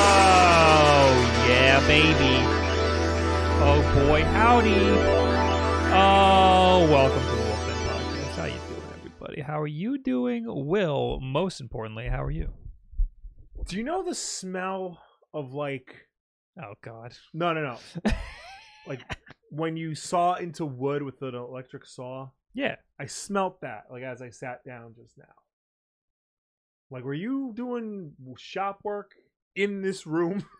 Oh, yeah, baby. Oh, boy, howdy. Oh, welcome to the Wolfman Podcast. How you doing, everybody? How are you doing? Will, most importantly, how are you? Do you know the smell of like Oh, God. no no no like when you saw into wood with an electric saw? Yeah. I smelt that like as I sat down just now. Like were you doing shop work in this room?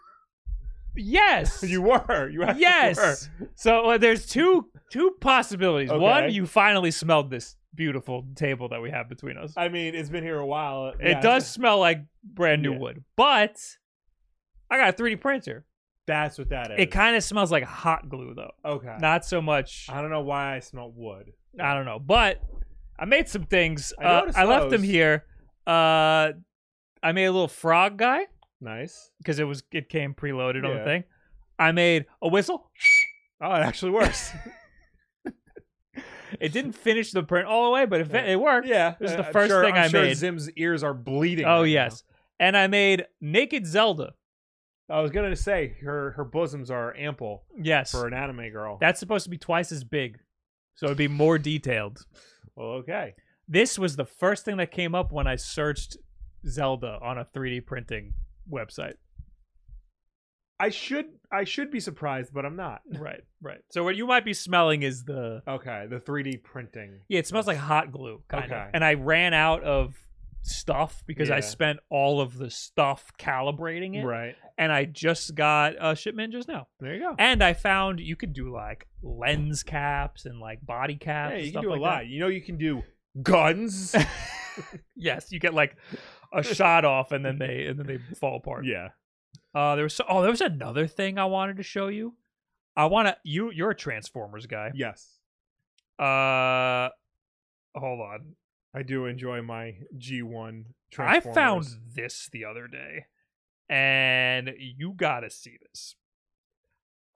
Yes. you were. You actually yes. were. So uh, there's two two possibilities. One, Okay. you finally smelled this beautiful table that we have between us. I mean, it's been here a while. it does smell like brand new Yeah. wood, but I got a 3D printer. That's what that is. It kind of smells like hot glue, though. okay. Uh, Not so much. I don't know why I smelt wood. I don't know, but I made some things. I uh, noticed I left them those. here. Uh, I made a little frog guy Nice. because it was it came preloaded on the Yeah. thing. I made a whistle. Oh, it actually works. It didn't finish the print all the way, but it, fin- Yeah. it worked. yeah. uh, This is the I'm first sure- thing I'm I sure made. Zim's ears are bleeding. oh right now. yes, and I made naked Zelda. I was gonna say her her bosoms are ample Yes, for an anime girl. that's supposed to be twice as big, so it'd be more detailed. well, okay. This was the first thing that came up when I searched Zelda on a 3D printing website. I should I should be surprised, but I'm not. Right, right. So what you might be smelling is the Okay, the 3D printing. Yeah, it smells like hot glue, kind of. Okay. And I ran out of stuff because I Yeah. spent all of the stuff calibrating it, Right and I just got a shipment just now. there, you go. And I found you could do like lens caps and like body caps. Yeah, and you can stuff do a like that. lot. You know, you can do guns. Yes, you get like a shot off, and then they and then they fall apart. yeah. Uh, there was so, oh, there was another thing I wanted to show you. I want to you. You're a Transformers guy. Yes, Uh, hold on. I do enjoy my G1. I found Transformers. this the other day, and you gotta see this.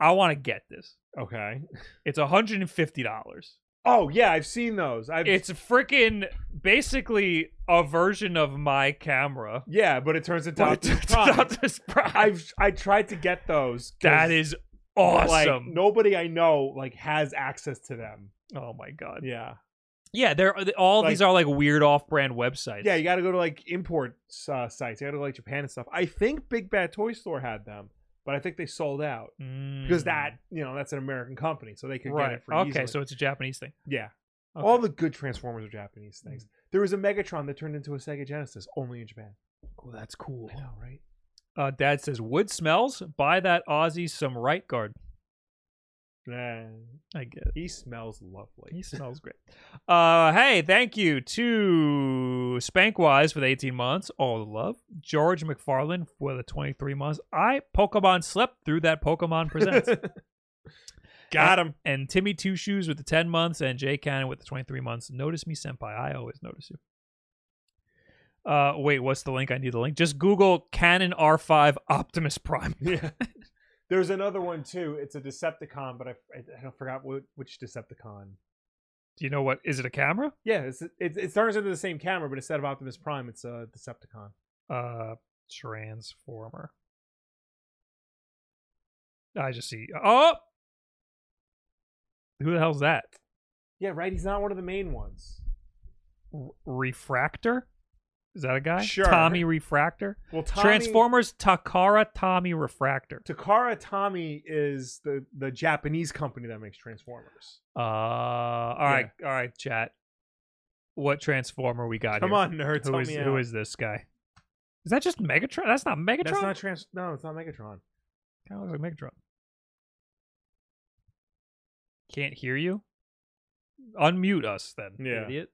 I want to get this. Okay. It's hundred and fifty dollars. Oh yeah, I've seen those. I've It's freaking basically a version of my camera. yeah, but it turns into Well, Optimus it's Prime. Optimus Prime. I've I tried to get those. 'cause, That is like, awesome. nobody I know like has access to them. oh my god. Yeah. Yeah, there. All Like- these are like weird off-brand websites. Yeah, you got to go to like import uh, sites. You got to go to like Japan and stuff. I think Big Bad Toy Store had them, but I think they sold out because Mm. that you know that's an American company, so they could right. get it for okay, easily. so it's a Japanese thing. yeah, Okay. Hmm. all the good Transformers are Japanese things. There was a Megatron that turned into a Sega Genesis only in Japan. Oh, that's cool. I know, right? Uh, Dad says wood smells. Buy that Aussie some right guard. Man, I get it. he smells lovely. He smells great. Uh, hey, thank you to Spankwise for the 18 months. All the love. George McFarland for the 23 months. I Pokemon slept through that Pokemon Presents. got him. and Timmy Two Shoes with the 10 months and Jay Cannon with the 23 months. Notice me, Senpai. I always notice you. Uh, wait, what's the link? I need the link. Just Google Canon R5 Optimus Prime. Yeah. There's another one too. It's a Decepticon, but I I, I forgot what, which Decepticon. Do you know what? Is it a camera? Yeah, it's, it, it turns into the same camera, but instead of Optimus Prime, it's a Decepticon. uh transformer i just see oh who the hell's that Yeah, right. He's not one of the main ones. R- refractor is that a guy Sure. tommy refractor Well, Tommy, transformers takara tommy refractor Takara Tommy is the the Japanese company that makes Transformers. uh all right all right chat what transformer we got Come here? on, nerd. who help is me who out. is this guy is that just megatron that's not megatron That's not trans. No, it's not Megatron. Kind of looks like Megatron. Can't hear you. Unmute us then, Yeah. idiot.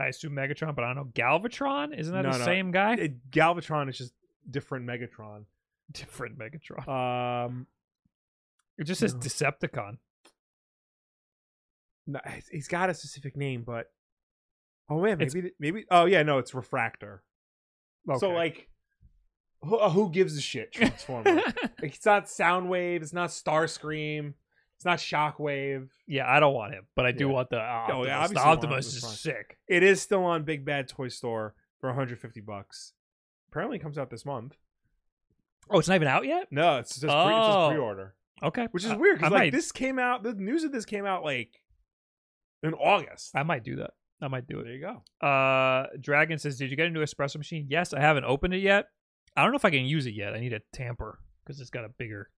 I assume Megatron, but I don't know. Galvatron? Isn't that No, the no. same guy? It- Galvatron is just different Megatron. Different Megatron. Um, it just says no. Decepticon. no, he's- he's got a specific name, but oh man, It's- maybe th- maybe oh yeah, no, it's Refractor. So Okay. like, who, uh, who gives a shit? Transformer. Like, it's not Soundwave. It's not Starscream. It's not Shockwave. yeah, I don't want him, but I do Yeah. want the No, Optimus. yeah, obviously the you want Optimus Optimus is Prime. sick. It is still on Big Bad Toy Store for 150 bucks. Apparently, it comes out this month. Oh, it's not even out yet. No, it's just, pre, it's Oh. just pre-order, Okay, which is I- weird I because like might, this came out. The news of this came out like in August. I might do that. I might do it. there you go. Uh, Dragon says, "Did you get a new espresso machine?" Yes, I haven't opened it yet. I don't know if I can use it yet. I need a tamper because it's got a bigger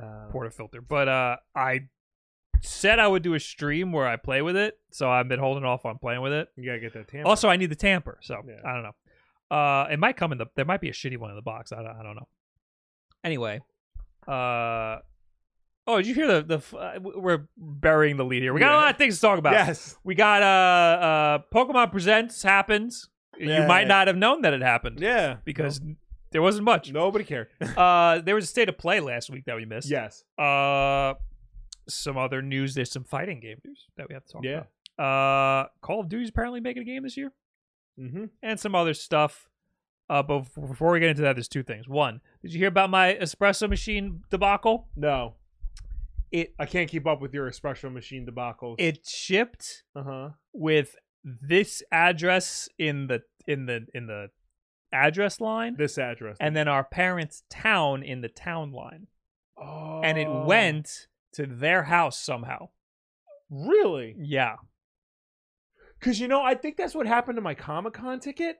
Uh, portafilter. But uh, I said I would do a stream where I play with it, so I've been holding off on playing with it. you gotta get that tamper. Also, I need the tamper, so Yeah. I don't know. Uh, it might come in the. There might be a shitty one in the box. I don't, I don't know. Anyway, uh, oh, did you hear the the? f- Uh, we're burying the lead here. We got a Yeah. lot of things to talk about. yes, We got uh, uh, Pokemon Presents happens. You Yeah. might not have known that it happened yeah, because there wasn't much. nobody cared. Uh, there was a state of play last week that we missed. yes, Uh, some other news. There's some fighting game news that we have to talk yeah. about. Uh, Call of Duty's apparently making a game this year Mm-hmm. and some other stuff. Uh, but f- before we get into that, there's two things. One, did you hear about my espresso machine debacle? No, It I can't keep up with your espresso machine debacle. it shipped Uh huh. with this address in the in the in the address line, This address. and then our parents' town in the town line, oh. and it went to their house somehow. really Yeah. because you know I think that's what happened to my Comic Con ticket.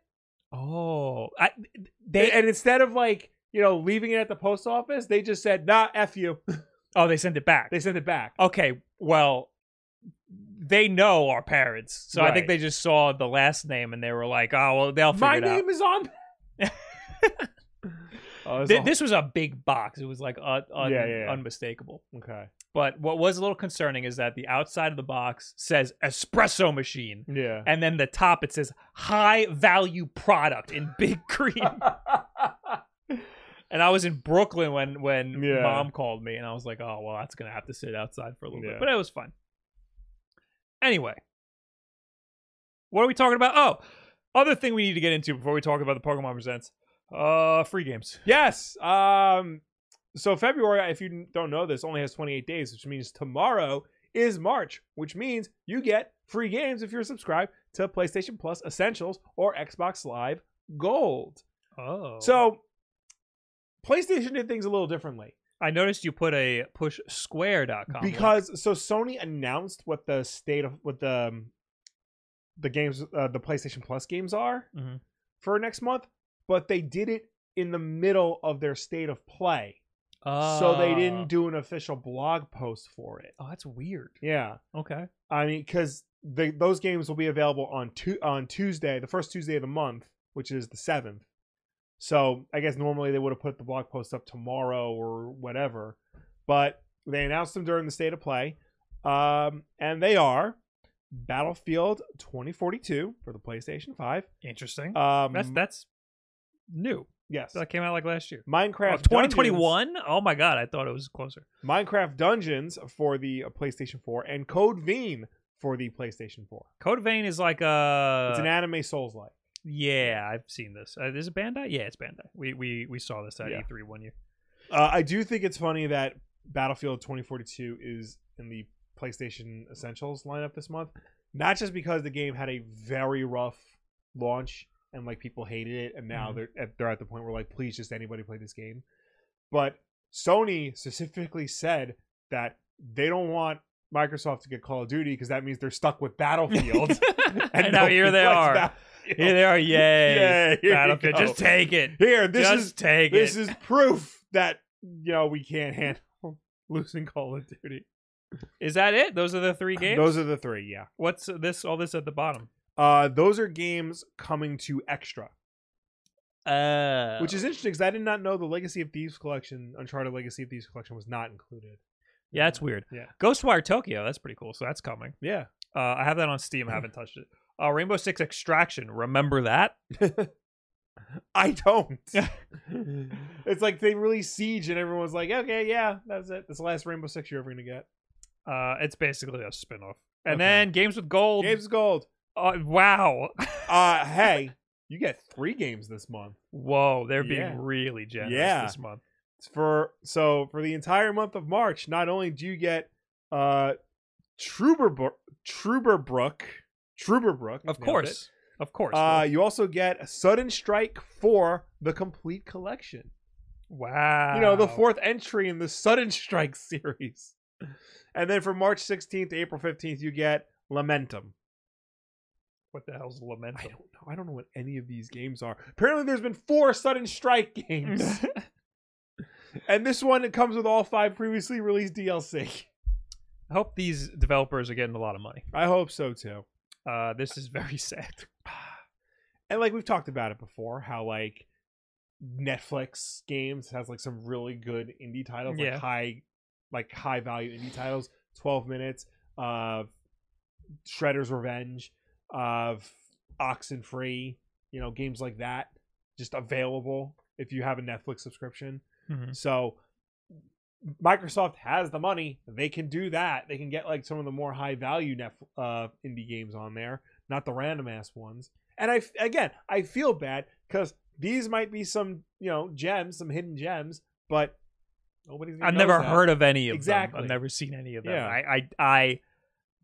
Oh, I, they and instead of like you know leaving it at the post office, they just said nah, f you. oh they sent it back. they sent it back. okay, well, they know our parents, so I think Right. they just saw the last name and they were like, "Oh, well, they'll figure my it name is on. oh, out." it's Th- all- this was a big box; it was like un- un- Yeah, yeah, yeah. unmistakable. okay. But what was a little concerning is that the outside of the box says "espresso machine," Yeah. and then the top it says "high value product" in big green. and I was in Brooklyn when when Yeah. mom called me, and I was like, "Oh, well, that's gonna have to sit outside for a little Yeah. bit," but it was fun. Anyway, what are we talking about? Oh, other thing we need to get into before we talk about the Pokemon Presents, uh, free games. yes. Um. So February, if you don't know this, only has 28 days, which means tomorrow is March, which means you get free games if you're subscribed to PlayStation Plus Essentials or Xbox Live Gold. Oh, so So PlayStation did things a little differently. I noticed you put a push square.com because so Sony announced what the state of what the um, the games uh, the PlayStation Plus games are Mhm. for next month, but they did it in the middle of their state of play, link. so they didn't Oh. do an official blog post for it. Oh, that's weird. Yeah, Okay. I mean because those games will be available on tu- on Tuesday, the first Tuesday of the month, which is the seventh. So I guess normally they would have put the blog post up tomorrow or whatever, but they announced them during the state of play, um, and they are Battlefield 2042 for the PlayStation 5. Interesting. Um, that's that's new. yes. That came out like last year. Minecraft Oh, 2021? Oh my god, I thought it was closer. Dungeons, Minecraft Dungeons for the uh, PlayStation 4, and Code Vein for the PlayStation 4. Code Vein is like a it's an anime Souls like. yeah. I've seen this. Uh, is it Bandai? Yeah, it's Bandai. We we we saw this at Yeah. E3 one year. Uh, I do think it's funny that Battlefield 2042 is in the PlayStation Essentials lineup this month, not just because the game had a very rough launch and like people hated it, and now Mhm. they're at, they're at the point where like please just anybody play this game, but Sony specifically said that they don't want Microsoft to get Call of Duty because that means they're stuck with Battlefield. and now here they nobody are. likes Battlefield. Here they are. Yay! Yay, here you Battlefield. go. Just take it. Here, this Just is take this it. is proof that you know we can't handle losing Call of Duty. Is that it? Those are the three games. Those are the three, yeah. What's this? All this at the bottom. Uh, those are games coming to Extra, Uh, which is interesting because I did not know the Legacy of Thieves collection, Uncharted Legacy of Thieves collection, was not included. yeah, that's weird. Yeah. Ghostwire Tokyo. That's pretty cool. So that's coming. Yeah, Uh, I have that on Steam. I haven't touched it. Uh, Rainbow Six Extraction. Remember that? I don't. it's like they released Siege and everyone's like, okay, yeah, that's it. That's the last Rainbow Six you're ever gonna get. Uh, it's basically a spinoff. And Okay. then Games with Gold. Games is gold. Uh, wow. Uh, hey, you get three games this month. Whoa, they're being Yeah. really generous Yeah. this month. for so for the entire month of March, not only do you get uh Truberbrook Truberbrook Truberbrook, Of nailed it. course. Of course. Uh you also get a sudden strike for the complete collection. wow. You know, the fourth entry in the sudden strike series. And then for March 16th to April 15th, you get Lamentum. What the hell's I Lamentum? don't know. I don't know what any of these games are. Apparently there's been four sudden strike games. and this one it comes with all five previously released DLC. I hope these developers are getting a lot of money. I hope so too. Uh, this is very sad. And like we've talked about it before, how like Netflix games has like some really good indie titles, Yeah. like high, like high value indie titles. Twelve minutes of Shredder's Revenge, of Oxen Free, you know, games like that, just available if you have a Netflix subscription. Hmm. So Microsoft has the money; they can do that. They can get like some of the more high value net uh, indie games on there, not the random ass ones. And I f- again, I feel bad because these might be some you know gems, some hidden gems, but nobody's. I've never heard of any of them. Exactly. I've never seen any of them. Yeah. I, I I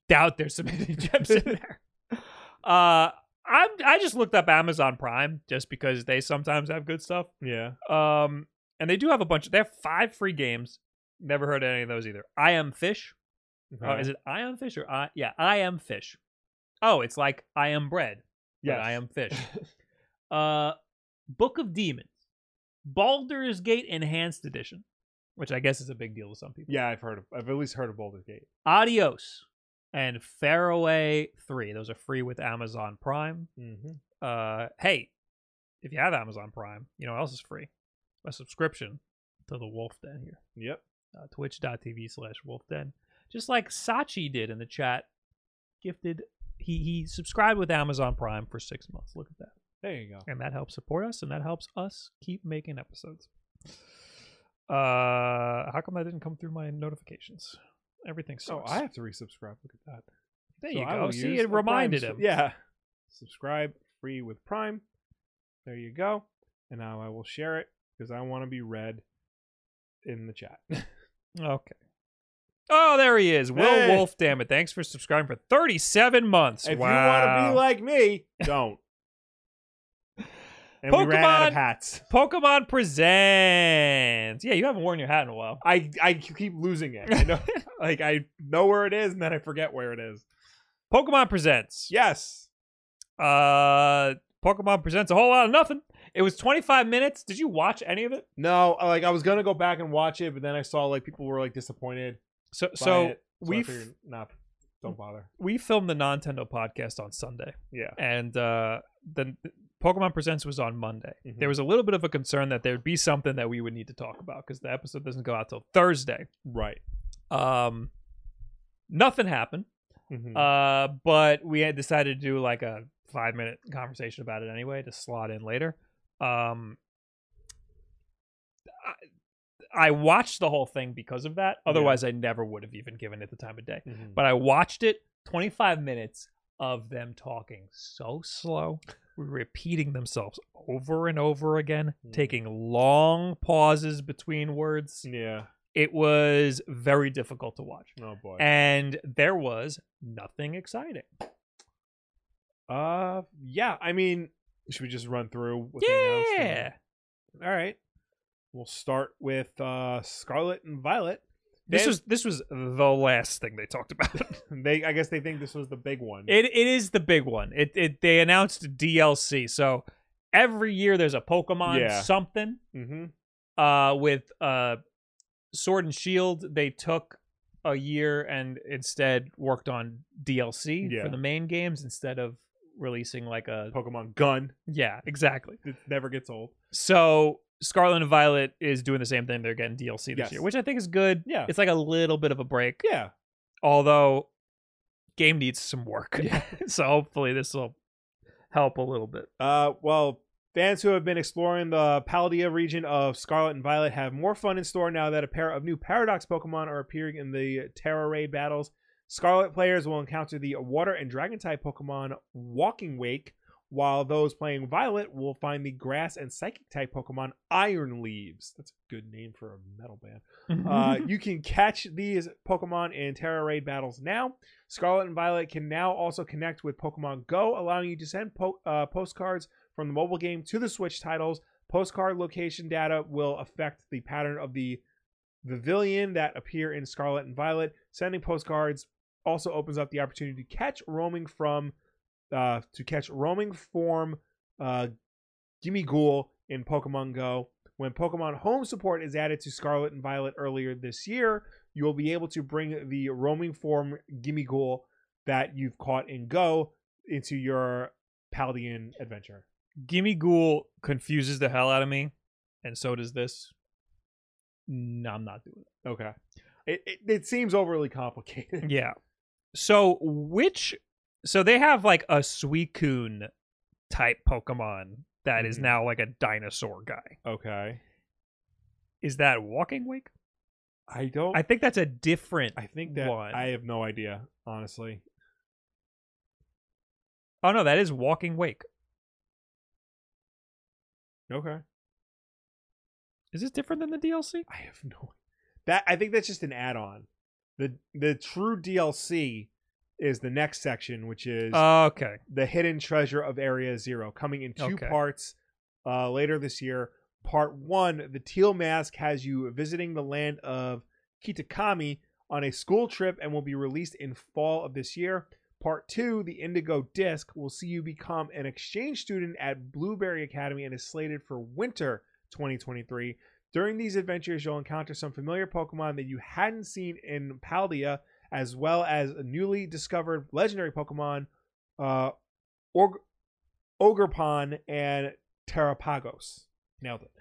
doubt there's some hidden gems in there. Uh, I I just looked up Amazon Prime just because they sometimes have good stuff. Yeah, Um, and they do have a bunch. They have five free games. Never heard of any of those either. I am Fish. Uh, is it I am Fish or I? Yeah, I am Fish. Oh, it's like I am bread. Yeah, Yes. I am Fish. uh, Book of Demons, Baldur's Gate Enhanced Edition, which I guess is a big deal to some people. Yeah, I've heard of. I've at least heard of Baldur's Gate. Adios and Faraway 3. Those are free with Amazon Prime. Mm-hmm. Uh, hey, if you have Amazon Prime, you know what else is free? A subscription to the Wolf Den here. Yep. Uh, Twitch.tv slash Wolf Den. Just like Sachi did in the chat, gifted. He, he subscribed with Amazon Prime for six months. Look at that. There you go. And that helps support us, and that helps us keep making episodes. Uh, how come that didn't come through my notifications? Everything So sucks. Oh, I have to resubscribe. Look at that. There So you I go. will See, use it the reminded Prime him. sub- Yeah. Subscribe free with Prime. There you go. And now I will share it because I want to be read in the chat. Okay. Oh, there he is. Will Hey. Wolf, damn it. Thanks for subscribing for 37 months. if you want to wow. be like me, don't. and we ran out Pokemon- of hats. Pokemon Presents. Yeah, you haven't worn your hat in a while. I, I keep losing it. I know, like I know where it is, and then I forget where it is. Pokemon Presents. Yes. Uh, Pokemon Presents a whole lot of nothing. It was 25 minutes. Did you watch any of it? No. uh, Like I was gonna go back and watch it, but then I saw like people were like disappointed. So, by so it, so we I f- Mm. figured, nah, don't bother. we filmed the Nintendo podcast on Sunday, Yeah. and uh, then Pokemon Presents was on Monday. Mhm. There was a little bit of a concern that there'd be something that we would need to talk about because the episode doesn't go out till Thursday. Right. Um, nothing happened. Mhm. Uh, but we had decided to do like a five minute conversation about it anyway to slot in later. Um, I, I watched the whole thing because of that. Yeah. Otherwise, I never would have even given it the time of day. Mhm. But I watched it 25 minutes of them talking so slow, repeating themselves over and over again, Mm. taking long pauses between words. yeah. It was very difficult to watch Oh boy. and there was nothing exciting. uh, yeah. I mean, should we just run through? What they announced and- Yeah. All right. We'll start with uh, Scarlet and Violet. This They- was this was the last thing they talked about. They, I guess, they think this was the big one. it it is the big one. It it they announced DLC. So every year there's a Pokemon Yeah. something. mm-hmm. Uh with uh Sword and Shield, they took a year and instead worked on DLC Yeah. for the main games instead of releasing like a Pokemon Gun. Yeah, exactly. It never gets old. So Scarlet and Violet is doing the same thing. They're getting DLC this Yes. year, which I think is good. Yeah. It's like a little bit of a break. Yeah. Although game needs some work. Yeah. so hopefully this will help a little bit. Uh, well, fans who have been exploring the Paldea region of Scarlet and Violet have more fun in store now that a pair of new Paradox Pokemon are appearing in the Terra Raid battles. Scarlet players will encounter the Water and Dragon type Pokemon Walking Wake, while those playing Violet will find the Grass and Psychic type Pokemon Iron Leaves. That's a good name for a metal band. Mm-hmm. Uh, you can catch these Pokemon in Terra Raid battles now. Scarlet and Violet can now also connect with Pokemon Go, allowing you to send po- uh, postcards from the mobile game to the Switch titles. Postcard location data will affect the pattern of the pavilion that appear in Scarlet and Violet. Sending postcards also opens up the opportunity to catch roaming from uh, to catch roaming form uh, Gimme Ghoul in Pokemon Go. When Pokemon Home support is added to Scarlet and Violet earlier this year, you will be able to bring the roaming form Gimme Ghoul that you've caught in Go into your Paldean adventure. Gimme Ghoul confuses the hell out of me, and so does this. No, I'm not doing Okay. It, it, it seems overly it. complicated. Yeah. So which so they have like a Suicune type Pokemon that is Mhm. now like a dinosaur guy. Okay. Is that Walking Wake? I don't. I think that's a different I think that one. I have no idea, honestly. Oh no, that is Walking Wake. Okay. Is this different than the DLC? I have no. That I think that's just an add-on. The the true DLC is the next section, which is Okay. the hidden treasure of Area Zero, coming in two Okay. parts uh, later this year. Part one, the teal mask has you visiting the land of Kitakami on a school trip and will be released in fall of this year. Part two, the indigo disc, will see you become an exchange student at Blueberry Academy and is slated for winter 2023. During these adventures, you'll encounter some familiar Pokemon that you hadn't seen in Paldea, as well as a newly discovered legendary Pokemon uh, Org- Ogrepon and Terrapagos. Nailed it.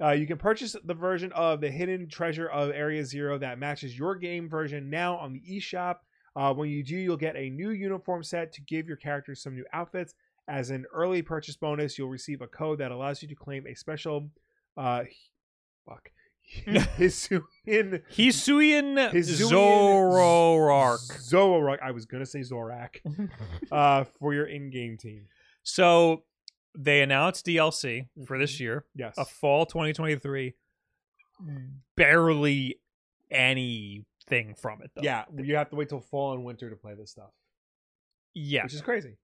Uh, you can purchase the version of the Hidden Treasure of Area Zero that matches your game version now on the eShop. Uh, when you do, you'll get a new uniform set to give your characters some new outfits. As an early purchase bonus, you'll receive a code that allows you to claim a special, uh, fuck, Hisuian Hisuian Hisuian Zoroark. Zoroark. I was gonna say Zorak. uh, for your in-game team. So they announced DLC for Mm-hmm. this year, Yes. a fall 2023. Barely anything from it, though. yeah, you have to wait till fall and winter to play this stuff, yeah, which is crazy.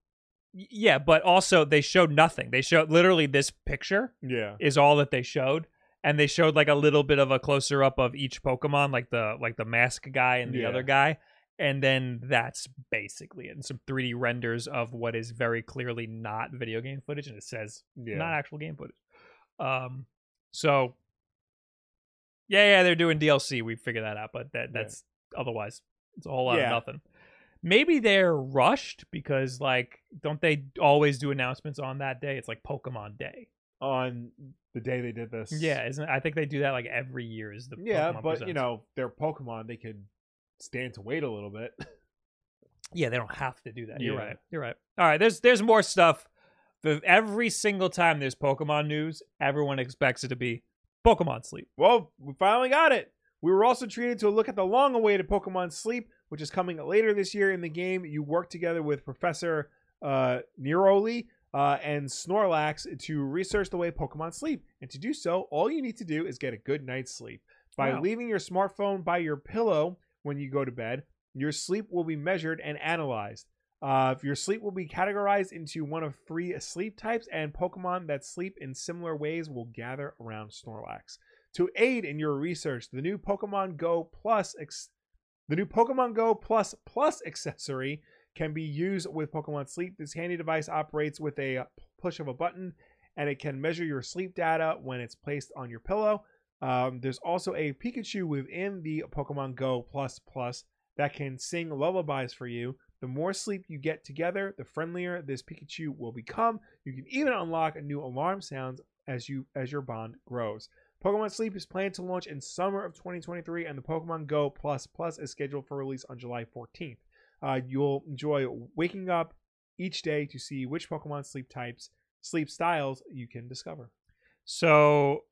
yeah. But also, they showed nothing. They showed literally this picture Yeah. is all that they showed, and they showed like a little bit of a closer up of each Pokemon, like the like the mask guy and the Yeah. other guy. And then that's basically it. And some 3D renders of what is very clearly not video game footage, and it says Yeah. not actual game footage. Um, so yeah, yeah, they're doing DLC. We figured that out, but that Yeah. that's otherwise it's a whole lot Yeah. of nothing. Maybe they're rushed because like don't they always do announcements on that day? It's like Pokemon Day. On the day they did this. Yeah, isn't I think they do that like every year is the Yeah, Pokemon but you Presents. know they're Pokemon. They could stand to wait a little bit. yeah, they don't have to do that. You're Yeah. right. You're right. All right, there's there's more stuff. The- Every single time there's Pokemon news, everyone expects it to be Pokemon Sleep. well, we finally got it. We were also treated to a look at the long-awaited Pokemon Sleep, which is coming later this year in the game. You work together with Professor uh, Neroli uh, and Snorlax to research the way Pokemon sleep. And to do so, all you need to do is get a good night's sleep. By Wow. leaving your smartphone by your pillow when you go to bed, your sleep will be measured and analyzed. Uh, your sleep will be categorized into one of three sleep types, and Pokemon that sleep in similar ways will gather around Snorlax. To aid in your research, the new Pokemon Go Plus, ex- the new Pokemon Go Plus Plus accessory can be used with Pokemon Sleep. This handy device operates with a push of a button, and it can measure your sleep data when it's placed on your pillow. Um, there's also a Pikachu within the Pokemon Go Plus Plus that can sing lullabies for you. The more sleep you get together, the friendlier this Pikachu will become. You can even unlock new alarm sounds as you as your bond grows. Pokemon Sleep is planned to launch in summer of 2023, and the Pokemon Go Plus Plus is scheduled for release on July 14th. Uh, you'll enjoy waking up each day to see which Pokemon sleep types, sleep styles you can discover. So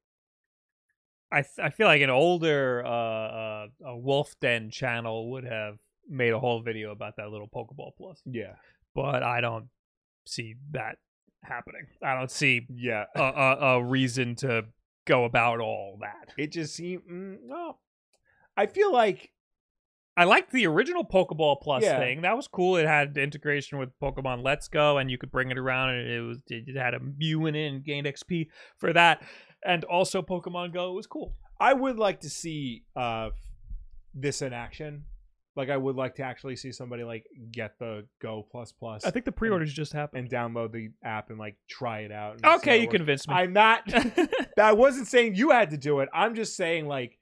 I th- I feel like an older uh, uh a Wolf Den channel would have made a whole video about that little Pokeball Plus, Yeah. but I don't see that happening. I don't see Yeah. a a, a reason to go about all that. It just seemed mm, no. I feel like I liked the original Pokeball Plus Yeah. thing. That was cool. It had integration with Pokemon Let's Go, and you could bring it around, and it was it had a Mew in it and gained XP for that. And also Pokemon Go was cool. I would like to see uh this in action. Like I would like to actually see somebody like get the Go Plus Plus I think the pre-orders just happened. and download the app and like try it out. and see how Okay, it you works. convinced me. I'm not. I wasn't saying you had to do it. I'm just saying like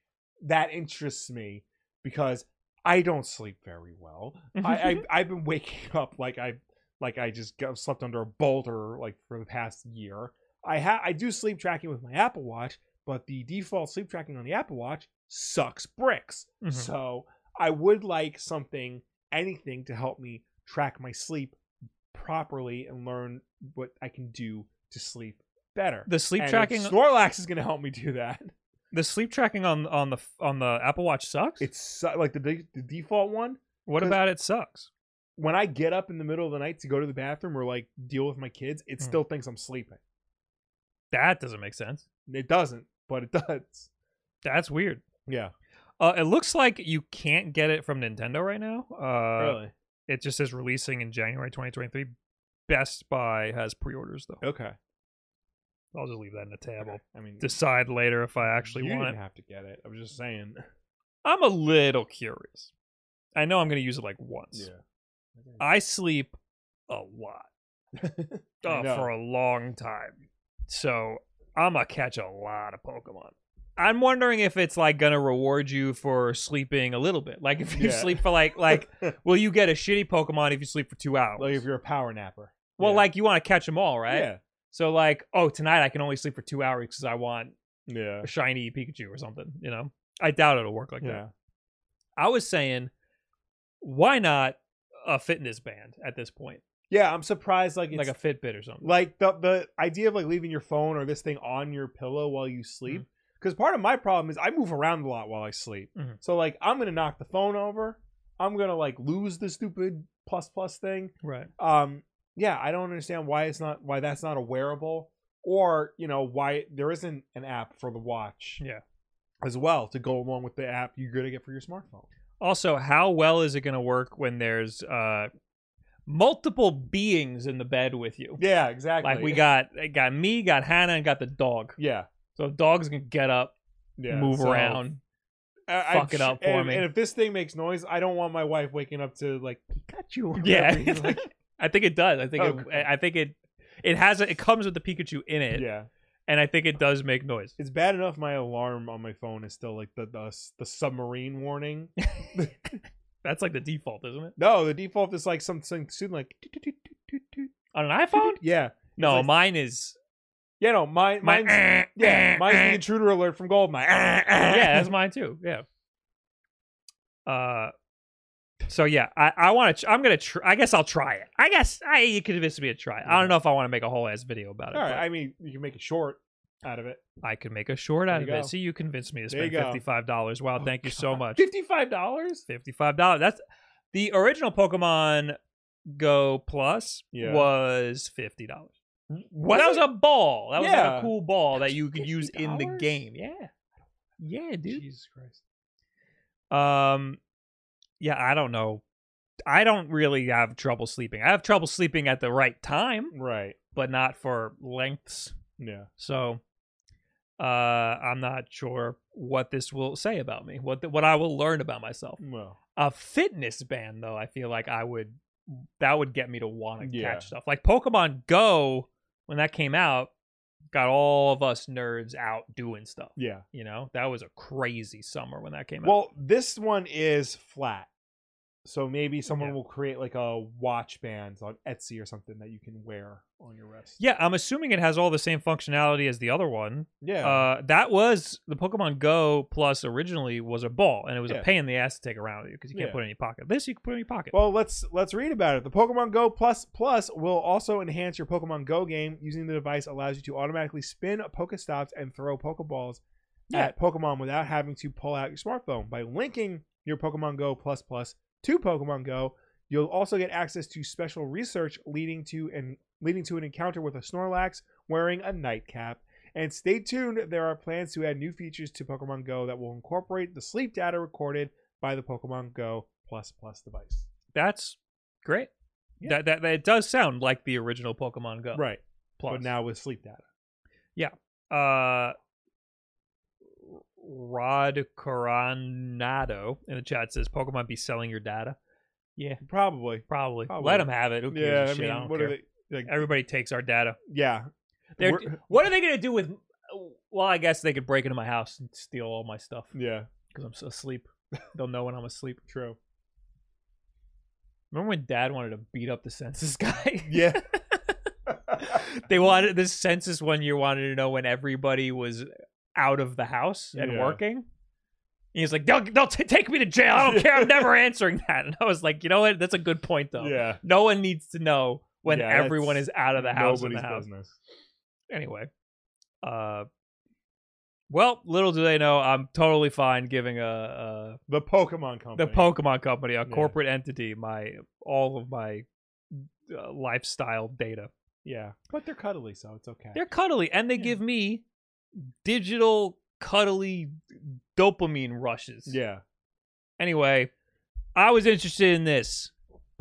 that interests me because I don't sleep very well. I, I I've been waking up like I like I just got, slept under a boulder like for the past year. I ha- I do sleep tracking with my Apple Watch, but the default sleep tracking on the Apple Watch sucks bricks. Mhm. So I would like something, anything to help me track my sleep properly and learn what I can do to sleep better. the sleep And if tracking, Snorlax is going to help me do that. the sleep tracking on on the on the Apple Watch sucks. It's su- like the de- the default one. what 'cause- about it sucks? When I get up in the middle of the night to go to the bathroom or like deal with my kids, it Hmm. still thinks I'm sleeping. That doesn't make sense. It doesn't, but it does. That's weird. Yeah, Uh, it looks like you can't get it from Nintendo right now. Uh, really. It just says releasing in January 2023. Best Buy has pre-orders though. Okay. I'll just leave that in the tab. I'll I mean, decide later if I actually you want didn't it. have to get it. I was just saying. I'm a little curious. I know I'm going to use it like once. I sleep a lot I uh, know. for a long time, so I'm gonna catch a lot of Pokemon. I'm wondering if it's like gonna reward you for sleeping a little bit. Like if you Yeah. sleep for like like will you get a shitty Pokemon if you sleep for two hours? like if you're a power napper. well, Yeah. like you want to catch them all, right? Yeah. So like, oh, tonight I can only sleep for two hours because I want Yeah. a shiny Pikachu or something. You know, I doubt it'll work like that. yeah. I was saying, why not a fitness band at this point, Yeah, I'm surprised like it's like like, a Fitbit or something? the the idea of like leaving your phone or this thing on your pillow while you Mm-hmm. sleep cuz part of my problem is I move around a lot while I sleep. Mhm. So like I'm going to knock the phone over. I'm going to like lose the stupid plus plus thing. Right. Um yeah, I don't understand why it's not why that's not a wearable or, you know, why there isn't an app for the watch Yeah. as well to go along with the app you're going to get for your smartphone. Also, how well is it going to work when there's uh multiple beings in the bed with you? Yeah, exactly. Like we got got me, got Hannah, and got the dog. yeah. So the dog's gonna get up, Yeah. move so- around. I- Fuck I- it up for and, me. And if this thing makes noise, I don't want my wife waking up to like Pikachu. or Yeah, whatever, like- I think it does. I think Oh, it, I think it it has a, it comes with the Pikachu in it, yeah. and I think it does make noise. It's bad enough my alarm on my phone is still like the the, the submarine warning. That's like the default, isn't it? No, the default is like something soon like toot, toot, toot, toot, toot, toot, On an iPhone? toot. yeah No, like- mine is yeah no mine my mine's yeah mine's the intruder alert from Goldmine. yeah, that's mine too. Yeah. Uh, so yeah, I I want to. I'm gonna. Tr- I guess I'll try it. I guess I you convinced me to try it. I Yeah. don't know if I want to make a whole ass video about it. All right, but I mean you can make it short out of it. I, could make a short There out you of go. it. See, you convinced me to There you spend go. Oh, fifty five dollars. Wow, Oh, thank you so much. Fifty five dollars. Fifty five dollars. That's the original Pokemon Go Plus Yeah. was fifty dollars. that was a ball. That was like Yeah. a cool ball that That's you could use in the $50? game. Yeah, yeah, dude. Jesus Christ. Um, yeah, I don't know. I don't really have trouble sleeping. I have trouble sleeping at the right time, Right. but not for lengths. Yeah. So, uh, I'm not sure what this will say about me. What the, what I will learn about myself. Well. A fitness band, though, I feel like I would that would get me to want to Yeah. catch stuff like Pokemon Go when that came out. Got all of us nerds out doing stuff. Yeah. You know that was a crazy summer when that came out. Well, this one is flat. So maybe someone Yeah. will create like a watch band on Etsy or something that you can wear on your wrist. Yeah, I'm assuming it has all the same functionality as the other one. Yeah. Uh, that was the Pokemon Go Plus originally was a ball, and it was Yeah. a pain in the ass to take around with you because you can't Yeah. put it in your pocket. This you can put in your pocket. well, let's let's read about it. The Pokemon Go Plus Plus will also enhance your Pokemon Go game. Using the device allows you to automatically spin Pokestops and throw Pokeballs Yeah. at Pokemon without having to pull out your smartphone. By linking your Pokemon Go Plus Plus to Pokemon Go, you'll also get access to special research leading to an leading to an encounter with a Snorlax wearing a nightcap. And stay tuned, there are plans to add new features to Pokemon Go that will incorporate the sleep data recorded by the Pokemon Go Plus Plus device. That's great. Yeah. That, that that it does sound like the original Pokemon Go. Right. Plus. But now with sleep data. uh Rod Coronado in the chat says Pokemon be selling your data. Yeah, Probably. probably. Let 'em Probably. Let them have it. Who cares? Yeah, and I shit? mean, don't what care. are they like Everybody takes our data. yeah. They're, We're- what are they going to do with? Well, I guess they could break into my house and steal all my stuff Yeah, because I'm s- asleep. They'll know when I'm asleep. true. Remember when Dad wanted to beat up the census guy? Yeah. they wanted this census one year wanted to know when everybody was out of the house and Yeah. working. He's like, they'll they'll t- take me to jail. I don't care. I'm never answering that. And I was like, you know what? That's a good point though. yeah. No one needs to know when Yeah, everyone that's is out of the house. in the Nobody's house. business. Anyway, uh, well, little do they know, I'm totally fine giving a, The Pokemon a company. the Pokemon company, a Yeah. corporate entity, my all of my uh, lifestyle data. Yeah. But they're cuddly, so it's okay. They're cuddly, and they Yeah. give me digital cuddly dopamine rushes. yeah. Anyway, I was interested in this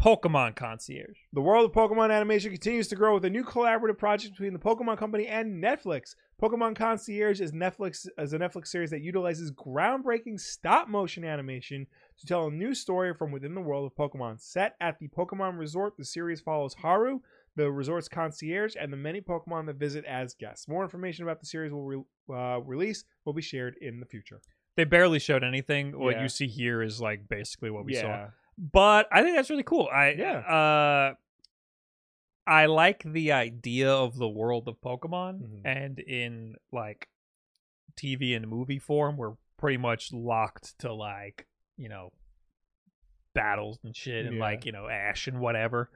Pokemon concierge. The world of Pokemon animation continues to grow with a new collaborative project between the Pokemon Company and Netflix. Pokemon Concierge is Netflix is a Netflix series that utilizes groundbreaking stop motion animation to tell a new story from within the world of Pokemon. Set at the Pokemon Resort, the series follows Haru, the resort's concierge, and the many Pokemon that visit as guests. More information about the series will re- uh, release will be shared in the future. They barely showed anything. What Yeah. you see here is like basically what we saw. yeah, but I think that's really cool. I Yeah. uh I like the idea of the world of Pokemon Mhm. and in like TV and movie form we're pretty much locked to like, you know, battles and shit and Yeah. like, you know, Ash and whatever.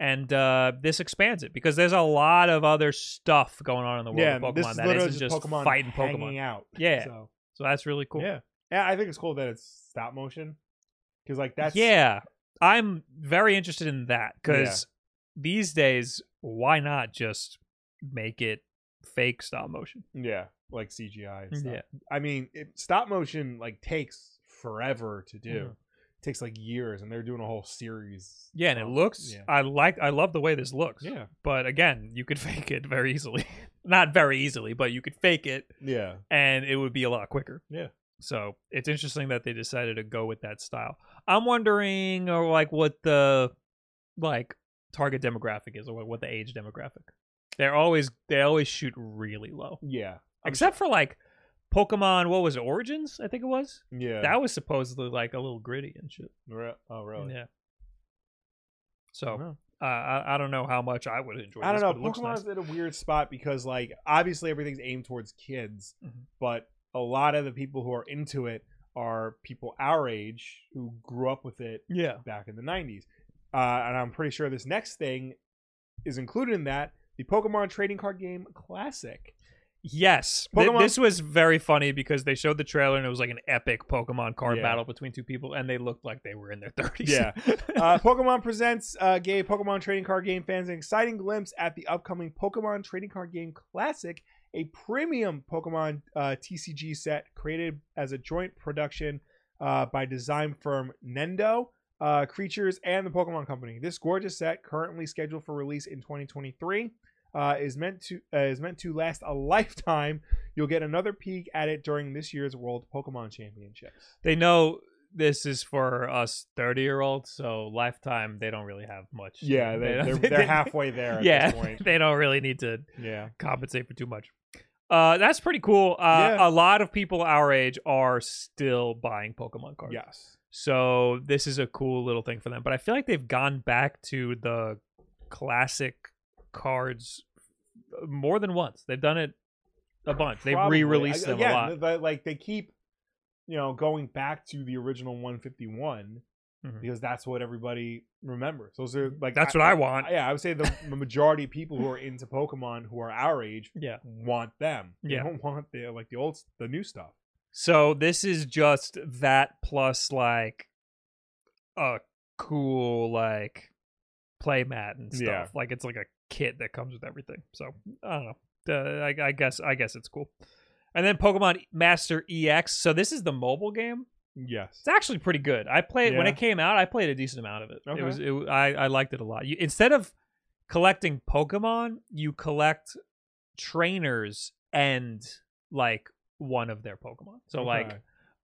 And uh this expands it because there's a lot of other stuff going on in the world yeah. of Pokemon This is that literally isn't just, just Pokemon fighting Pokemon. hanging out. Yeah. So. So that's really cool. Yeah. Yeah, I think it's cool that it's stop motion. Because like that's yeah i'm very interested in that because these days why not just make it fake stop motion yeah, like CGI. And stuff. I mean, it, stop motion like takes forever to do. Mhm. It takes like years, and they're doing a whole series. yeah and it on- looks Yeah. i like i love the way this looks Yeah. but again you could fake it very easily not very easily but you could fake it Yeah. and it would be a lot quicker Yeah. so it's interesting that they decided to go with that style i'm wondering or like what the like target demographic is or what- what the age demographic they're always they always shoot really low Yeah. I'm except for like Pokemon. What was it, Origins? I think it was. sure- yeah. That was supposedly like a little gritty and shit. Re- oh, really? Yeah. I So don't know. uh, I I don't know how much I would enjoy. I this, don't know. but it looks nice. Pokemon's in a weird spot because, like, obviously everything's aimed towards kids, Mhm. but a lot of the people who are into it are people our age who grew up with it Yeah. back in the 90s. Uh, and I'm pretty sure this next thing is included in that the Pokemon trading card game classic. Yes. Th- Pokemon- this was very funny because they showed the trailer and it was like an epic Pokemon card Yeah. battle between two people, and they looked like they were in their thirties. Yeah. Uh, Pokemon Presents uh, gave Pokemon trading card game fans an exciting glimpse at the upcoming Pokemon trading card game classic, a premium Pokemon uh, TCG set created as a joint production uh, by design firm Nendo. Uh, creatures and the Pokemon Company. This gorgeous set, currently scheduled for release in 2023, uh, is meant to uh, is meant to last a lifetime. You'll get another peek at it during this year's World Pokemon Championships. they know this is for us thirty year olds, so lifetime they don't really have much. Yeah, They they, don't- are they- they're they- halfway there at yeah, this point. they don't really need to Yeah. compensate for too much. Uh, that's pretty cool. Uh, Yeah. A lot of people our age are still buying Pokemon cards. Yes. So this is a cool little thing for them. But I feel like they've gone back to the classic cards uh, more than once. They've done it a bunch. They've Probably. re-released I- them yeah, a lot. but, like they keep, you know, going back to the original 151 Mhm. because that's what everybody remembers. Those are like That's what I want. Yeah, I would say the, the majority of people who are into Pokemon who are our age yeah. want them. Yeah. They don't want the like the old the new stuff. So this is just that plus like a cool like playmat and stuff. Yeah. Like it's like a kit that comes with everything. So I don't know. Uh, I, I guess I guess it's cool. And then Pokemon E, Master EX. So this is the mobile game. Yes. It's actually pretty good. I played when Yeah. it came out. I played a decent amount of it. Okay. It was it, wa- I I liked it a lot. You, instead of collecting Pokemon, you collect trainers and like one of their Pokemon. So like Okay.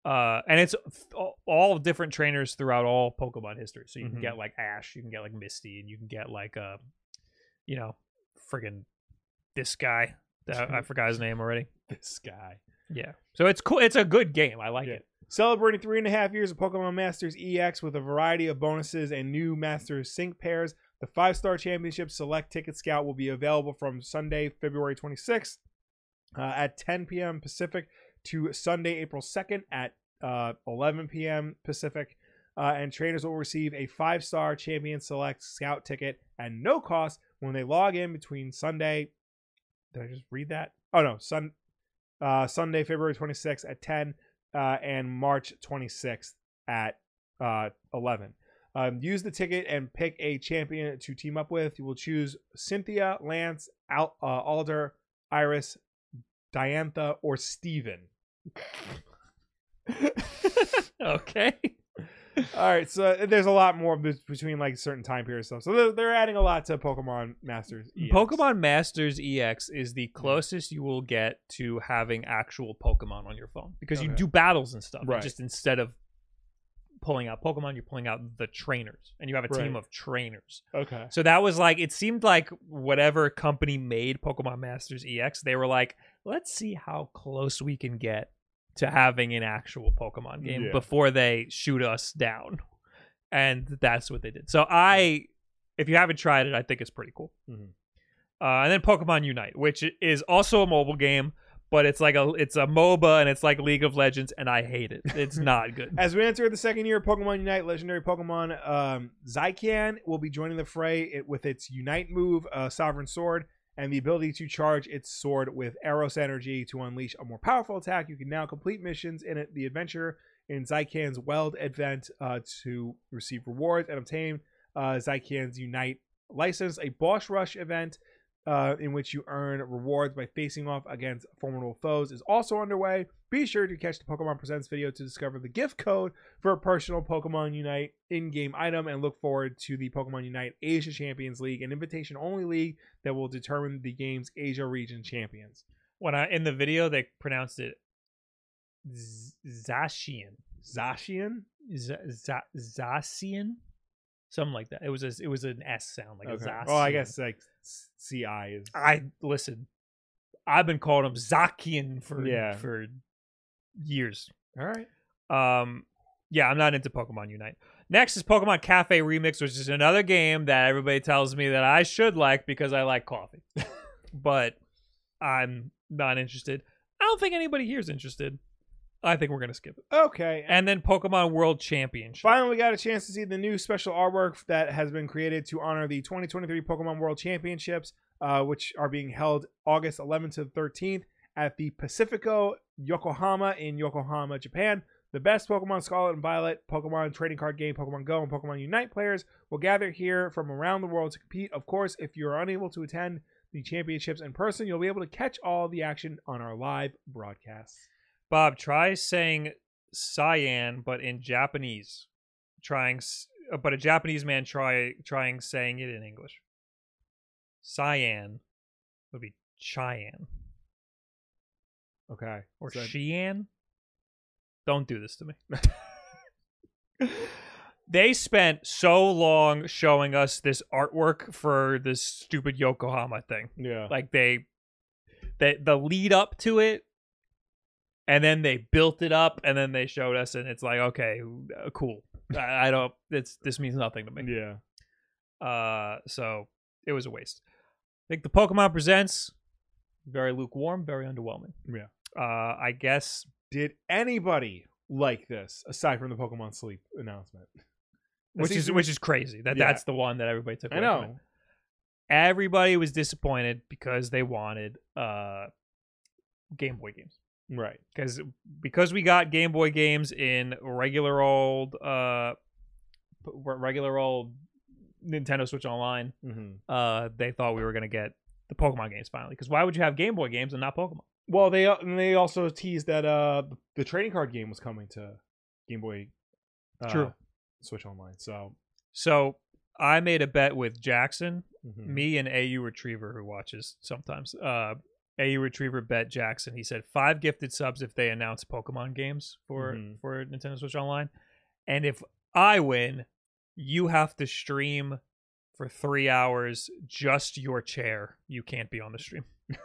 uh and it's th- all different trainers throughout all Pokemon history. So you can Mhm. get like Ash, you can get like Misty, and you can get like uh you know friggin' this guy. I I forgot his name already. this guy. Yeah. So it's cool. It's a good game. I like Yeah. it. Celebrating three and a half years of Pokemon Masters EX with a variety of bonuses and new Masters Sync pairs, the five star championship select ticket scout will be available from Sunday, February 26th uh, at 10 p.m. Pacific to Sunday, April 2nd at uh, 11 p.m. Pacific. Uh, and trainers will receive a five star champion select scout ticket at no cost when they log in between Sunday. Did I just read that? Oh, no. Sun, uh, Sunday, February 26th at 10 uh, and March 26th at uh, 11. Um, use the ticket and pick a champion to team up with. You will choose Cynthia, Lance, Al- uh, Alder, Iris, Diantha, or Steven. okay. All right, so there's a lot more be- between like certain time periods and stuff. So they're, they're adding a lot to Pokemon Masters. E EX. Pokemon Masters EX is the Mm-hmm. closest you will get to having actual Pokemon on your phone because you Okay. do battles and stuff. and Right. Just instead of pulling out Pokemon, you're pulling out the trainers and you have a team Right. of trainers. Okay. So that was like, it seemed like whatever company made Pokemon Masters EX, they were like, let's see how close we can get to having an actual Pokemon game Yeah. before they shoot us down. And that's what they did. So I, if you haven't tried it, I think it's pretty cool. Mhm. Uh, and then Pokemon Unite, which i- is also a mobile game, but it's like a it's a MOBA and it's like League of Legends, and I hate it. It's not good. As we enter the second year of Pokemon Unite, legendary Pokemon um, Zycan will be joining the fray it- with its Unite move, uh, Sovereign Sword, and the ability to charge its sword with Eros energy to unleash a more powerful attack. You can now complete missions in it, the adventure in Zycan's Weld event uh, to receive rewards and obtain uh, Zycan's Unite license, a boss rush event. Uh, in which you earn rewards by facing off against formidable foes is also underway. Be sure to catch the Pokemon Presents video to discover the gift code for a personal Pokemon Unite in-game item and look forward to the Pokemon Unite Asia Champions League, an invitation-only league that will determine the game's Asia region champions. When I in the video, they pronounced it Z- Zacian. Zacian? Z- Z- Zacian, something like that. It was a, it was an S sound, like a Okay. Zacian. Well, I guess like s- CI is I listen. I've been calling him Zacian for Yeah. for years. all right. Um, yeah, I'm not into Pokemon Unite. Next is Pokemon Cafe Remix, which is another game that everybody tells me that I should like because I like coffee, but I'm not interested. I don't think anybody here is interested. I think we're gonna skip it. Okay. And then Pokemon World Championship. Finally, we got a chance to see the new special artwork that has been created to honor the 2023 Pokemon World Championships, uh, which are being held August 11th to 13th at the Pacifico Yokohama in Yokohama, Japan. The best Pokemon Scarlet and Violet, Pokemon trading card game, Pokemon Go, and Pokemon Unite players will gather here from around the world to compete. Of course, if you're unable to attend the championships in person, you'll be able to catch all the action on our live broadcasts. Bob, try saying cyan, but in Japanese. Trying, s- uh, but a Japanese man try trying saying it in English. Cyan would be Chyan Okay. or So- Shean. Don't do this to me. they spent so long showing us this artwork for this stupid Yokohama thing yeah. like they that the lead up to it and then they built it up, and then they showed us, and it's like, okay, uh, cool. I, I don't. It's this means nothing to me. Yeah. Uh, so it was a waste. I think the Pokemon Presents very lukewarm, very underwhelming. Yeah. Uh, I guess Did anybody like this aside from the Pokemon Sleep announcement? That which seems is to be- which is crazy. That Yeah. that's the one that everybody took. I away from it. know. Everybody was disappointed because they wanted uh Game Boy games. Right. Because because we got Game Boy games in regular old uh p- regular old Nintendo Switch Online, Mm-hmm. uh they thought we were gonna get the Pokemon games finally. Because why would you have Game Boy games and not Pokemon? Well, they uh, and they also teased that uh the trading card game was coming to Game Boy uh, True. Switch Online. So So I made a bet with Jackson mhm. me and AU Retriever, who watches sometimes, uh, AU Retriever bet Jackson. He said five gifted subs if they announce Pokemon games for Mhm. for Nintendo Switch Online, and if I win, you have to stream for three hours just your chair. You can't be on the stream.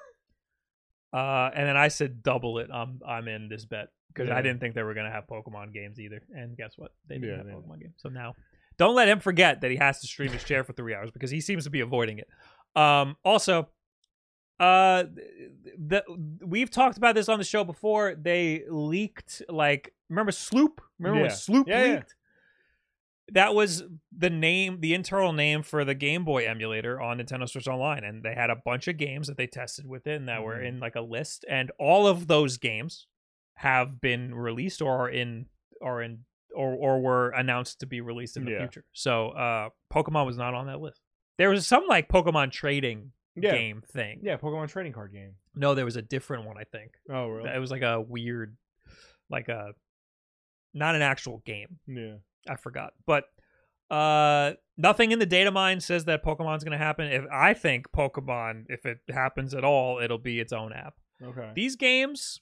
uh, and then I said double it. I'm I'm in this bet because I Yeah. didn't think they were gonna have Pokemon games either. And guess what? They didn't Yeah, have they Pokemon games. So now. Don't let him forget that he has to stream his chair for three hours because he seems to be avoiding it. Um, also, uh, the, we've talked about this on the show before. They leaked like remember Sloop? Remember when Yeah. Sloop Yeah, yeah. leaked? That was the name, the internal name for the Game Boy emulator on Nintendo Switch Online, and they had a bunch of games that they tested within that were Mhm. in like a list, and all of those games have been released or are in are in or or were announced to be released in the Yeah. future. So uh Pokemon was not on that list. There was some like Pokemon trading yeah, game thing. yeah, Pokemon trading card game. No, there was a different one I think. Oh really? It was like a weird like a not an actual game. yeah. I forgot. But uh nothing in the data mine says that Pokemon's going to happen. If I think Pokemon if it happens at all, it'll be its own app. Okay. These games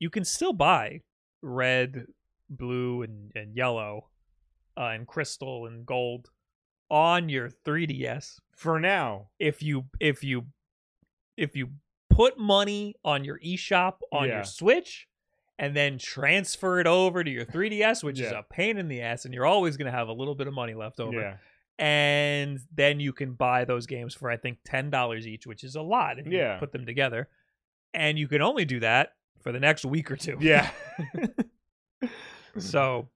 you can still buy red, blue, and, and yellow, uh, and crystal and gold on your 3DS For now. if you if you if you put money on your eShop on Yeah. your Switch and then transfer it over to your 3DS, which is Yeah. a pain in the ass, and you're always gonna have a little bit of money left over. Yeah. And then you can buy those games for I think ten dollars each, which is a lot if you Yeah. put them together. And you can only do that for the next week or two. Yeah. So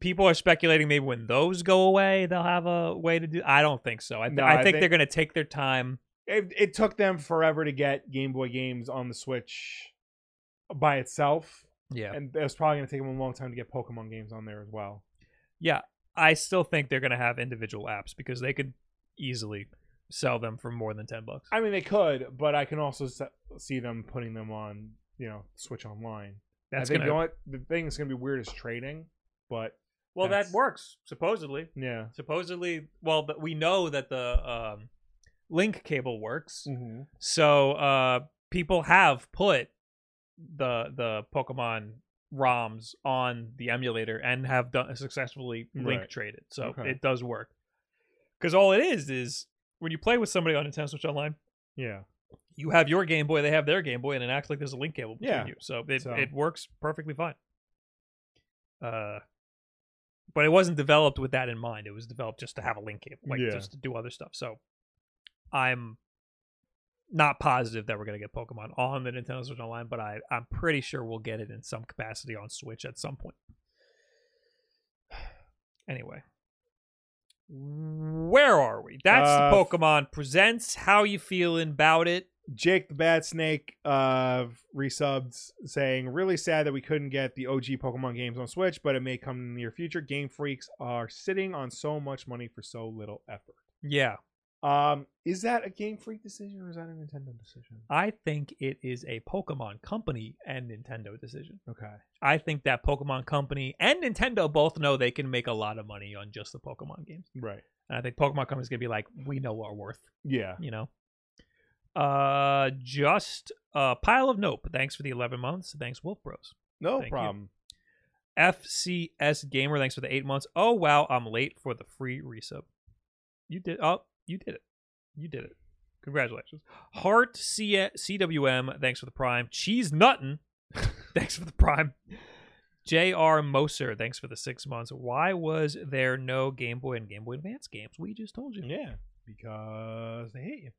people are speculating maybe when those go away, they'll have a way to do. I don't think so. I, th- No, I, I think think- they're going to take their time. it, it took them forever to get Game Boy games on the Switch by itself, Yeah. and it's probably gonna take them a long time to get Pokemon games on there as well. I still think they're going to have individual apps because they could easily sell them for more than 10 bucks. I mean, they could, but I can also se- see them putting them on, you know, Switch Online. That's I think going the, to only, the thing that's gonna be weird is trading, but Well, that that's- works supposedly. yeah, Supposedly, well, but we know that the um link cable works. mm-hmm. So, uh people have put the the Pokemon ROMs on the emulator and have done successfully link Right. traded. So, Okay. it does work. Cuz all it is is when you play with somebody on Nintendo Switch Online, yeah, you have your Game Boy, they have their Game Boy, and it acts like there's a link cable between Yeah. you. So it So- it works perfectly fine. Uh, but it wasn't developed with that in mind. It was developed just to have a link cable, like Yeah. just to do other stuff. So I'm not positive that we're gonna get Pokemon on the Nintendo Switch Online, but I I'm pretty sure we'll get it in some capacity on Switch at some point. Anyway. Where are we? That's Uh, the Pokemon Presents. How you feeling about it? Jake the Bat Snake uh, resubbed saying, really sad that we couldn't get the OG Pokemon games on Switch, but it may come in the near future. Game Freaks are sitting on so much money for so little effort. Yeah, Um, is that a Game Freak decision or is that a Nintendo decision? I think it is a Pokemon company and Nintendo decision. Okay. I think that Pokemon company and Nintendo both know they can make a lot of money on just the Pokemon games. Right. And I think Pokemon company's going to be like, we know our worth, Yeah. you know. Uh just a pile of nope. Thanks for the 11 months. Thanks Wolf Bros. No Thank you. problem. FCS Gamer, thanks for the 8 months. Oh wow, I'm late for the free resub. You did oh, you did it. You did it. Congratulations. Heart C- CWM, thanks for the prime. Cheese Nuttin Thanks for the prime. J.R. Moser, thanks for the six months. Why was there no Game Boy and Game Boy Advance games? We just told you. Yeah, because they hate you.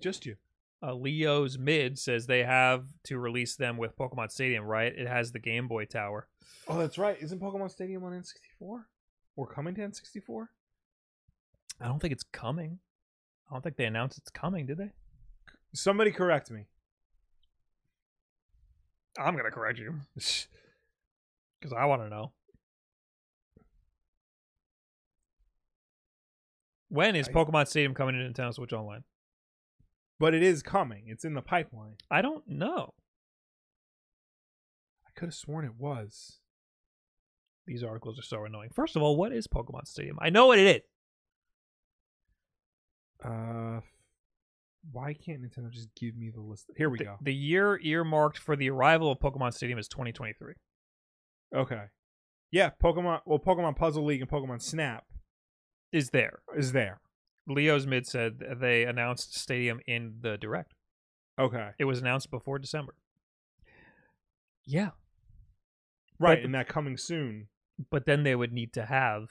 Just you. Uh, Leo's Mid says they have to release them with Pokemon Stadium, right? It has the Game Boy Tower. Oh, that's right. Isn't Pokemon Stadium on N64? Or coming to N64? I don't think it's coming. I don't think they announced it's coming, did they? Somebody correct me. I'm gonna correct you because I want to know. When is I- Pokemon Stadium coming to Nintendo Switch Online? But it is coming. It's in the pipeline. I don't know. I could have sworn it was. These articles are so annoying. First of all, what is Pokemon Stadium? I know what it is. Uh, why can't Nintendo just give me the list? Here we The, go. the year earmarked for the arrival of Pokemon Stadium is 2023. Okay. Yeah, Pokemon. Well, Pokemon Puzzle League and Pokemon Snap Is there? is there. Leo's Mid said they announced Stadium in the direct. Okay. It was announced before December. Yeah, Right, But- and that coming soon. but then they would need to have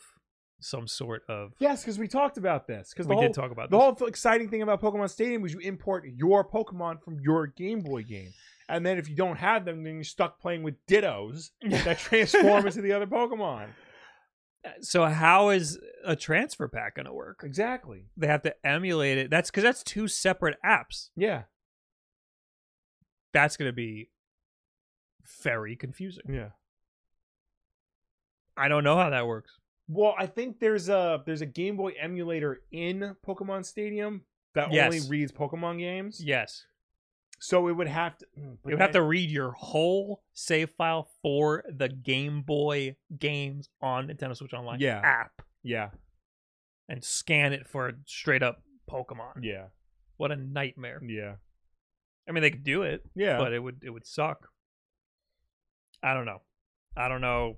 some sort of. Yes, because we talked about this. Because we did talk about the this. whole th- exciting thing about Pokemon Stadium was you import your Pokemon from your Game Boy game, and then if you don't have them, then you're stuck playing with Dittos that transform into the other Pokemon. so how is a transfer pack going to work? Exactly. They have to emulate it. That's because that's two separate apps. Yeah. That's going to be very confusing. Yeah. I don't know how that works. Well, I think there's a there's a Game Boy emulator in Pokemon Stadium that Yes. only reads Pokemon games. Yes, So it would have to. mm, but you have to then- read your whole save file for the Game Boy games on Nintendo Switch Online Yeah. app Yeah. and scan it for straight up Pokemon. Yeah. What a nightmare! Yeah. I mean, they could do it, Yeah. but it would it would suck. I don't know. I don't know.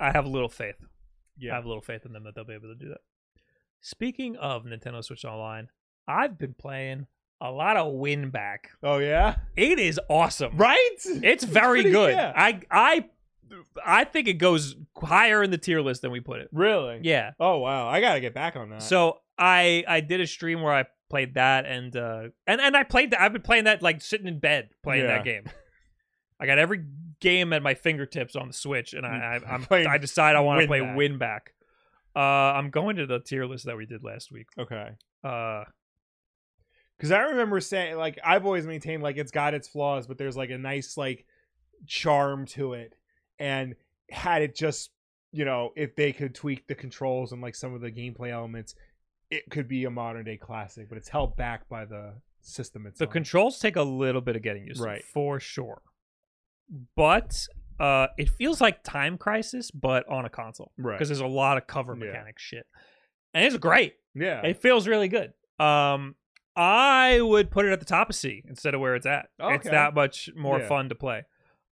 I have little faith. I yeah. have little faith in them that they'll be able to do that. Speaking of Nintendo Switch Online, I've been playing a lot of Win Back. Oh yeah. It is awesome. Right. It's very pretty- good. yeah. I I I think it goes higher in the tier list than we put it. Really. Yeah. Oh wow. I gotta get back on that. So I I did a stream where I played that and uh and and I played that I've been playing that like sitting in bed playing Yeah. that game. I got every game at my fingertips on the Switch, and I, I I'm Playing I decide I want to Win play Back. Win Back. Uh, I'm going to the tier list that we did last week. okay. Uh, Because I remember saying, like, I've always maintained, like, it's got its flaws, but there's, like, a nice, like, charm to it. And had it just, you know, if they could tweak the controls and, like, some of the gameplay elements, it could be a modern day classic, but it's held back by the system the itself. controls take a little bit of getting used Right. to, for sure. But uh, it feels like Time Crisis, but on a console, Right. because there's a lot of cover Yeah. mechanic shit, and it's great. Yeah. It feels really good. Um, I would put it at the top of C instead of where it's at. It's Okay. that much more Yeah. fun to play.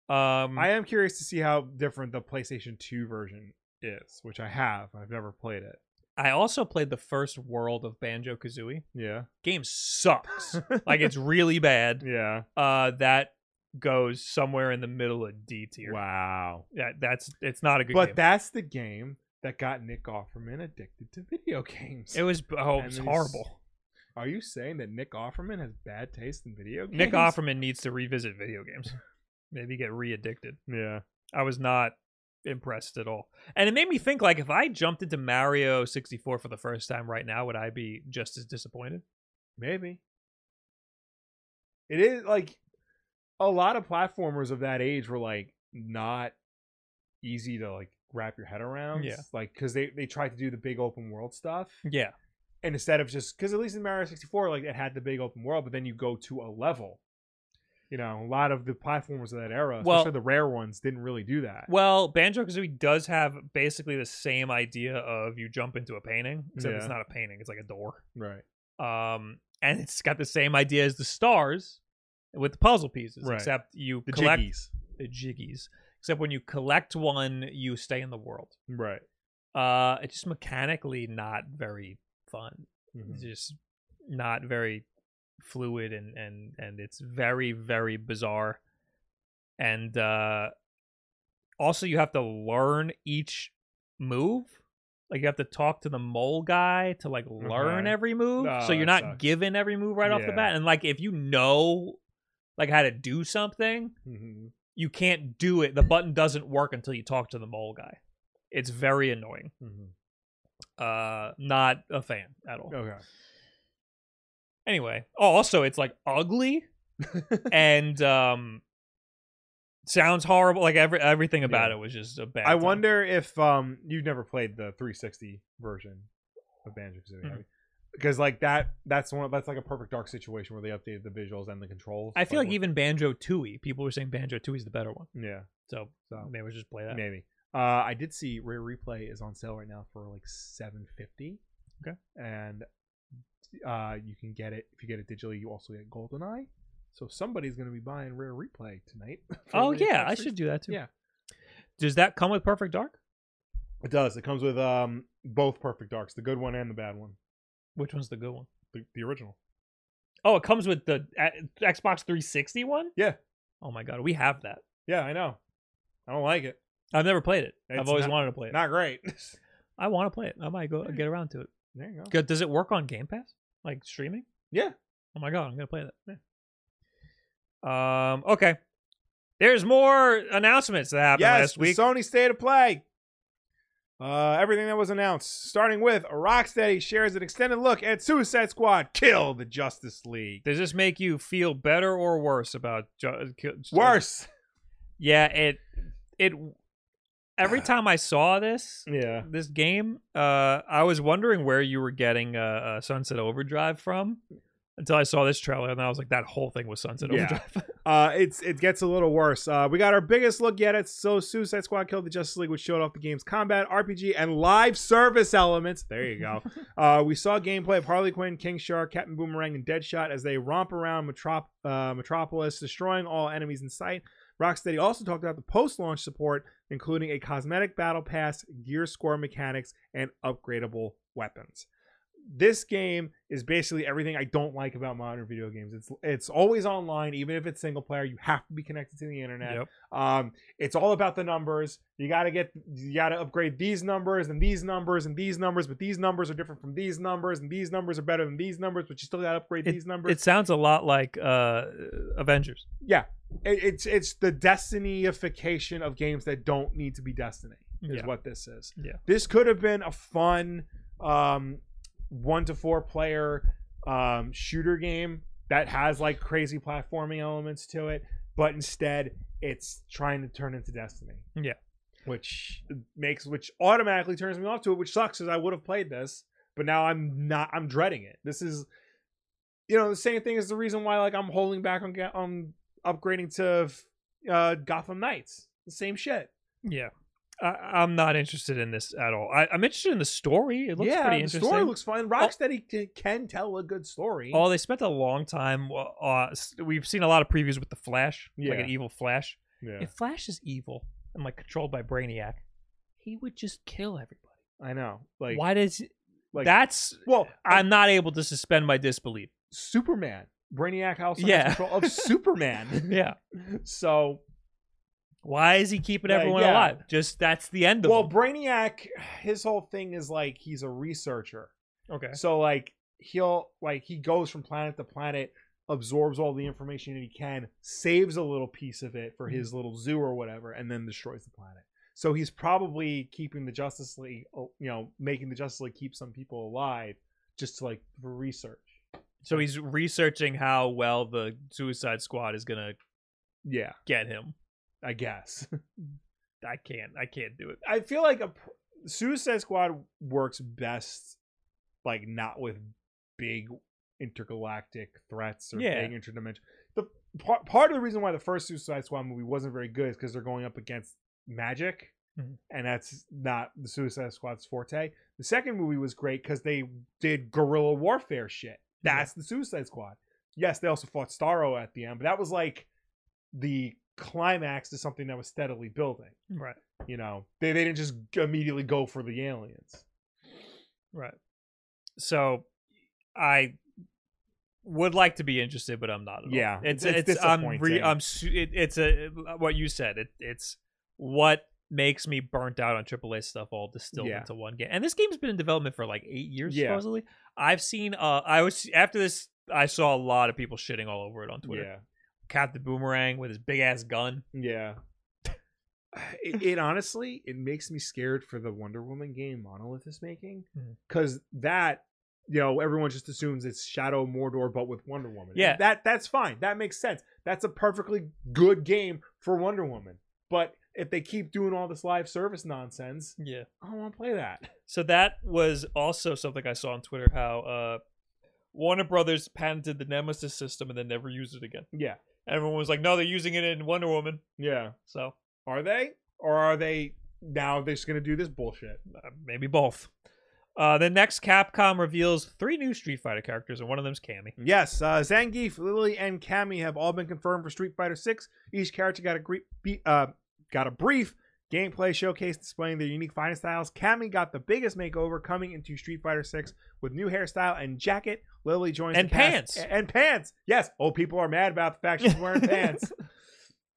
Um, I am curious to see how different the PlayStation 2 version is, which I have. I've never played it. I also played the first world of Banjo Kazooie. Yeah. Game sucks. like it's really bad. Yeah. Uh, that goes somewhere in the middle of D tier. Wow. That that's it's not a good But game. that's the game that got Nick Offerman addicted to video games. it was oh, it And was then he's- horrible. Are you saying that Nick Offerman has bad taste in video games? Nick Offerman needs to revisit video games. Maybe get re-addicted. Yeah. I was not impressed at all. And it made me think like if I jumped into Mario 64 for the first time right now, would I be just as disappointed? Maybe. It is like a lot of platformers of that age were like not easy to like wrap your head around. Yeah. Like because they they tried to do the big open world stuff, Yeah. and instead of just because at least in Mario sixty four like it had the big open world, but then you go to a level. You know, a lot of the platformers of that era, Well- especially the rare ones, didn't really do that. Well, Banjo Kazooie does have basically the same idea of you jump into a painting, except it's Yeah. not a painting, it's like a door. right. Um, and it's got the same idea as the stars with the puzzle pieces, Right. except you The collect jiggies. the jiggies. Except when you collect one, you stay in the world. Right. Uh, it's just mechanically not very fun. Mhm. It's just not very fluid and and and it's very very bizarre and uh, also you have to learn each move. Like you have to talk to the mole guy to like learn Okay. every move, Oh, so you're that not sucks. given every move right off the Yeah. bat. And like if you know like how to do something, hmm you can't do it. The button doesn't work until you talk to the mole guy. It's very annoying. hmm Uh, not a fan at all. Okay. Anyway, oh, also it's like ugly and um sounds horrible. Like every everything about Yeah. it was just a bad. I time. wonder if um you've never played the 360 version of Banjo Kazooie, Mhm. because like that that's one that's like a perfect dark situation where they updated the visuals and the controls. I feel like we're- even Banjo Tooie, people were saying Banjo Tooie is the better one. yeah, So so maybe we should just play that. maybe. Uh, I did see Rare Replay is on sale right now for like 750. Okay. and uh, you can get it if you get it digitally. You also get GoldenEye. So somebody's gonna be buying Rare Replay tonight. for Oh the yeah, Xbox I should do that too. Yeah. Does that come with Perfect Dark? It does. It comes with um both Perfect Darks, the good one and the bad one, Which one's the good one? the, the original. Oh, it comes with the uh, Xbox 360 one. Yeah. Oh my god, we have that. Yeah, I know. I don't like it. I've never played it. I've It's always not- wanted to play it. Not great. I want to play it. I might go get around to it. there you go. Good. Does it work on Game Pass? Like streaming? Yeah. Oh my god, I'm gonna play that. Yeah. Um. Okay. There's more announcements that happened Yes, last the week. Sony State of Play. Uh, everything that was announced, starting with Rocksteady shares an extended look at Suicide Squad: Kill the Justice League. Does this make you feel better or worse about ju- uh, ki- Worse. Yeah. It. It. Every time I saw this, Yeah. this game, uh, I was wondering where you were getting uh, uh, Sunset Overdrive from until I saw this trailer, and I was like, that whole thing was Sunset Yeah. Overdrive. Uh, it's it gets a little worse. Uh, we got our biggest look yet at so Suicide Squad killed the Justice League, which showed off the game's combat, RPG, and live service elements. There you go. uh, we saw gameplay of Harley Quinn, King Shark, Captain Boomerang, and Deadshot as they romp around Metrop- uh, Metropolis, destroying all enemies in sight. Rocksteady also talked about the post-launch support, including a cosmetic battle pass, gear score mechanics, and upgradable weapons this game is basically everything I don't like about modern video games. It's it's always online, even if it's single player. You have to be connected to the internet. Yep. Um, it's all about the numbers. You gotta get, you gotta upgrade these numbers and these numbers and these numbers, but these numbers are different from these numbers, and these numbers are better than these numbers, but you still gotta upgrade these numbers. It sounds a lot like uh, Avengers. yeah, It- it's it's the destinyification of games that don't need to be destiny. Is Yeah. what this is. Yeah. this could have been a fun um, one to four player um, shooter game that has like crazy platforming elements to it, but instead it's trying to turn into Destiny. Yeah. which makes which automatically turns me off to it, which sucks because I would have played this, but now I'm not. I'm dreading it. This is, you know, the same thing is the reason why like I'm holding back on ga- on upgrading to uh, Gotham Knights. The same shit. Yeah. I, I'm not interested in this at all. I, I'm interested in the story. It looks yeah, pretty the interesting. story looks fun. Rocksteady can, can tell a good story. oh, they spent a long time. uh, Uh, s- we've seen a lot of previews with the Flash, like Yeah. an evil Flash. yeah, If Flash is evil and like controlled by Brainiac, he would just kill everybody. I know. Like Why does Like that's? Well, I, I'm not able to suspend my disbelief. Superman, Brainiac also Yeah. has control of Superman. Yeah. So, Why is he keeping Like, everyone yeah. alive? Just that's the end of well, him. Brainiac, his whole thing is like he's a researcher. Okay. So like he'll like he goes from planet to planet, absorbs all the information that he can, saves a little piece of it for his little zoo or whatever, and then destroys the planet. So he's probably keeping the Justice League, oh, you know, making the Justice League keep some people alive just to like for research. So he's researching how well the Suicide Squad is gonna Yeah, get him. I guess. I can't. I can't do it. I feel like a pr- Suicide Squad works best, like not with big intergalactic threats or Yeah. big interdimension. The part part of the reason why the first Suicide Squad movie wasn't very good is because they're going up against magic, Mhm. and that's not the Suicide Squad's forte. The second movie was great because they did guerrilla warfare shit. Yeah. That's the Suicide Squad. Yes, they also fought Starro at the end, but that was like the climax to something that was steadily building Right. you know they, they didn't just immediately go for the aliens Right. So I would like to be interested, but I'm not. At all. Yeah, it's it's- it's, it's I'm re, disappointing. I'm su- it, it's a uh, what you said. It, it's what makes me burnt out on AAA stuff all distilled Yeah. into one game. And this game's been in development for like eight years Yeah. supposedly. I've seen. Uh, I was after this. I saw a lot of people shitting all over it on Twitter. Captain Boomerang with his big ass gun. Yeah, yeah. It, it honestly, it makes me scared for the Wonder Woman game Monolith is making Mhm. because that, you know, everyone just assumes it's Shadow of Mordor but with Wonder Woman. Yeah. that that's fine. That makes sense. That's a perfectly good game for Wonder Woman. But if they keep doing all this live service nonsense, Yeah. I don't want to play that. So that was also something I saw on Twitter. How uh, Warner Brothers patented the Nemesis system and then never used it again. Yeah, Everyone was like, "No, they're using it in Wonder Woman." yeah. So Are they or are they now? They're just gonna do this bullshit. uh, maybe both. Uh, the next Capcom reveals three new Street Fighter characters, and one of them's Cammy. Yes, uh, Zangief, Lily, and Cammy have all been confirmed for Street Fighter Six. Each character got a gre- be- uh, got a brief gameplay showcase displaying their unique fighting styles. Cammy got the biggest makeover coming into Street Fighter Six with new hairstyle and jacket. Lily joins And the cast- pants. A- and pants. Yes, old people are mad about the fact she's wearing pants.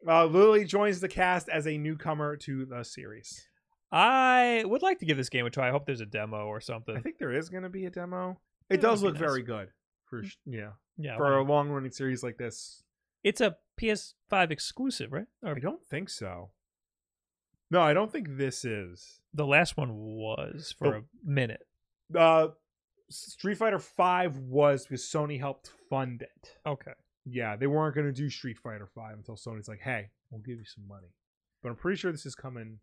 Uh, Lily joins the cast as a newcomer to the series. I would like to give this game a try. I hope there's a demo or I something. think there is going to be a demo. Yeah, It does that'd look be Mm. very good for sh- yeah Yeah, for a long running series like this. it's a PS5 exclusive, right? Or I don't think so. No, I don't think this is. the last one was for a minute. Uh Street Fighter 5 was because Sony helped fund it. Okay. Yeah, they weren't going to do Street Fighter 5 until Sony's like, "Hey, we'll give you some money." But I'm pretty sure this is coming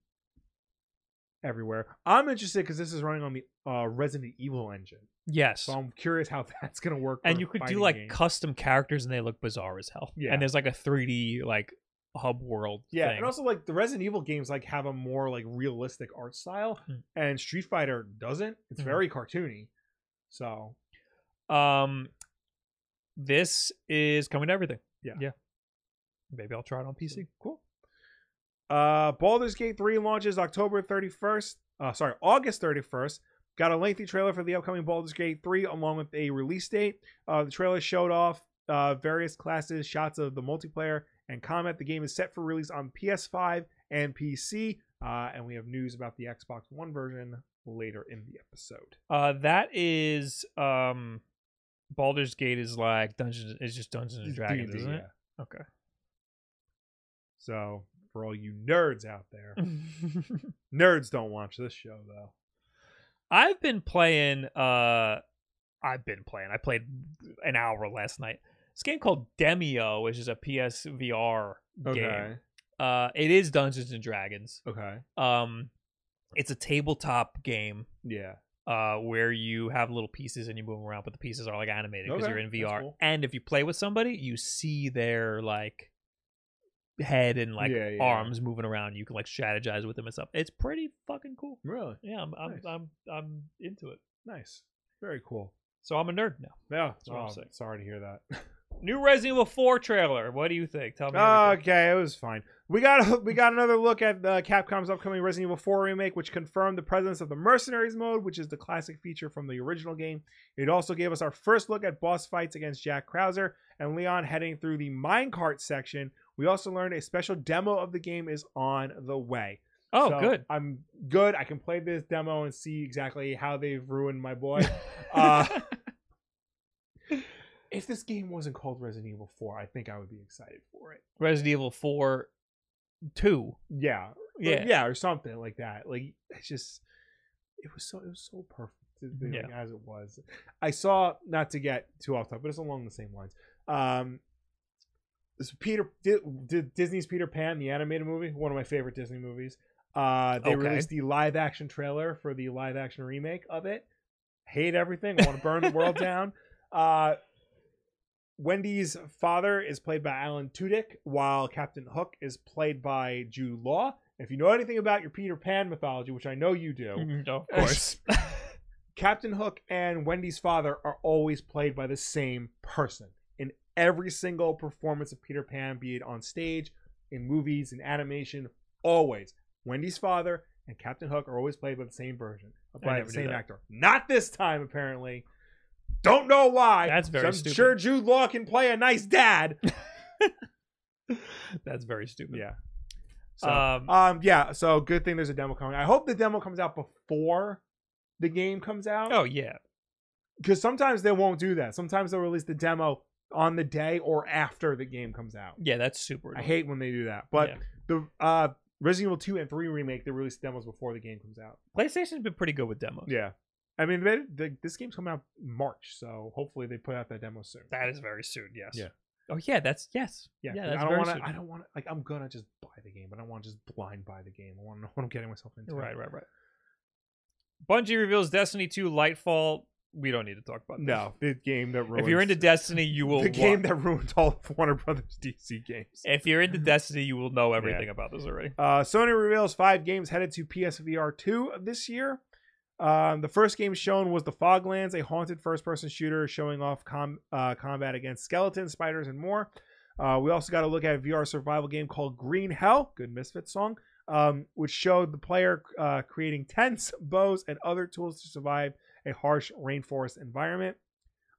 everywhere. I'm interested cuz this is running on the uh Resident Evil engine. Yes. So I'm curious how that's going to work. and for you could do fighting like games. custom characters and they look bizarre as hell. Yeah. And there's like a 3D like hub world Yeah, thing. and also like the Resident Evil games like have a more like realistic art style, Mm. and Street Fighter doesn't. It's Mhm. very cartoony. So um this is coming to everything. Yeah. Yeah. Maybe I'll try it on PC. cool. Uh, Baldur's Gate three launches October thirty first. Uh, sorry, August thirty first. Got a lengthy trailer for the upcoming Baldur's Gate three, along with a release date. Uh, the trailer showed off uh, various classes, shots of the multiplayer, and comment. The game is set for release on PS five and PC. Uh, and we have news about the Xbox One version later in the episode. Uh that is um Baldur's Gate is like Dungeons it's just Dungeons and Dragons, D&D, isn't it? yeah. Okay. So for all you nerds out there, nerds don't watch this show though. I've been playing uh I've been playing. I played an hour last night. This game called Demio, which is a PSVR game. Uh it is Dungeons and Dragons. Okay. Um it's a tabletop game Yeah. uh where you have little pieces and you move them around, but the pieces are like animated because Okay, you're in that's VR. cool. And if you play with somebody, you see their like head and like Yeah, yeah. arms moving around. You can like strategize with them and stuff. It's pretty fucking cool. Really Yeah, I'm I'm Nice. I'm, I'm into it. nice. Very cool. So I'm a nerd now. Yeah. what I'm oh, saying. sorry to hear that. New Resident Evil 4 trailer. What do you think? Tell me. everything. okay, it was fine. We got we got another look at uh, Capcom's upcoming Resident Evil 4 remake, which confirmed the presence of the Mercenaries mode, which is the classic feature from the original game. It also gave us our first look at boss fights against Jack Krauser and Leon heading through the minecart section. We also learned a special demo of the game is on the way. Oh, So, good. I'm good. I can play this demo and see exactly how they've ruined my boy. uh, if this game wasn't called Resident Evil 4, I think I would be excited for it. Resident Evil 4 2. Yeah. Yeah. Or, yeah, or something like that. Like it's just it was so it was so perfect like, Yeah. as it was. I saw not to get too off topic, but it's along the same lines. Um this Peter Di- Di- Disney's Peter Pan, the animated movie, one of my favorite Disney movies. Uh, they Okay. released the live action trailer for the live action remake of it. Hate everything. Want to burn the world down. Uh, Wendy's father is played by Alan Tudyk, while Captain Hook is played by Jude Law. If you know anything about your Peter Pan mythology, which I know you do, Mm, Of course. Captain Hook and Wendy's father are always played by the same person in every single performance of Peter Pan, be it on stage, in movies, in animation, always. Wendy's father and Captain Hook are always played by the same version, by never the knew same that. actor. Not this time, apparently. Don't know why. That's very I'm stupid. sure Jude Law can play a nice dad. That's very stupid. yeah. So, Um, um, yeah. So good thing there's a demo coming. I hope the demo comes out before the game comes out. oh yeah. because sometimes they won't do that. Sometimes they'll release the demo on the day or after the game comes out. Yeah, that's super. I annoying. hate when they do that. But Yeah. the uh Resident Evil 2 and 3 remake, they release demos before the game comes out. PlayStation's been pretty good with demos. Yeah. I mean, they, they, this game's coming out in March, so hopefully they put out that demo soon. That is very soon. Yes. Yeah. Oh yeah, that's yes. yeah, yeah 'cause that's I don't very want soon. to. I don't want to. Like, I'm gonna just buy the game, but I don't want to just blind buy the game. I want to know what I'm getting myself into. Right, right, right. Bungie reveals Destiny 2 Lightfall. We don't need to talk about that. No, the game that ruins. If you're into Destiny, you will. the game wa- that ruined all of Warner Brothers DC games. if you're into Destiny, you will know everything about this already. Uh, Sony reveals five games headed to PSVR 2 this year. Um, the first game shown was The Foglands, a haunted first person shooter showing off com- uh, combat against skeletons, spiders, and more. Uh, we also got a look at a VR survival game called Green Hell, good Misfit song, um, which showed the player uh, creating tents, bows, and other tools to survive a harsh rainforest environment.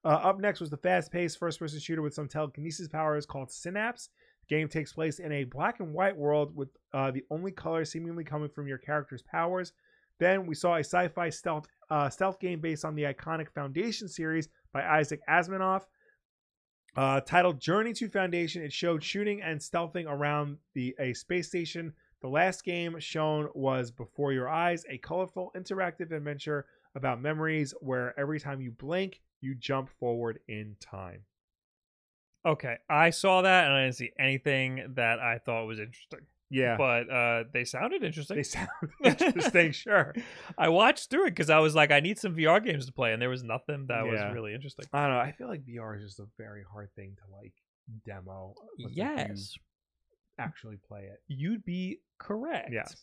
Uh, up next was the fast paced first person shooter with some telekinesis powers called Synapse. The game takes place in a black and white world with uh, the only color seemingly coming from your character's powers. Then we saw a sci-fi stealth uh, stealth game based on the iconic Foundation series by Isaac Asimov. Uh, titled Journey to Foundation, it showed shooting and stealthing around the a space station. The last game shown was Before Your Eyes, a colorful interactive adventure about memories where every time you blink, you jump forward in time. Okay, I saw that and I didn't see anything that I thought was interesting. Yeah, But uh, they sounded interesting. they sound interesting, sure. I watched through it because I was like, I need some VR games to play, and there was nothing that Yeah. was really interesting. I don't know. I feel like VR is just a very hard thing to like demo. unless, like, you yes, actually play it. you'd be correct. Yes.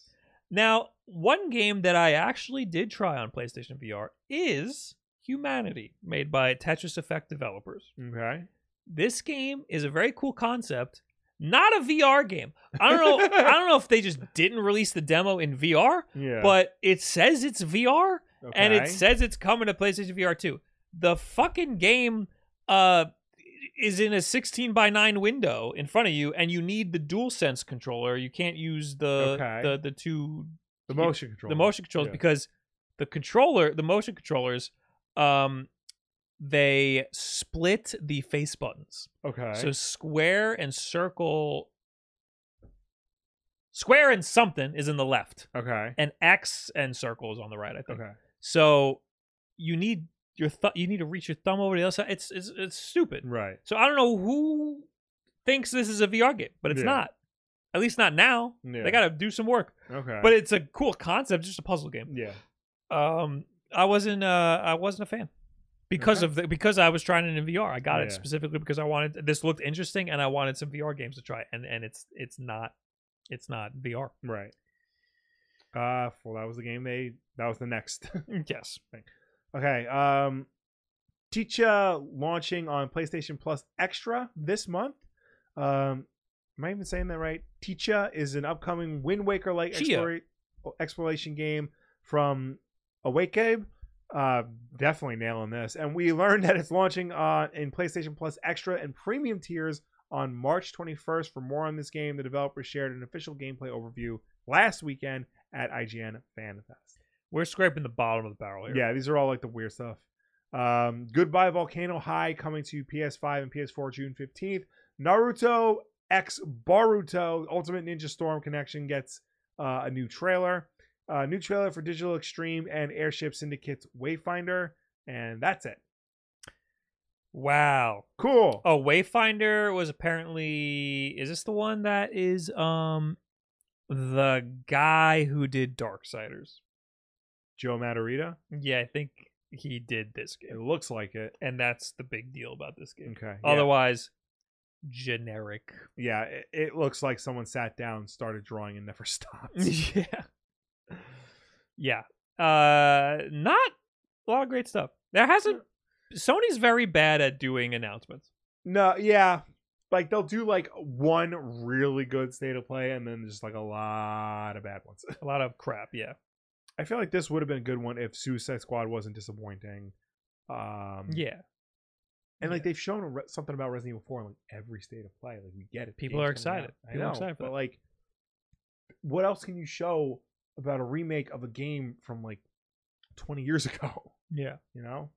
Now, one game that I actually did try on PlayStation VR is Humanity, made by Tetris Effect developers. Okay. This game is a very cool concept, not a VR game. I don't know. I don't know if they just didn't release the demo in VR, Yeah. but it says it's VR okay. and it says it's coming to PlayStation VR 2. The fucking game uh is in a 16 by 9 window in front of you and you need the DualSense controller. You can't use the Okay. the the two the motion control. the motion controls Yeah. because the controller the motion controllers um they split the face buttons Okay. so square and circle square and something is in the left okay. and x and circle is on the right i think Okay. so you need your th- you need to reach your thumb over the other side it's it's, it's stupid Right. so i don't know who thinks this is a vr game but it's Yeah. not at least not now Yeah. they gotta do some work Okay. but it's a cool concept just a puzzle game yeah. um i wasn't uh i wasn't a fan because Okay. of the because i was trying it in vr i got Yeah. it specifically because i wanted this looked interesting and i wanted some vr games to try and and it's it's not it's not vr Right. Uh, well, that was the game. They that was the next. yes okay. Um, Teacha launching on PlayStation Plus Extra this month. Um, am I even saying that right? Teacha is an upcoming Wind Waker like Chia. exploration game from Awakecabe. Uh, definitely nailing this. And we learned that it's launching uh, in PlayStation Plus Extra and Premium tiers on March 21st. For more on this game, the developer shared an official gameplay overview last weekend at IGN FanFest. we're scraping the bottom of the barrel here Yeah, these are all like the weird stuff. Um, Goodbye Volcano High coming to PS5 and PS4 June 15th. Naruto X Baruto Ultimate Ninja Storm Connection gets uh, a new trailer. Uh, new trailer for Digital Extreme and Airship Syndicate's Wayfinder, and that's it. wow Cool. oh wayfinder was apparently is this the one that is um the guy who did darksiders Joe Matarita. yeah i think he did this It game looks like it. and that's the big deal about this game Okay. Yeah, otherwise generic yeah it, it looks like someone sat down, started drawing, and never stopped. yeah yeah uh not a lot of great stuff there hasn't sony's very bad at doing announcements No, yeah. Like they'll do like one really good state of play and then just like a lot of bad ones. a lot of crap yeah I feel like this would have been a good one if Suicide Squad wasn't disappointing Um, Yeah, and like they've shown a re- something about Resident Evil Four in like every state of play. Like we get it. People are game's coming out. excited. I People are know, excited for but that. like, what else can you show about a remake of a game from like twenty years ago? yeah. You know,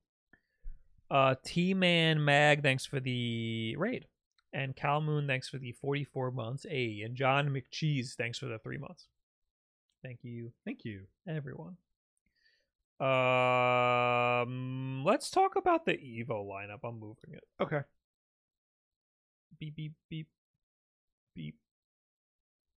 Uh, T Man Mag, thanks for the raid, and Cal Moon, thanks for the forty-four months. A and John McCheese, thanks for the three months. Thank you, thank you. everyone. Um, let's talk about the Evo lineup. I'm moving it. Okay, Beep beep beep beep.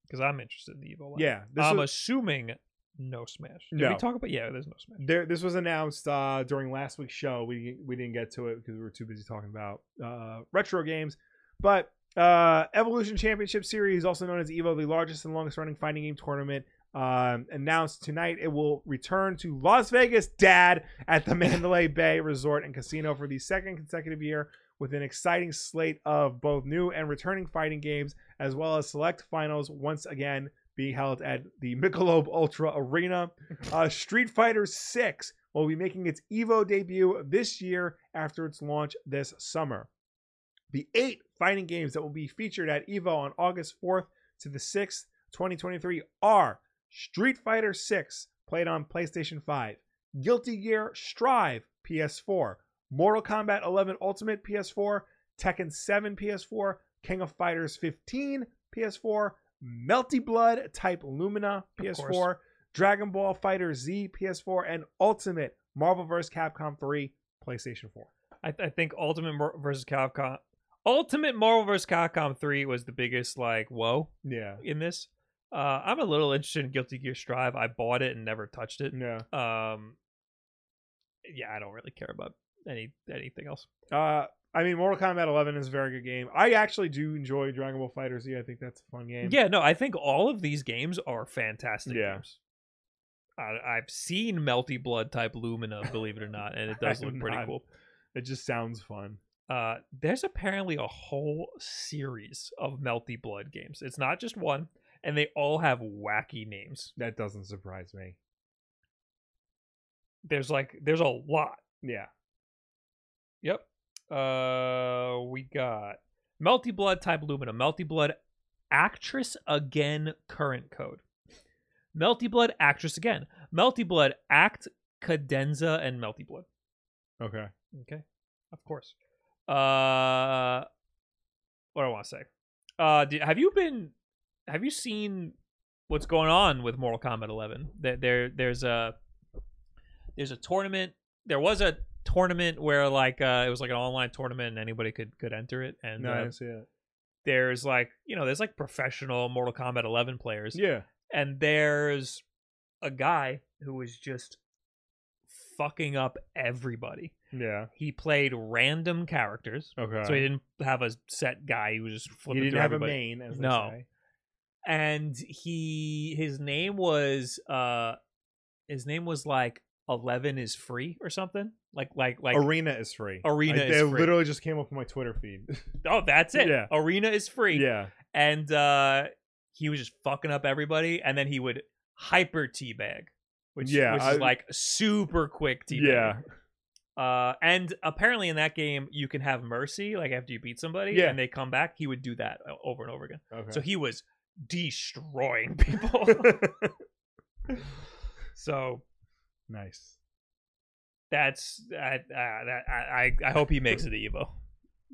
Because I'm interested in the Evo lineup. yeah. This I'm was, assuming no smash. Did we No. talk about? Yeah, there's no smash. there, this was announced uh, during last week's show. We we didn't get to it because we were too busy talking about uh, retro games. But uh, Evolution Championship Series, also known as Evo, the largest and longest running fighting game tournament, um, announced tonight it will return to Las Vegas, Dad, at the Mandalay Bay Resort and Casino for the second consecutive year with an exciting slate of both new and returning fighting games, as well as select finals once again being held at the Michelob Ultra Arena. Uh, Street Fighter 6 will be making its Evo debut this year after its launch this summer. The eight fighting games that will be featured at Evo on August 4th to the 6th, 2023 are Street Fighter 6, played on PlayStation 5, Guilty Gear Strive, PS4, Mortal Kombat 11 Ultimate, PS4, Tekken 7, PS4, King of Fighters 15, PS4, Melty Blood Type Lumina, Of course. PS4, Dragon Ball Fighter Z, PS4, and Ultimate Marvel vs. Capcom 3, PlayStation 4. I, I think Ultimate Mar- versus Capcom, Ultimate Marvel versus Capcom three was the biggest like whoa Yeah. in this. Uh, I'm a little interested in Guilty Gear Strive. I bought it and never touched it. Yeah. Um, yeah, I don't really care about any anything else. Uh, I mean, Mortal Kombat 11 is a very good game. I actually do enjoy Dragon Ball Fighter Z. I think that's a fun game. Yeah, no, I think all of these games are fantastic Yeah. games. I, I've seen Melty Blood type Lumina, believe it or not, and it does I look have pretty not. cool. it just sounds fun. uh, there's apparently a whole series of Melty Blood games. It's not just one, and they all have wacky names. That doesn't surprise me. There's like there's a lot. Yeah, Yep. Uh, we got Melty Blood type Lumina, Melty Blood actress again current code, Melty Blood actress again, Melty Blood act cadenza and Melty Blood. okay. Okay. Of course. Uh what do I want to say? Uh do, have you been have you seen what's going on with Mortal Kombat 11? There, there there's a there's a tournament. There was a tournament where like uh it was like an online tournament and anybody could could enter it and No, I uh, didn't see that. there's like, you know, there's like professional Mortal Kombat 11 players Yeah, and there's a guy who was just fucking up everybody yeah, he played random characters. okay. So he didn't have a set guy. He was just you flipping didn't through have everybody. a main, as they No. say. And he his name was uh his name was like Eleven is free or something. Like like like Arena is free. Arena Like, is they free. literally just came up on my Twitter feed. oh that's it. Yeah. Arena is free. yeah, And uh he was just fucking up everybody and then he would hyper teabag. Which, Yeah, which I- is like super quick teabag. yeah, Uh, and apparently in that game you can have mercy, like after you beat somebody, Yeah. and they come back. He would do that o- over and over again. okay. So he was destroying people. so nice. that's I, I, that I I hope he makes it to Evo.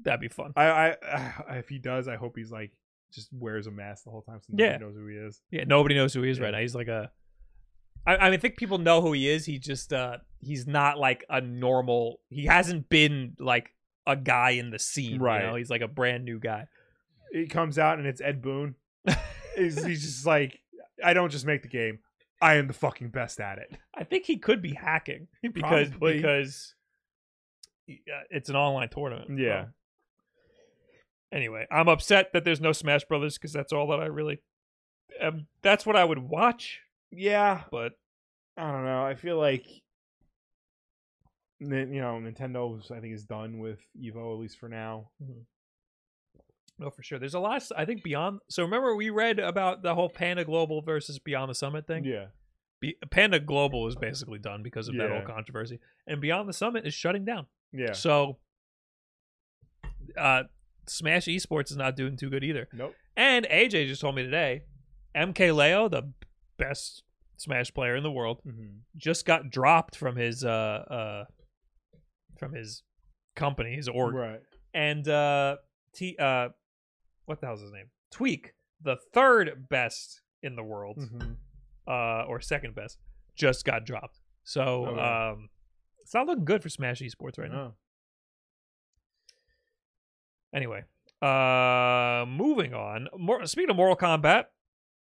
That'd be fun. I, I, I, if he does, I hope he's like just wears a mask the whole time, so nobody Yeah. knows who he is. Yeah, nobody knows who he is right Yeah. now. He's like a. I, I mean, I think people know who he is. He just uh, he's not like a normal. He hasn't been like a guy in the scene. Right. You know? He's like a brand new guy. He comes out and it's Ed Boone. he's, he's just like, I don't just make the game. I am the fucking best at it. I think he could be hacking because Probably. because uh, it's an online tournament. Yeah. so. Anyway, I'm upset that there's no Smash Brothers because that's all that I really. Um, that's what I would watch, Yeah, but I don't know. I feel like Nin- you know Nintendo's I think is done with Evo at least for now. no, Oh, for sure. There's a lot. Of, I think beyond. So remember, we read about the whole Panda Global versus Beyond the Summit thing. Yeah, Be- Panda Global is basically done because of that Yeah. whole controversy, and Beyond the Summit is shutting down. Yeah. So, uh, Smash Esports is not doing too good either. Nope. And AJ just told me today, MKLeo, the best Smash player in the world, Mm-hmm. just got dropped from his uh uh from his company, his org, Right. and uh T uh what the hell's his name? Tweak, the third best in the world, Mhm. uh or second best, just got dropped. So Okay. um it's not looking good for Smash Esports right now. No. Anyway, uh moving on. Mor- speaking of Mortal Kombat,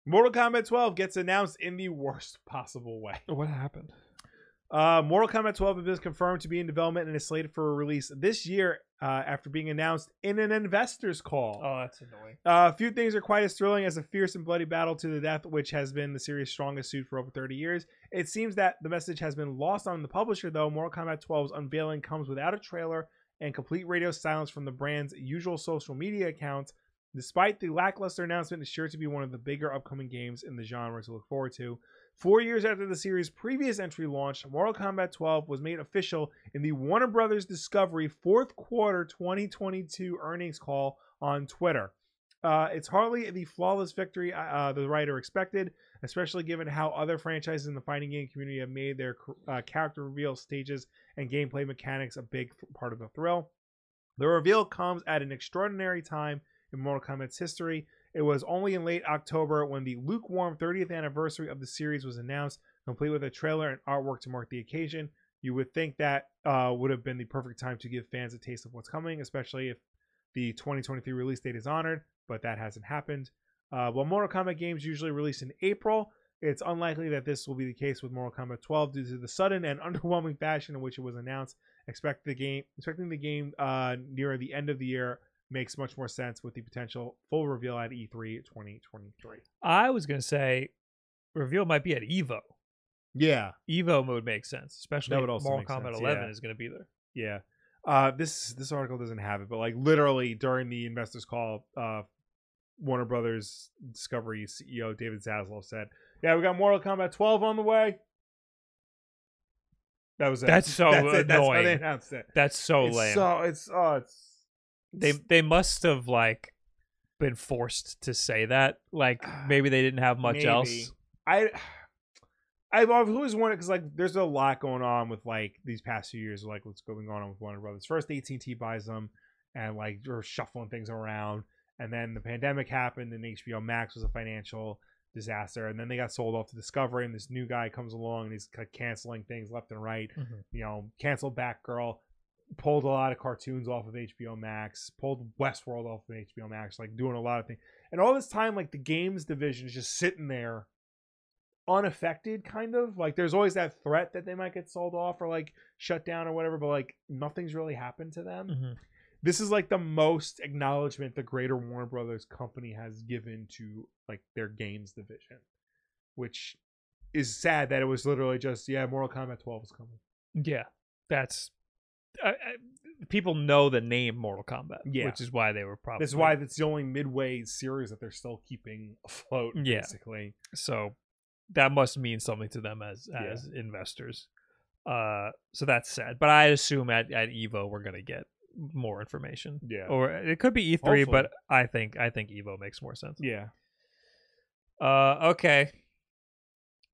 Mortal Kombat 12 gets announced in the worst possible way. what happened? Uh, Mortal Kombat 12 has been confirmed to be in development and is slated for a release this year uh, after being announced in an investor's call. Oh, that's annoying. Uh, few things are quite as thrilling as a fierce and bloody battle to the death, which has been the series' strongest suit for over 30 years. It seems that the message has been lost on the publisher, though. Mortal Kombat 12's unveiling comes without a trailer and complete radio silence from the brand's usual social media accounts. Despite the lackluster announcement, it's sure to be one of the bigger upcoming games in the genre to look forward to. Four years after the series' previous entry launched, Mortal Kombat 12 was made official in the Warner Brothers Discovery fourth quarter 2022 earnings call on Twitter. Uh, it's hardly the flawless victory uh, the writer expected, especially given how other franchises in the fighting game community have made their uh, character reveal stages and gameplay mechanics a big part of the thrill. The reveal comes at an extraordinary time in Mortal Kombat's history. It was only in late October when the lukewarm 30th anniversary of the series was announced, complete with a trailer and artwork to mark the occasion. You would think that uh, would have been the perfect time to give fans a taste of what's coming, especially if the 2023 release date is honored, but that hasn't happened. Uh, while Mortal Kombat games usually release in April, it's unlikely that this will be the case with Mortal Kombat 12 due to the sudden and underwhelming fashion in which it was announced. Expect the game, expecting the game uh, near the end of the year makes much more sense with the potential full reveal at E E3 2023. I was gonna say reveal might be at Evo. Yeah, Evo mode makes sense, especially That if would also Mortal make Kombat sense, 11 yeah. is going to be there. yeah. Uh, this this article doesn't have it, but like literally during the investors call, uh, Warner Brothers Discovery CEO David Zaslav said, "Yeah, we got Mortal Kombat 12 on the way." That was it. That's so it. That's how they annoying. announced it. That's so it's lame. So it's oh, it's they they must have like been forced to say that. Like maybe they didn't have much Ah, Maybe. else. I I've I've always wanted because like there's a lot going on with like these past few years, like what's going on with Warner Brothers. First, AT and T buys them, and like they're shuffling things around, and then the pandemic happened, and HBO Max was a financial disaster, and then they got sold off to Discovery, and this new guy comes along and he's ca- canceling things left and right. You know, canceled Batgirl, pulled a lot of cartoons off of HBO Max, pulled Westworld off of HBO Max, like doing a lot of things. And all this time, like the games division is just sitting there unaffected, kind of. Like there's always that threat that they might get sold off or like shut down or whatever, but like nothing's really happened to them. Mhm. This is like the most acknowledgement the greater Warner Brothers company has given to like their games division, which is sad that it was literally just, yeah, Mortal Kombat 12 is coming. Yeah, that's I, I, people know the name Mortal Kombat, Yeah. which is why they were probably. That's why that's the only midway series that they're still keeping afloat, Yeah. basically. So that must mean something to them as Yeah. as investors. Uh, so that's sad. But I assume at at Evo we're gonna get more information. Yeah. Or it could be E3, Hopefully. but I think I think Evo makes more sense. Yeah. Uh, okay.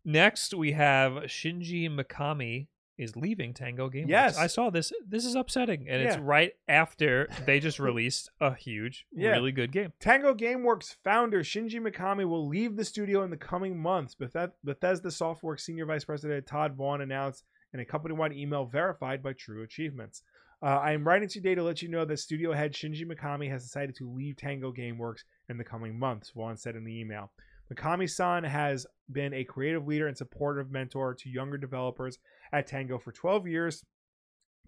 Next, we have Shinji Mikami is leaving Tango Gameworks. Yes. I saw this. This is upsetting, and it's Yeah. right after they just released a huge, Yeah. really good game. Tango Gameworks founder Shinji Mikami will leave the studio in the coming months. Bethe- Bethesda Softworks senior vice president Todd Vaughn announced in a company-wide email verified by True Achievements. Uh, I am writing today to let you know that studio head Shinji Mikami has decided to leave Tango Gameworks in the coming months, Vaughn said in the email. Mikami-san has been a creative leader and supportive mentor to younger developers at Tango for 12 years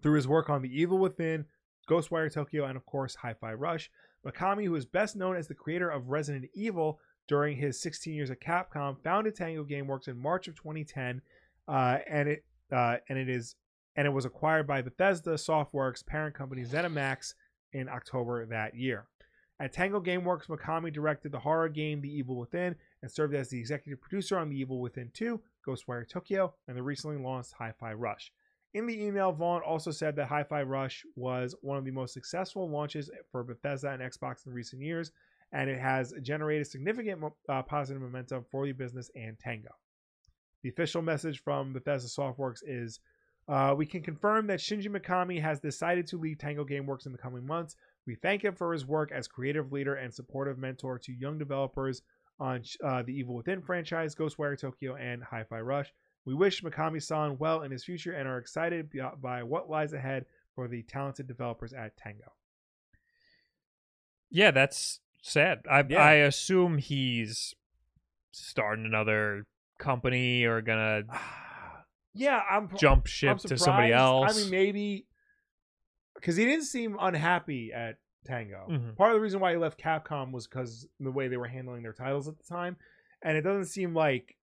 through his work on The Evil Within, Ghostwire Tokyo, and of course, Hi-Fi Rush. Mikami, who is best known as the creator of Resident Evil during his 16 years at Capcom, founded Tango Gameworks in March of 2010, uh, and it uh, and it is and it was acquired by Bethesda Softworks' parent company ZeniMax in October that year. At Tango Gameworks, Mikami directed the horror game The Evil Within and served as the executive producer on The Evil Within 2, Ghostwire Tokyo, and the recently launched Hi Fi Rush. In the email, Vaughn also said that Hi Fi Rush was one of the most successful launches for Bethesda and Xbox in recent years, and it has generated significant mo- uh, positive momentum for the business and Tango. The official message from Bethesda Softworks is uh, We can confirm that Shinji Mikami has decided to leave Tango Gameworks in the coming months. We thank him for his work as creative leader and supportive mentor to young developers on uh, the Evil Within franchise, Ghostwire Tokyo, and Hi Fi Rush. We wish Mikami san well in his future and are excited by- by what lies ahead for the talented developers at Tango. Yeah, that's sad. I Yeah. I assume he's starting another company or gonna Ah, yeah, I'm jump I'm ship to somebody surprised. else. I mean, maybe because he didn't seem unhappy at Tango. Mhm. Part of the reason why he left Capcom was because the way they were handling their titles at the time, and it doesn't seem like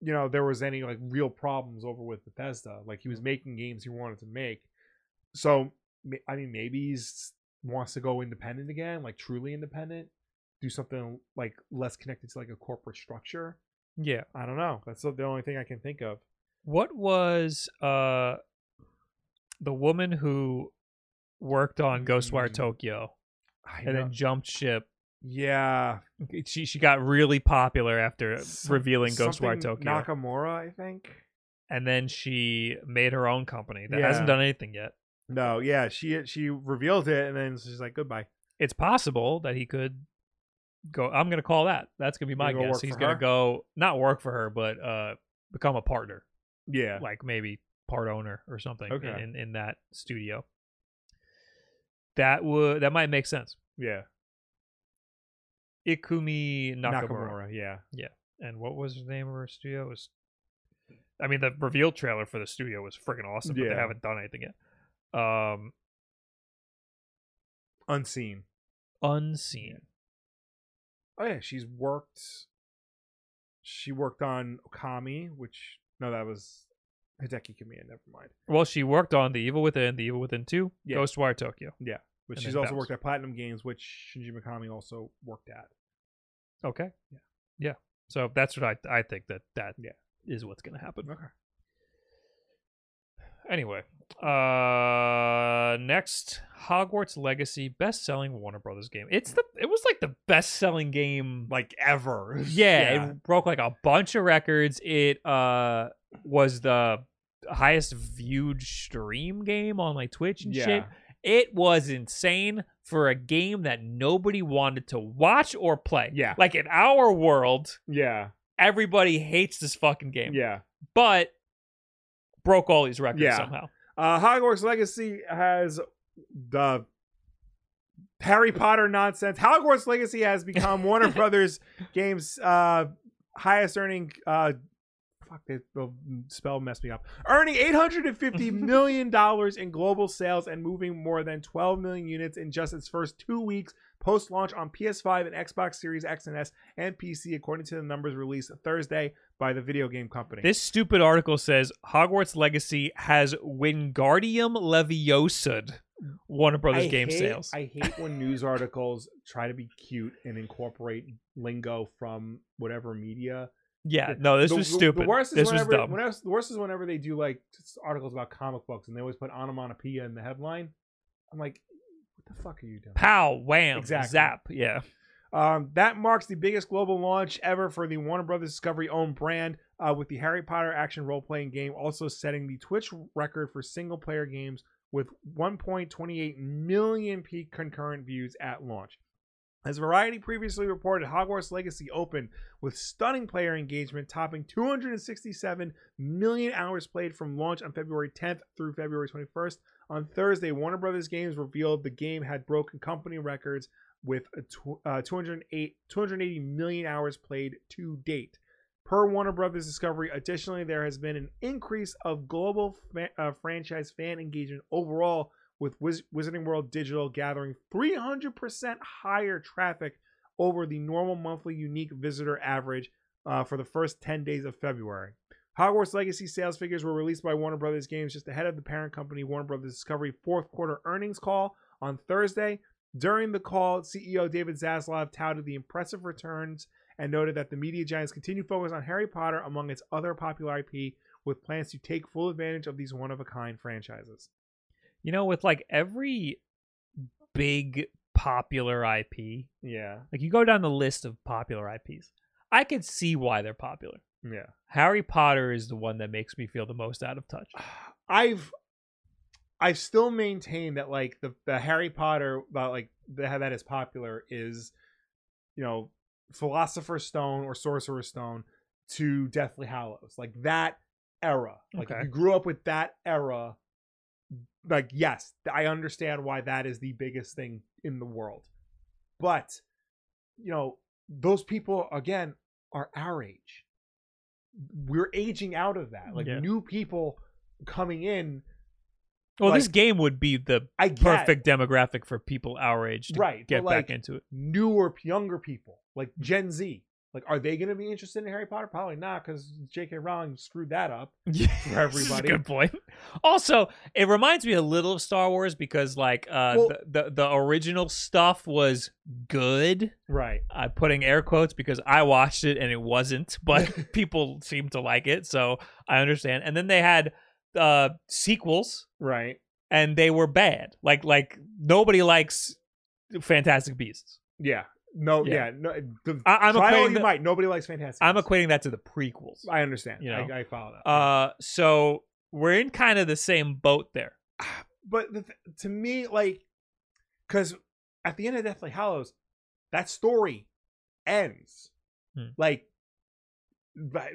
you know there was any like real problems over with Bethesda. Like he was making games he wanted to make, so ma- I mean, maybe he's wants to go independent again, like truly independent, do something like less connected to like a corporate structure. yeah. I don't know. That's the only thing I can think of. What was uh the woman who worked on Ghostwire Mm. Tokyo I and know- then jumped ship? yeah, She she got really popular after Some- revealing Ghostwire something Tokyo, Nakamura, I think. and then she made her own company that Yeah. hasn't done anything yet. No, yeah, she she revealed it, and then she's like, "Goodbye." it's possible that he could go i'm gonna call that that's gonna be my Gonna go guess work he's for gonna her? go not work for her but uh become a partner Yeah, like maybe part owner or something Okay. in, in that studio that would that might make sense yeah, ikumi nakamura, Nakamura, yeah, and what was the name of her studio It was i mean the reveal trailer for the studio was freaking awesome but Yeah. they haven't done anything yet um unseen. unseen Oh yeah, she's worked. She worked on Okami, which no, that was Hideki Kamiya. Never mind. well she worked on the evil within the evil within 2 Yeah. ghostwire tokyo But And she's then also Bounce. worked at Platinum Games, which Shinji Mikami also worked at. Okay. Yeah. Yeah. So that's what I I think that that Yeah. is what's going to happen. Okay. Anyway, uh next Hogwarts Legacy best-selling Warner Brothers game. It's the it was like the best-selling game Like ever. yeah, it broke like a bunch of records. It uh was the highest viewed stream game on like Twitch and shit. yeah. It was insane for a game that nobody wanted to watch or play. Yeah. Like in our world, Yeah. everybody hates this fucking game, Yeah. but broke all these records Yeah. somehow. Uh, Hogwarts Legacy has the Harry Potter nonsense. Hogwarts Legacy has become Warner Brothers Games' uh, highest earning. Uh, fuck, they, the spell messed me up. Earning $850 million in global sales and moving more than 12 million units in just its first two weeks post launch on PS5 and Xbox Series X and S and PC, according to the numbers released Thursday by the video game company. This stupid article says Hogwarts Legacy has Wingardium Leviosa Warner Brothers I game hate- sales. I hate when news articles try to be cute and incorporate lingo from whatever media. yeah, no, this The- was the- stupid. The worst is this was whenever, dumb. whenever- the worst is whenever they do like just articles about comic books and they always put onomatopoeia in the headline. I'm like, what the fuck are you doing? Pow, wham, Exactly. zap. Yeah. Um, that marks the biggest global launch ever for the Warner Brothers Discovery owned brand, uh, with the Harry Potter action role playing game also setting the Twitch record for single player games with 1.28 million peak concurrent views at launch. As Variety previously reported, Hogwarts Legacy opened with stunning player engagement, topping 267 million hours played from launch on February 10th through February 21st. On Thursday, Warner Brothers Games revealed the game had broken company records with a tw- uh, 208 280 million hours played to date. Per Warner Brothers Discovery, additionally, there has been an increase of global fa- uh, franchise fan engagement overall, with Wiz- Wizarding World Digital gathering 300% higher traffic over the normal monthly unique visitor average uh, for the first 10 days of February. Hogwarts Legacy sales figures were released by Warner Brothers Games just ahead of the parent company Warner Brothers Discovery fourth quarter earnings call on Thursday. During the call, CEO David Zaslav touted the impressive returns and noted that the media giants continue focus on Harry Potter among its other popular IP with plans to take full advantage of these one of a kind franchises. You know, with like every big popular IP, Yeah. like you go down the list of popular IPs, I could see why they're popular. Yeah. Harry Potter is the one that makes me feel the most out of touch. I've I still maintain that like the, the Harry Potter about like the, how that is popular is you know Philosopher's Stone or Sorcerer's Stone to Deathly Hallows like that era like Okay. if you grew up with that era like yes I understand why that is the biggest thing in the world but you know those people again are our age we're aging out of that like Yeah. new people coming in Well, this Like- game would be the I get perfect demographic for people our age to Right, but, get like, back into it. newer, younger people, like Gen Z. Like, are they going to be interested in Harry Potter? Probably not, because J.K. Rowling screwed that up. for everybody. good point. Also, it reminds me a little of Star Wars because like uh Well- the, the the original stuff was good. Right. I'm putting air quotes because I watched it and it wasn't, but people seem to like it, so I understand. And then they had uh sequels Right. and they were bad. Like like nobody likes Fantastic Beasts. Yeah. No. Yeah. Yeah. No. The, I, I'm try all equating you the- might. Nobody likes Fantastic. I'm Beasts. equating that to the prequels. I understand. you know. I, I follow that. Uh, so we're in kind of the same boat there. but the, th- to me, like, because at the end of Deathly Hallows, that story ends. Hmm. Like, but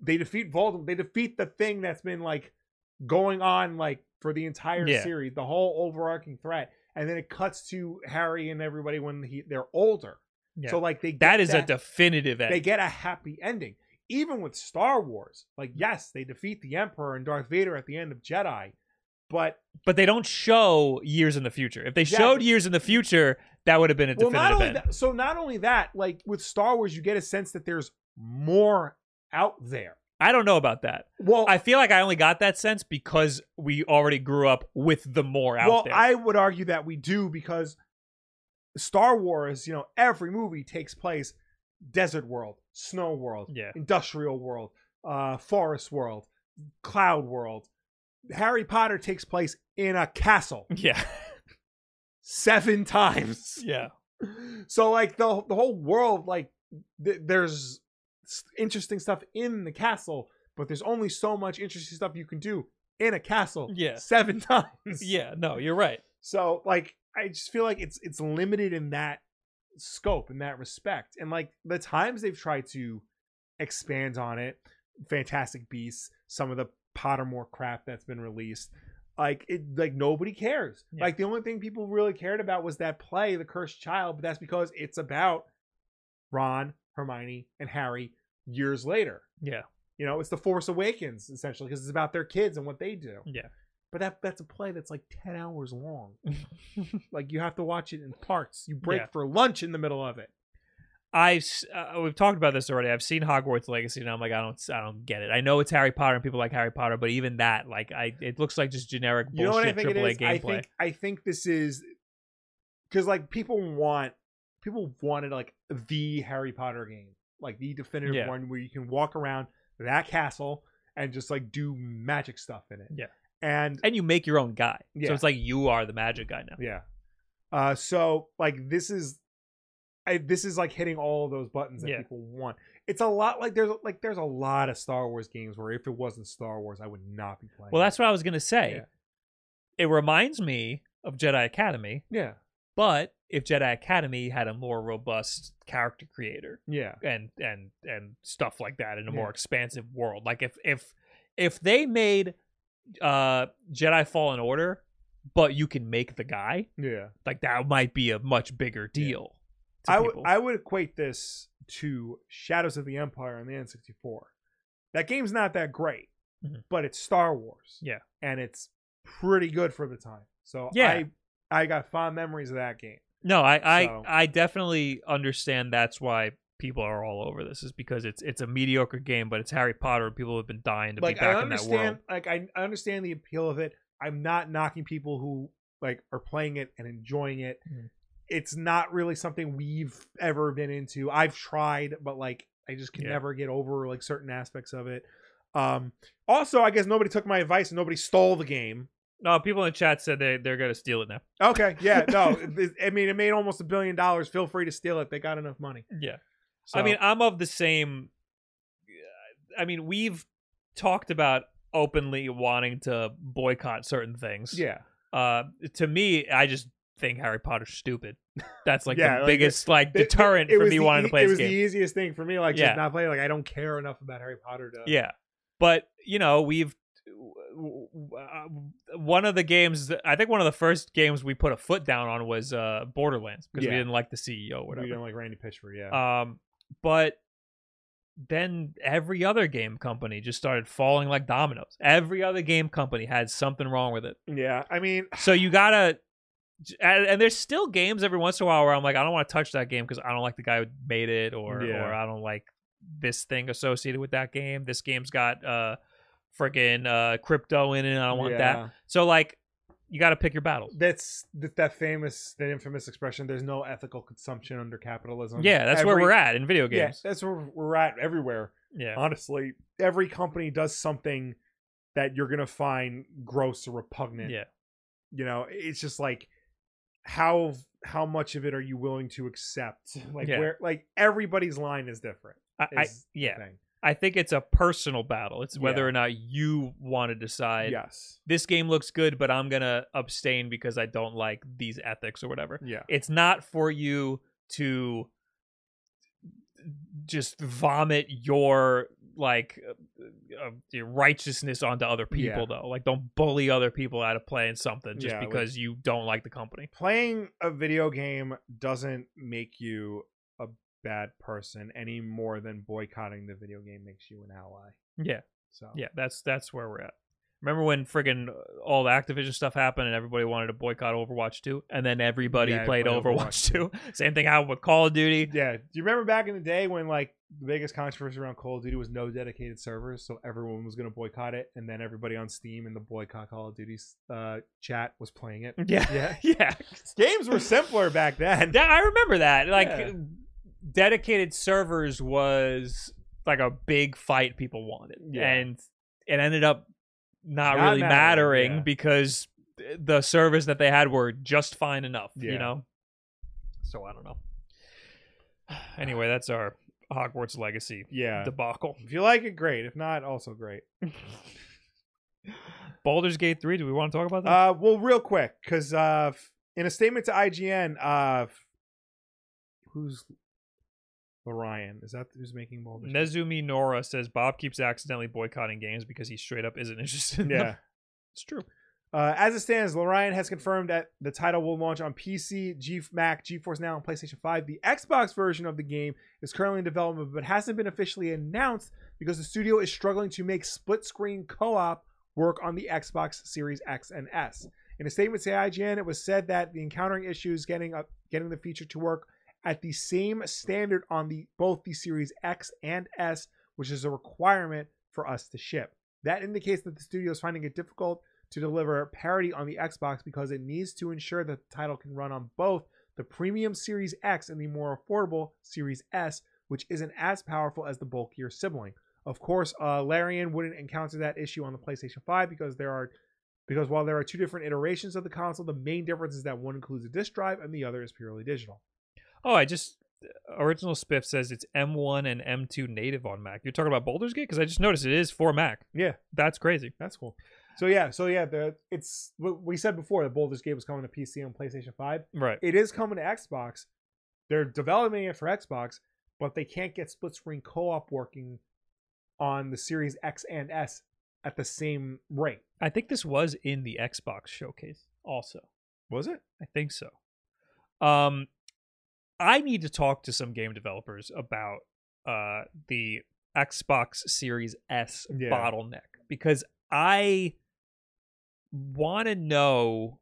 they defeat Voldemort. They defeat the thing that's been like going on like for the entire Yeah. series, the whole overarching threat, and then it cuts to Harry and everybody when he, they're older. Yeah. So like they get that is a definitive they end. get a happy ending. Even with Star Wars, like Hmm. yes, they defeat the Emperor and Darth Vader at the end of Jedi, but but they don't show years in the future. If they Yeah. showed years in the future, that would have been a well, definitive not only end. that, so not only that, like with Star Wars, you get a sense that there's more out there. I don't know about that. Well, I feel like I only got that sense because we already grew up with the more out well, there. I would argue that we do because Star Wars, you know, every movie takes place desert world, snow world, Yeah. industrial world, uh, forest world, cloud world. Harry Potter takes place in a castle yeah, seven times. yeah, so like the the whole world like th- there's s- interesting stuff in the castle but there's only so much interesting stuff you can do in a castle Yeah. seven times yeah. No, you're right. so like i just feel like it's it's limited in that scope in that respect and like the times they've tried to expand on it fantastic beasts some of the pottermore crap that's been released like it like nobody cares Yeah. like the only thing people really cared about was that play the cursed child but that's because it's about ron hermione and harry years later Yeah, you know it's the force awakens essentially because it's about their kids and what they do yeah. but that that's a play that's like 10 hours long like you have to watch it in parts you break Yeah. for lunch in the middle of it I s- uh, we've talked about this already. I've seen Hogwarts Legacy, and I'm like, I don't, I don't get it. I know it's Harry Potter, and people like Harry Potter, but even that, like, I, it looks like just generic bullshit you know what i think it AAA is gameplay. i think i think this is because like people want people wanted like the harry potter game like the definitive Yeah. one where you can walk around that castle and just like do magic stuff in it Yeah. and and you make your own guy. Yeah. So it's like you are the magic guy now. yeah uh so like this is I, this is like hitting all of those buttons that Yeah. people want. It's a lot like there's like there's a lot of Star Wars games where if it wasn't Star Wars, I would not be playing. Well, it. that's what I was gonna say. Yeah. It reminds me of Jedi Academy, yeah, but if Jedi Academy had a more robust character creator yeah. and and and stuff like that in a Yeah. more expansive world, like if if if they made uh Jedi Fallen Order, but you can make the guy, Yeah. like that might be a much bigger deal. to I would people. I would equate this to Shadows of the Empire on the N64. That game's not that great, Mhm. but it's Star Wars. Yeah. And it's pretty good for the time. So Yeah. I I got fond memories of that game. No, I I, So- I definitely understand that's why people are all over this is because it's it's a mediocre game, but it's Harry Potter and people have been dying to Like be I back in that world. understand like I I understand the appeal of it. I'm not knocking people who like are playing it and enjoying it Mhm. it's not really something we've ever been into. I've tried, but like I just can Yeah. never get over like certain aspects of it. Um also I guess nobody took my advice and nobody stole the game. No, people in the chat said they they're gonna steal it now. Okay, yeah, no. it- I mean it made almost a billion dollars. Feel free to steal it. They got enough money. Yeah. So, I mean, I'm of the same. I mean, we've talked about openly wanting to boycott certain things. yeah. Uh, to me, I just think Harry Potter's stupid. That's like Yeah, the like, biggest like it- it- deterrent it for was me the wanting e- to play It this was game. the easiest thing for me, like Yeah. just not play. Like I don't care enough about Harry Potter to. Yeah, but you know, we've w- w- uh, one of the games. I think one of the first games we put a foot down on was uh, Borderlands because we Yeah. didn't like the CEO, or whatever. Uh, whatever. You don't like Randy Pitchford, yeah. Um, but then every other game company just started falling like dominoes. Every other game company had something wrong with it. yeah, I mean, So you gotta, and, and there's still games every once in a while where I'm like, I don't want to touch that game because I don't like the guy who made it, or Yeah. or I don't like this thing associated with that game. This game's got uh, freaking uh, crypto in it. and I don't want that. yeah. So like, you gotta pick your battles. That's that, that famous, that infamous expression. There's no ethical consumption under capitalism. Yeah, that's where Every- we're at in video Yeah, games. that's where we're at everywhere. Yeah, Honestly, every company does something that you're gonna find gross or repugnant. yeah, you know it's just like how how much of it are you willing to accept like Yeah. where like everybody's line is different I, I is the yeah. thing. I think it's a personal battle. It's whether Yeah. or not you want to decide yes this game looks good, but I'm gonna abstain because I don't like these ethics or whatever. yeah It's not for you to just vomit your like uh, uh, righteousness onto other people Yeah. though like don't bully other people out of playing something just Yeah, like- because you don't like the company playing a video game doesn't make you a bad person any more than boycotting the video game makes you an ally yeah so yeah that's that's where we're at remember when friggin' all the activision stuff happened and everybody wanted to boycott overwatch 2 and then everybody Yeah, played everybody overwatch Overwatch 2 same thing happened with call of duty yeah do you remember back in the day when like the biggest controversy around call of duty was no dedicated servers so everyone was going to boycott it and then everybody on steam in the boycott call of duty's uh chat was playing it yeah yeah yeah games were simpler back then. That- i remember that like Yeah. dedicated servers was like a big fight people wanted Yeah. and it ended up not, Not really mattering, mattering yeah. because the servers that they had were just fine enough you Yeah. know so i don't know anyway that's our hogwarts legacy Yeah. debacle if you like it, great. If not, also great. Baldur's Gate 3, do we want to talk about that? Uh, well, real quick, because uh, f- in a statement to IGN, uh, f- who's Orion? Is that who's making Baldur's? Gate? Nezumi Nora says Bob keeps accidentally boycotting games because he straight up isn't interested in them. Yeah. It's true. Uh, as it stands, Lorian has confirmed that the title will launch on PC, G Mac, GeForce Now, and PlayStation 5. The Xbox version of the game is currently in development but hasn't been officially announced because the studio is struggling to make split screen co op work on the Xbox Series X and S. In a statement to IGN, it was said that the encountering issues getting up, getting the feature to work at the same standard on the both the Series X and S, which is a requirement for us to ship. That indicates that the studio is finding it difficult to deliver parity on the Xbox because it needs to ensure that the title can run on both the premium Series X and the more affordable Series S, which isn't as powerful as the bulkier sibling. Of course, uh, Larian wouldn't encounter that issue on the PlayStation 5 because there are because while there are two different iterations of the console, the main difference is that one includes a disc drive and the other is purely digital. Oh, I just original spiff says it's M1 and M2 native on Mac. You're talking about Baldur's Gate because I just noticed it is for Mac. Yeah. That's crazy. That's cool. So yeah, so yeah, the it's what we said before the Baldur's Gate was coming to PC and PlayStation 5. Right. it is coming to Xbox. They're developing it for Xbox, but they can't get split screen co op working on the Series X and S at the same rate. I think this was in the Xbox showcase also. Was it? I think so. Um, I need to talk to some game developers about uh the Xbox Series S Yeah. bottleneck because I want to know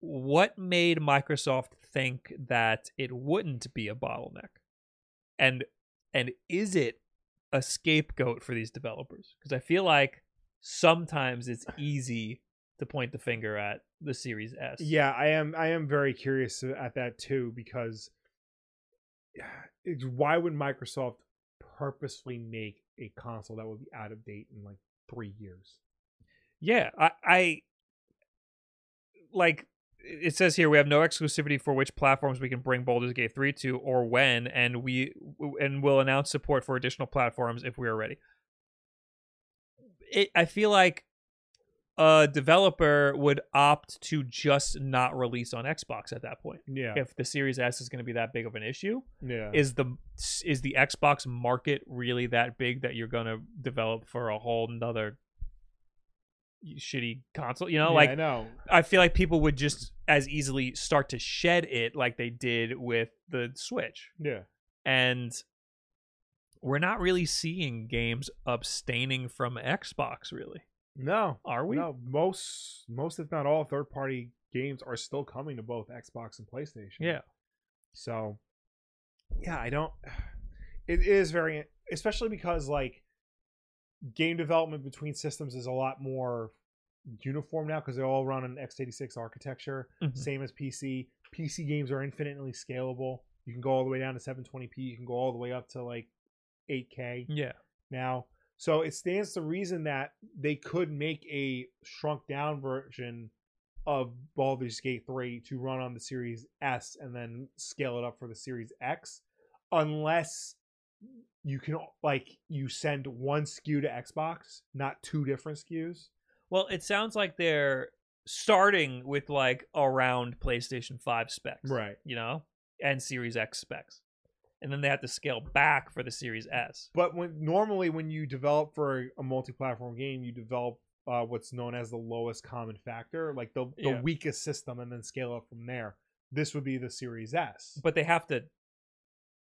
what made Microsoft think that it wouldn't be a bottleneck, and and is it a scapegoat for these developers? Because I feel like sometimes it's easy to point the finger at the Series S. Yeah, I am. I am very curious at that too because it's, why would Microsoft purposefully make a console that would be out of date in like three years? Yeah, I, I like it says here we have no exclusivity for which platforms we can bring Baldur's Gate 3 to or when and we and will announce support for additional platforms if we are ready. It, I feel like a developer would opt to just not release on Xbox at that point. Yeah, If the Series S is going to be that big of an issue, yeah. is the is the Xbox market really that big that you're gonna develop for a whole nother shitty console? You know, Yeah, like I know. I feel like people would just as easily start to shed it like they did with the Switch. Yeah, And we're not really seeing games abstaining from Xbox, really. no, Are we? no. Most, most if not all, third party games are still coming to both Xbox and PlayStation. Yeah. So, yeah, I don't. It is very, especially because like game development between systems is a lot more uniform now because they all run on x86 architecture, Mhm. same as PC. PC games are infinitely scalable. You can go all the way down to 720p. You can go all the way up to like 8K Yeah. now. So it stands to reason that they could make a shrunk down version of Baldur's Gate 3 to run on the Series S and then scale it up for the Series X, unless you can like you send one SKU to Xbox, not two different SKUs. Well, it sounds like they're starting with like around PlayStation 5 specs. You know? And Series X specs. And then they have to scale back for the Series S. But when normally when you develop for a, a multi-platform game, you develop uh, what's known as the lowest common factor, like the, the Yeah. weakest system, and then scale up from there. This would be the Series S. But they have to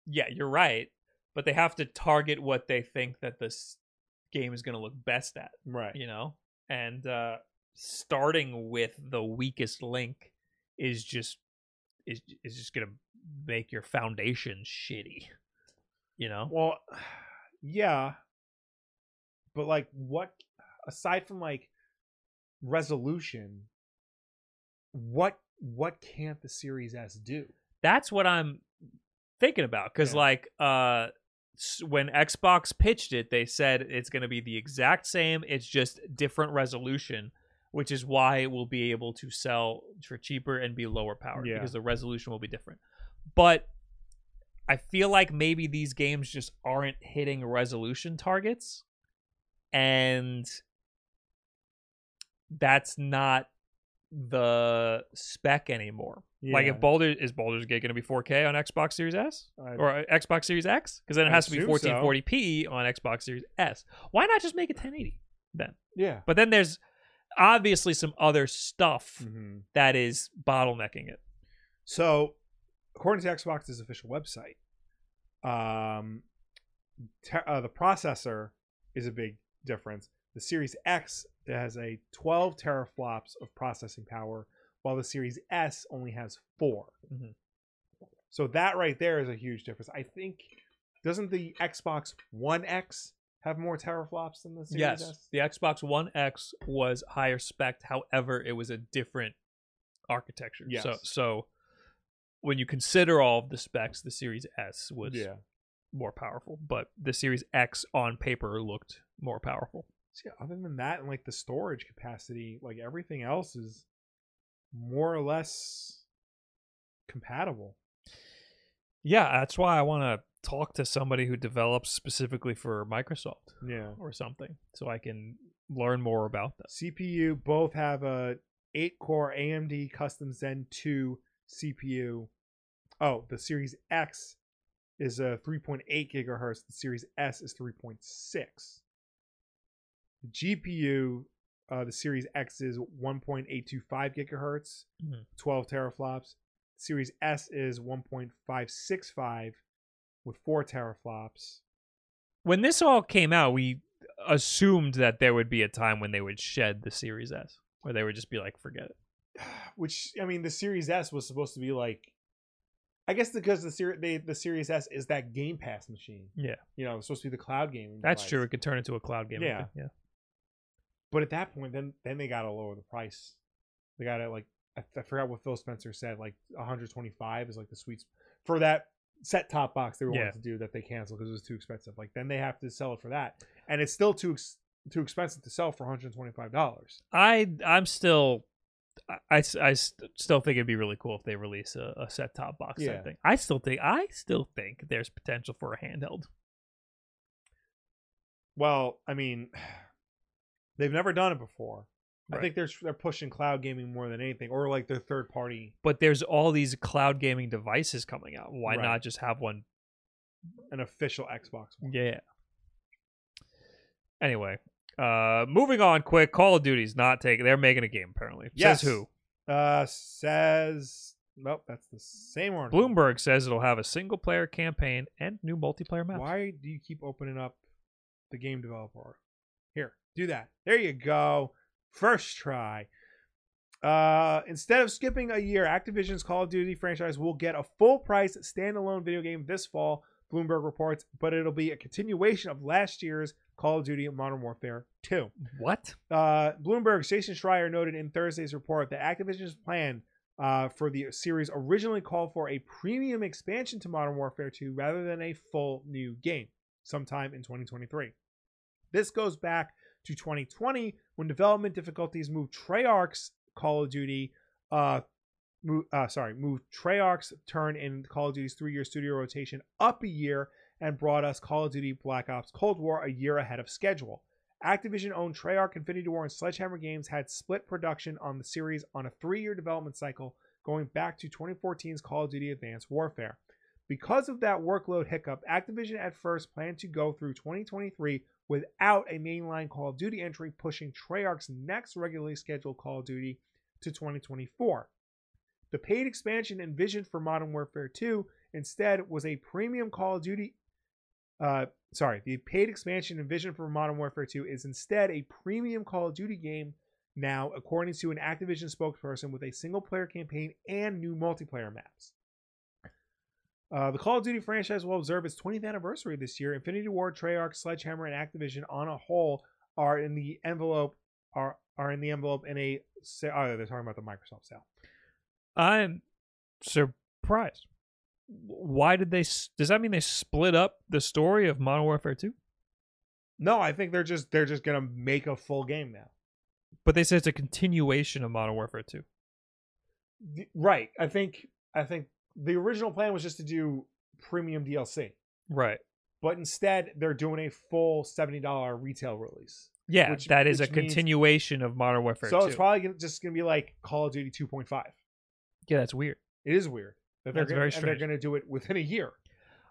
Yeah, you're right. But they have to target what they think that this game is going to look best at. Right. you know and uh starting with the weakest link is just is is just gonna make your foundation shitty you know Well, yeah. But like what aside from like resolution, what what can't the Series S do? that's what i'm thinking about because Yeah. like uh s- when xbox pitched it they said it's gonna be the exact same it's just different resolution which is why it will be able to sell for cheaper and be lower powered Yeah. because the resolution will be different but I feel like maybe these games just aren't hitting resolution targets, and that's not the spec anymore. Like Yeah. if Boulder is Baldur's Gate going to be 4K on Xbox Series S I- or uh, Xbox Series X, because then it I has to be assume so. 1440p on Xbox Series S. Why not just make it 1080 then? yeah. But then there's obviously some other stuff hmm that is bottlenecking it. So, according to Xbox's official website, um, te- uh, the processor is a big difference. The Series X has a 12 teraflops of processing power, while the Series S only has 4 Mhm. So that right there is a huge difference. I think doesn't the Xbox One X have more teraflops than the Series yes, S? the Xbox One X was higher spec. However, it was a different architecture. So, Yes. so when you consider all of the specs, the Series S was yeah. more powerful, but the Series X on paper looked more powerful. See, other than that, and like the storage capacity, like everything else is more or less compatible. Yeah, that's why I want to talk to somebody who develops specifically for Microsoft Yeah. or something, so I can learn more about this. CPU both have a eight core AMD custom Zen 2 CPU. Oh, the Series X is a 3.8 gigahertz. The Series S is 3.6. The GPU, uh, the Series X is 1.825 gigahertz, Mhm. 12 teraflops. Series S is 1.565 with four teraflops. When this all came out, we assumed that there would be a time when they would shed the Series S, where they would just be like, forget it. which I mean, the Series S was supposed to be like, I guess because the Series they, the Series S is that Game Pass machine. Yeah. you know, it's supposed to be the cloud gaming. That's device. true. It could turn into a cloud game. I Yeah. think, yeah. But at that point, then then they got to lower the price. They got to like I, I forgot what Phil Spencer said. Like 125 is like the sweet sp- for that set top box they were Yeah. wanting to do that they canceled because it was too expensive. Like then they have to sell it for that, and it's still too ex- too expensive to sell for 125 dollars. I I'm still I, I s- I st- still think it'd be really cool if they release a, a set top box Yeah. type thing. I still think I still think there's potential for a handheld. Well, I mean, they've never done it before. I Right. think they're they're pushing cloud gaming more than anything, or like their third party But there's all these cloud gaming devices coming out. Why Right. not just have one? an official Xbox. One. Yeah. Anyway, uh moving on quick, Call of Duty's not taking they're making a game apparently. Yes. Says who? Uh, says nope, that's the same article. Bloomberg says it'll have a single player campaign and new multiplayer map. Why do you keep opening up the game developer? Here, do that. There you go. First try. Uh, instead of skipping a year, Activision's Call of Duty franchise will get a full price standalone video game this fall, Bloomberg reports, but it'll be a continuation of last year's Call of Duty Modern Warfare 2. What? Uh, Bloomberg's Jason Schreier noted in Thursday's report that Activision's plan uh, for the series originally called for a premium expansion to Modern Warfare 2 rather than a full new game sometime in 2023. This goes back to 2020 when development difficulties moved Treyarch's Call of Duty, uh, move, uh, sorry, moved Treyarch's turn in Call of Duty's three-year studio rotation up a year and brought us Call of Duty Black Ops Cold War a year ahead of schedule. Activision-owned Treyarch, Infinity War, and Sledgehammer Games had split production on the series on a three-year development cycle going back to 2014's Call of Duty Advanced Warfare. Because of that workload hiccup, Activision at first planned to go through 2023 without a mainline Call of Duty entry, pushing Treyarch's next regularly scheduled Call of Duty to 2024. The paid expansion envisioned for Modern Warfare 2 instead was a premium Call of Duty. Uh, sorry, the paid expansion envisioned for Modern Warfare 2 is instead a premium Call of Duty game now, according to an Activision spokesperson, with a single player campaign and new multiplayer maps. Uh, the Call of Duty franchise will observe its 20th anniversary this year. Infinity Ward, Treyarch, Sledgehammer, and Activision, on a whole, are in the envelope are are in the envelope in a. sa- Oh, they're talking about the Microsoft sale. I'm surprised. Why did they? s- Does that mean they split up the story of Modern Warfare Two? No, I think they're just they're just gonna make a full game now. But they said it's a continuation of Modern Warfare Two. The- Right. I think I think the original plan was just to do premium DLC, Right. but instead they're doing a full seventy dollar retail release. Yeah, Which- that is a which means- continuation of Modern Warfare so 2. it's probably gonna, just gonna be like Call of Duty two point five. yeah, that's weird. It is weird that they're That's gonna, very and they're strange. gonna do it within a year.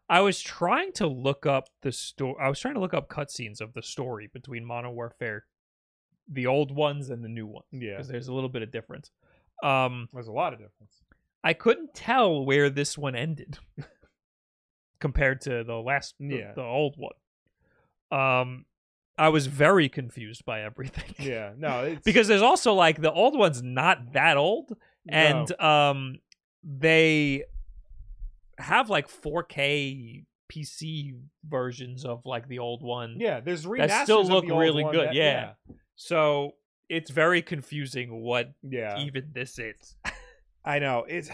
I was trying to look up the story. I was trying to look up cutscenes of the story between Modern Warfare, the old ones and the new ones, Yeah, because there's a little bit of difference. Um, there's a lot of difference. I couldn't tell where this one ended compared to the last the, Yeah. the old one. Um I was very confused by everything. Yeah, no, it's, because there's also like the old one's not that old no. and um they have like 4K PC versions of like the old one. yeah, there's remasters that still look of the old really one good, that- yeah. So it's very confusing what yeah, yeah. even this is. I know it's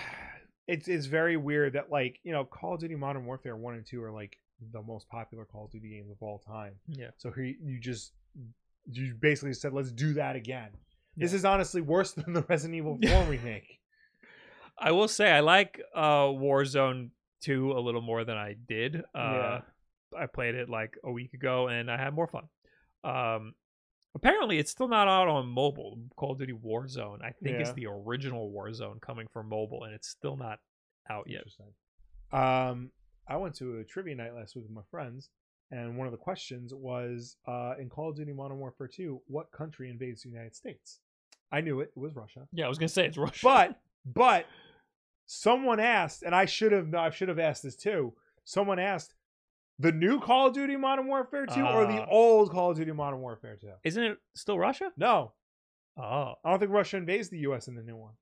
it's it's very weird that like you know Call of Duty Modern Warfare one and two are like the most popular Call of Duty games of all time. Yeah. So here you- you just you basically said let's do that again. This Yeah. is honestly worse than the Resident Evil four remake. I will say I like uh Warzone 2 a little more than I did. Uh Yeah. I played it like a week ago and I had more fun. Um apparently it's still not out on mobile. Call of Duty Warzone I think is Yeah. the original Warzone coming for mobile and it's still not out yet. Interesting. Um, I went to a trivia night last week with my friends, and one of the questions was uh, in Call of Duty Modern Warfare two, what country invades the United States? I knew it. It was Russia. Yeah, I was going to say it's Russia. But but someone asked, and I should have I should have asked this too. Someone asked the new Call of Duty Modern Warfare 2 or the Ah. old Call of Duty Modern Warfare 2? isn't it still Russia? No. Oh. I don't think Russia invades the US in the new one.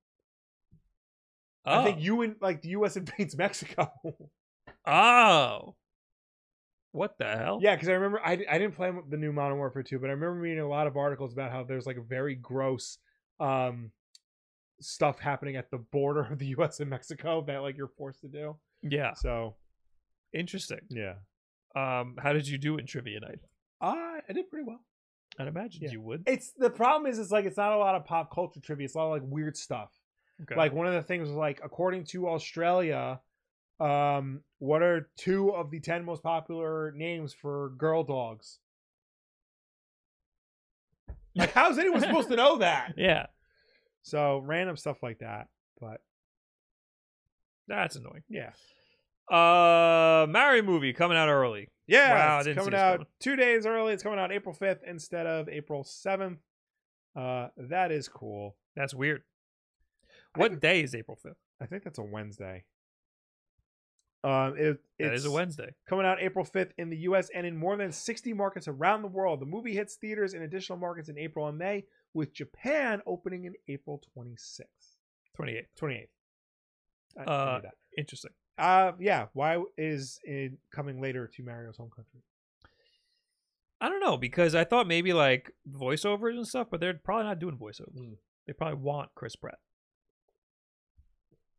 Oh. I think you in like the US invades Mexico. oh. What the hell? Yeah, because I remember I, I didn't play the new Modern Warfare 2, but I remember reading a lot of articles about how there's like very gross um stuff happening at the border of the US and Mexico that like you're forced to do. Yeah. So Interesting. yeah. Um, how did you do in trivia night? I I did pretty well. I'd imagine Yeah. you would. It's the problem is it's like it's not a lot of pop culture trivia, it's a lot of like weird stuff. Okay. Like one of the things was like according to Australia, um, what are two of the ten most popular names for girl dogs? Like, how is anyone supposed to know that? yeah, So random stuff like that. But that's annoying. yeah, Uh, Mario movie coming out early. yeah, Wow, I it's didn't see coming this out coming. two days early. It's coming out April fifth instead of April seventh. Uh, that is cool. That's weird. I What think- day is April fifth? I think that's a Wednesday. Um, it, That it's is a Wednesday. coming out April 5th in the US and in more than 60 markets around the world. The movie hits theaters in additional markets in April and May, with Japan opening in April 26th. Twenty eighth. 28th. I- I Uh, knew that. Interesting. Uh, yeah, why is it coming later to Mario's home country? I don't know because I thought maybe like voiceovers and stuff, but they're probably not doing voiceovers. Mm. They probably want Chris Pratt.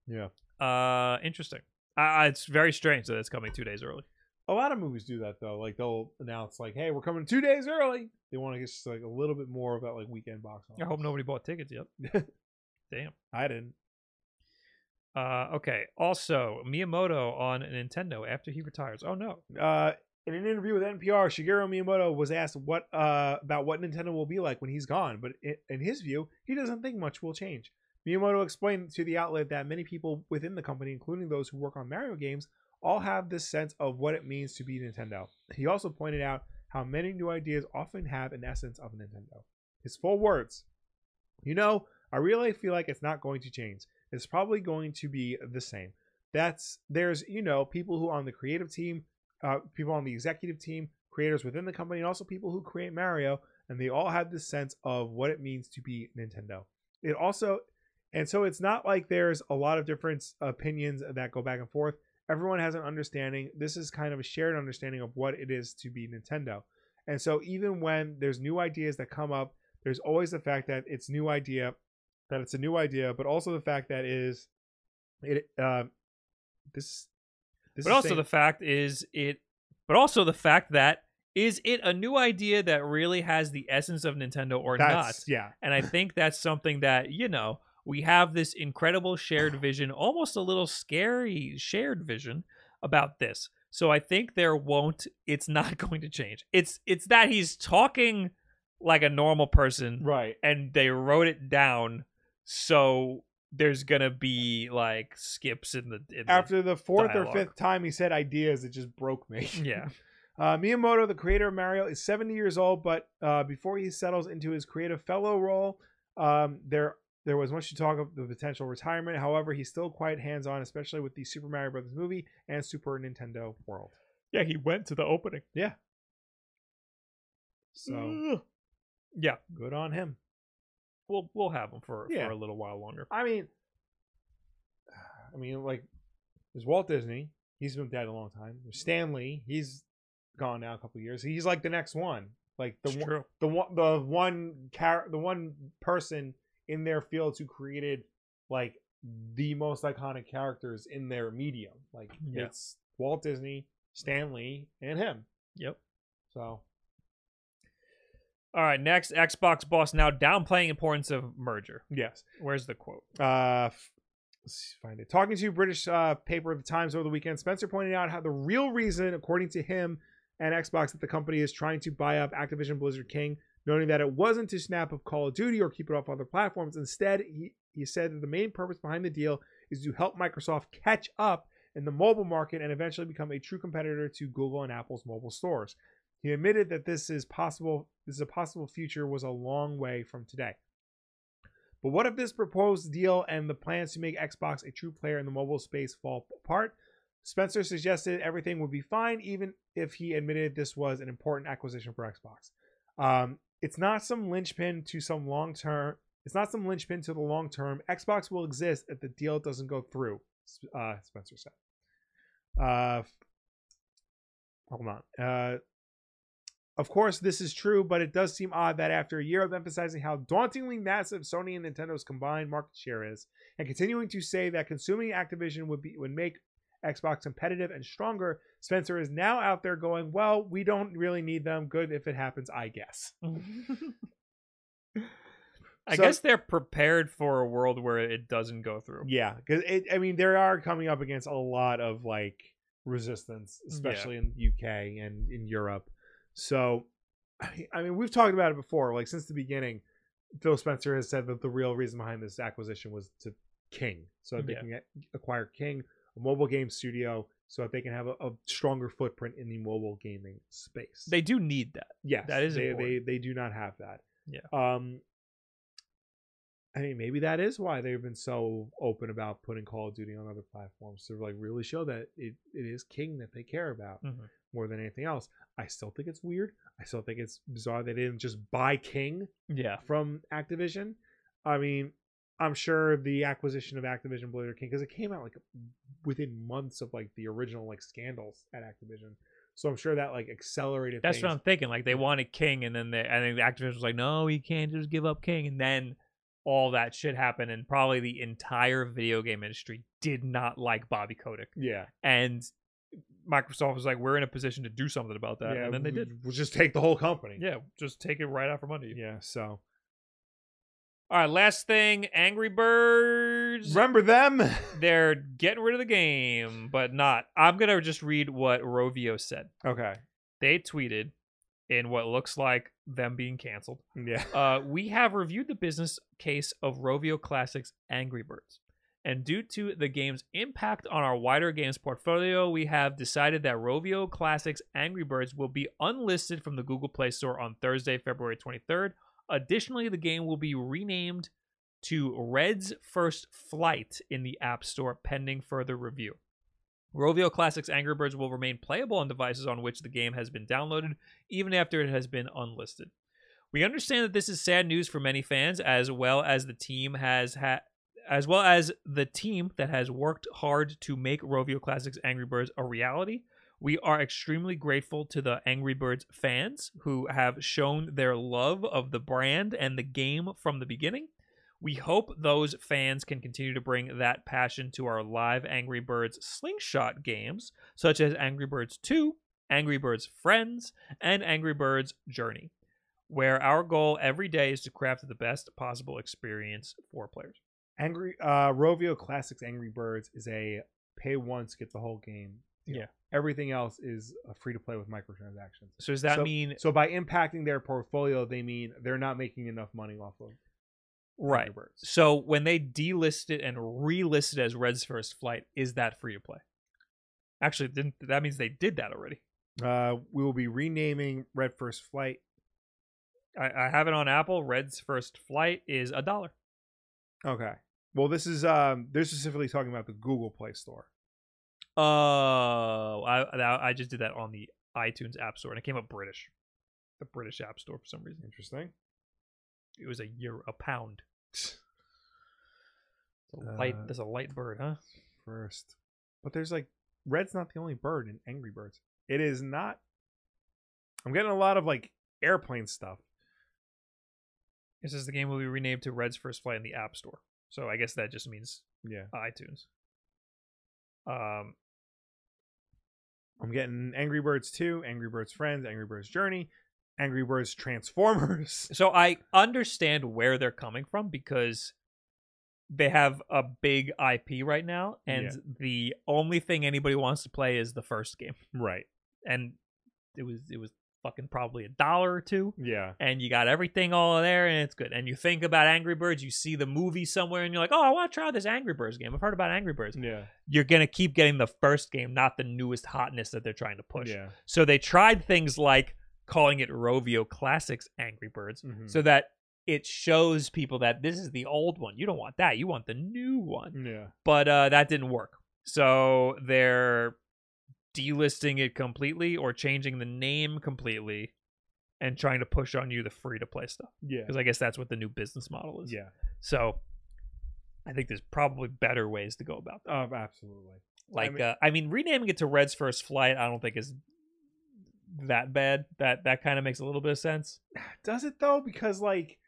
Yeah. Uh, interesting. I, I, it's very strange that it's coming two days early. A lot of movies do that though. Like they'll announce like, "Hey, we're coming 2 days early." They want to get just like a little bit more of that like weekend box office. I hope nobody bought tickets yet. Damn. I didn't. Uh, okay. Also, Miyamoto on Nintendo after he retires. Oh no. Uh, in an interview with NPR, Shigeru Miyamoto was asked what uh, about what Nintendo will be like when he's gone, but i in his view, he doesn't think much will change. Miyamoto explained to the outlet that many people within the company, including those who work on Mario games, all have this sense of what it means to be Nintendo. He also pointed out how many new ideas often have an essence of Nintendo. His full words You know, I really feel like it's not going to change. It's probably going to be the same. That's there's, you know, people who are on the creative team uh, people on the executive team, creators within the company, and also people who create Mario, and they all have this sense of what it means to be Nintendo. It also, and so it's not like there's a lot of different opinions that go back and forth. Everyone has an understanding. This is kind of a shared understanding of what it is to be Nintendo. And so even when there's new ideas that come up, there's always the fact that it's new idea, that it's a new idea, but also the fact that is it uh, this this but is also saying- the fact is it. But also the fact that is it a new idea that really has the essence of Nintendo or not? that's, yeah And I think that's something that, you know, we have this incredible shared vision, almost a little scary shared vision about this. So I think there won't it's not going to change. It's it's that he's talking like a normal person right and they wrote it down so there's going to be like skips in the in the- after the fourth dialogue. or fifth time he said ideas, it just broke me. yeah. Uh, Miyamoto, the creator of Mario, is 70 years old, but uh, before he settles into his creative fellow role, um, there there was much to talk of the potential retirement. However, he's still quite hands on, especially with the Super Mario Brothers movie and Super Nintendo World. Yeah, he went to the opening. So Yeah, good on him. we'll we'll have him for Yeah. for a little while longer. I mean, I mean, like, there's Walt Disney. He's been dead a long time. There's Stanley. He's gone now a couple years. He's like the next one. Like the It's one, true. the one the one car the one person in their fields who created like the most iconic characters in their medium. Like Yeah. it's Walt Disney, Stan Lee, and him. Yep. So All right, next Xbox boss now downplaying importance of merger. yes. Where's the quote? Uh f- let's find it. Talking to British uh, paper of the Times over the weekend, Spencer pointed out how the real reason, according to him and Xbox, that the company is trying to buy up Activision Blizzard King, noting that it wasn't to snap up Call of Duty or keep it off other platforms. Instead, he, he said that the main purpose behind the deal is to help Microsoft catch up in the mobile market and eventually become a true competitor to Google and Apple's mobile stores. He admitted that this is possible. This is a possible future was a long way from today. But what if this proposed deal and the plans to make Xbox a true player in the mobile space fall apart? Spencer suggested everything would be fine, even if he admitted this was an important acquisition for Xbox. Um, it's not some linchpin to some long term. It's not some linchpin to the long term. Xbox will exist if the deal doesn't go through. s- Uh, Spencer said. Uh, hold on. Uh, of course, this is true, but it does seem odd that after a year of emphasizing how dauntingly massive Sony and Nintendo's combined market share is, and continuing to say that consuming Activision would be would make Xbox competitive and stronger, Spencer is now out there going, "Well, we don't really need them. Good if it happens, I guess." I So- guess they're prepared for a world where it doesn't go through. Yeah, because I mean, they are coming up against a lot of like resistance, especially in the UK and in Europe. So, I mean- I mean, we've talked about it before. Like since the beginning, Phil Spencer has said that the real reason behind this acquisition was to King, so that they Yeah. can get, acquire King, a mobile game studio, so that they can have a, a stronger footprint in the mobile gaming space. They do need that. Yes, That is they, they important. they do not have that. Yeah. Um. I mean, maybe that is why they've been so open about putting Call of Duty on other platforms to like really show that it, it is King that they care about Mhm. more than anything else. I still think it's weird. I still think it's bizarre they didn't just buy King Yeah. from Activision. I mean, I'm sure the acquisition of Activision Blizzard King because it came out like within months of like the original like scandals at Activision. So I'm sure that like accelerated. That's things. what I'm thinking. Like they wanted King, and then they, I think the Activision was like, "No, we can't just give up King." And then all that shit happened, and probably the entire video game industry did not like Bobby Kotick, Yeah. and Microsoft was like, "We're in a position to do something about that," and then they we- did. We'll just take the whole company. Yeah, just take it right out from under you. Yeah, so All right, last thing, Angry Birds. remember them? They're getting rid of the game, but not. I'm gonna just read what Rovio said. okay. They tweeted in what looks like them being canceled. Yeah. Uh, we have reviewed the business case of Rovio Classics Angry Birds. And due to the game's impact on our wider games portfolio, we have decided that Rovio Classics Angry Birds will be unlisted from the Google Play Store on Thursday, February 23rd. Additionally, the game will be renamed to Red's First Flight in the App Store pending further review. Rovio Classics Angry Birds will remain playable on devices on which the game has been downloaded, even after it has been unlisted. We understand that this is sad news for many fans, as well as the team has ha- as well as the team that has worked hard to make Rovio Classics Angry Birds a reality. We are extremely grateful to the Angry Birds fans who have shown their love of the brand and the game from the beginning. We hope those fans can continue to bring that passion to our live Angry Birds slingshot games, such as Angry Birds 2, Angry Birds Friends, and Angry Birds Journey, where our goal every day is to craft the best possible experience for players. Angry uh Rovio Classics Angry Birds is a pay once get the whole game. deal. Yeah. Everything else is a free to play with microtransactions. So does that So- mean So by impacting their portfolio, they mean they're not making enough money off of Angry right? Birds. So when they delist it and relist it as Red's First Flight, is that free to play? Actually, didn't that means they did that already? Uh we will be renaming Red First Flight. I, I have it on Apple. Red's First Flight is a dollar. Okay. Well, this is um they're specifically talking about the Google Play Store. Oh, I that- I just did that on the iTunes App Store, and it came up British, the British App Store for some reason. Interesting. It was a year a pound. It's a light. Uh, That's a light bird, huh? first. But there's like red's not the only bird in Angry Birds. It is not. I'm getting a lot of like airplane stuff. It says the game will be renamed to Red's First Flight in the App Store. So I guess that just means Yeah. iTunes. Um, I'm getting Angry Birds 2, Angry Birds Friends, Angry Birds Journey, Angry Birds Transformers. so I understand where they're coming from because they have a big IP right now, and Yeah. the only thing anybody wants to play is the first game. Right. and it was it was fucking probably a dollar or two Yeah. and you got everything all there and it's good and you think about angry birds you see the movie somewhere and you're like oh i want to try this angry birds game i've heard about angry birds Yeah. you're gonna keep getting the first game not the newest hotness that they're trying to push Yeah. so they tried things like calling it rovio classics angry birds Mhm. so that it shows people that this is the old one you don't want that you want the new one Yeah. but uh, that didn't work. So they're delisting it completely or changing the name completely and trying to push on you the free to play stuff Yeah. because I guess that's what the new business model is. Yeah. So I think there's probably better ways to go about that. Oh, absolutely. Like, mean- uh, I mean, renaming it to Red's First Flight, I don't think is that bad. That that kind of makes a little bit of sense. Does it though? Because like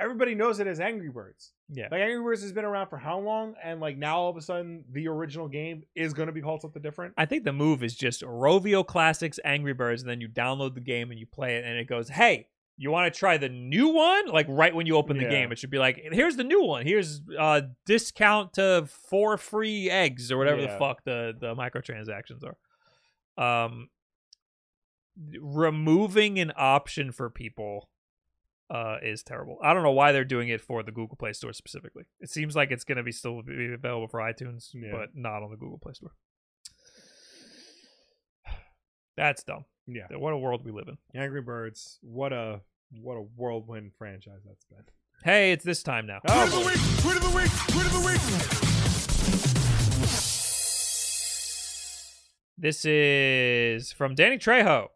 everybody knows it as Angry Birds. Yeah. Like Angry Birds has been around for how long? And like now all of a sudden the original game is gonna be called something different. I think the move is just Rovio Classics Angry Birds, and then you download the game and you play it, and it goes, "Hey, you want to try the new one?" Like right when you open the Yeah. game, it should be like, "Here's the new one. Here's uh discount to four free eggs or whatever the Yeah. fuck the the microtransactions are." Um, removing an option for people uh is terrible. I don't know why they're doing it for the Google Play Store specifically. It seems like it's going to be still be available for iTunes, Yeah. but not on the Google Play Store. That's dumb. Yeah. What a world we live in. Angry Birds, what a what a whirlwind franchise that's been. Hey, it's this time now. Oh, Word of the week, boy. word of the week, word of the week. This is from Danny Trejo.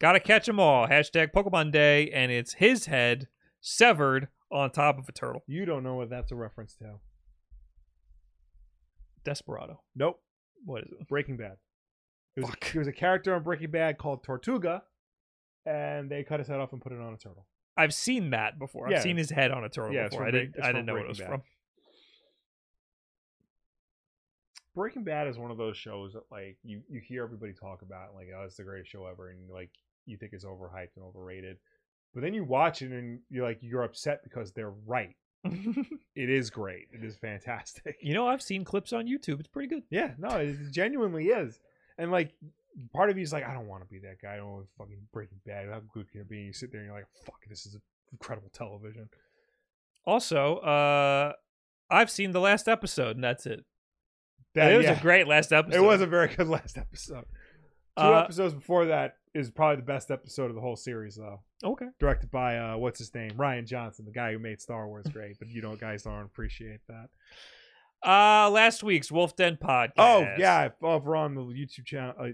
Gotta catch them all. Hashtag Pokemon Day, and it's his head severed on top of a turtle. You don't know what that's a reference to. Desperado. Nope. What is it? Breaking Bad. There was, Fuck. a, there was a character on Breaking Bad called Tortuga, and they cut his head off and put it on a turtle. I've seen that before. Yeah. I've seen his head on a turtle Yeah, it's before. I from didn't. Break- it's I from didn't know what it was Breaking from. Bad. Breaking Bad is one of those shows that like you you hear everybody talk about like oh it's the greatest show ever and like you think it's overhyped and overrated, but then you watch it and you're like you're upset because they're right. It is great. It is fantastic. You know, I've seen clips on YouTube. It's pretty good. Yeah, no, it genuinely is. And like, part of you is like, I don't want to be that guy. I don't want to fucking Breaking Bad. How good can it be? And you sit there and you're like, fuck, this is incredible television. Also, uh, I've seen the last episode, and that's it. That it was yeah, a great last episode. It was a very good last episode. Two Uh, episodes before that is probably the best episode of the whole series, though. okay. Directed by uh, what's his name, Ryan Johnson, the guy who made Star Wars great. but you know, guys don't appreciate that. Uh, last week's Wolf Den podcast. Oh yeah, over on the YouTube channel, uh,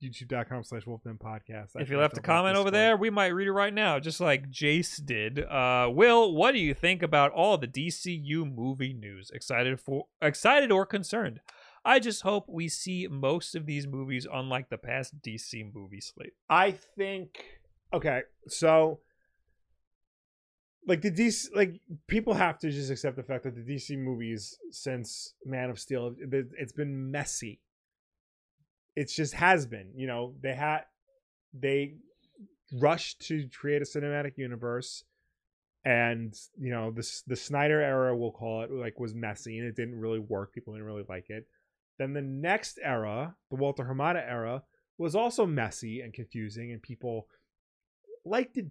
YouTube.com/slash Wolfden Podcast. I If you talked left a about comment this over one. there, we might read it right now, just like Jace did. Uh, Will, what do you think about all the DCU movie news? Excited for excited or concerned? I just hope we see most of these movies, unlike the past DC movie slate. I think okay, so like the DC, like people have to just accept the fact that the DC movies since Man of Steel, it- it's been messy. It's just has been, you know. They had they rushed to create a cinematic universe, and you know this the Snyder era, we'll call it, like was messy and it didn't really work. People didn't really like it. Then the next era, the Walter Hamada era, was also messy and confusing, and people liked it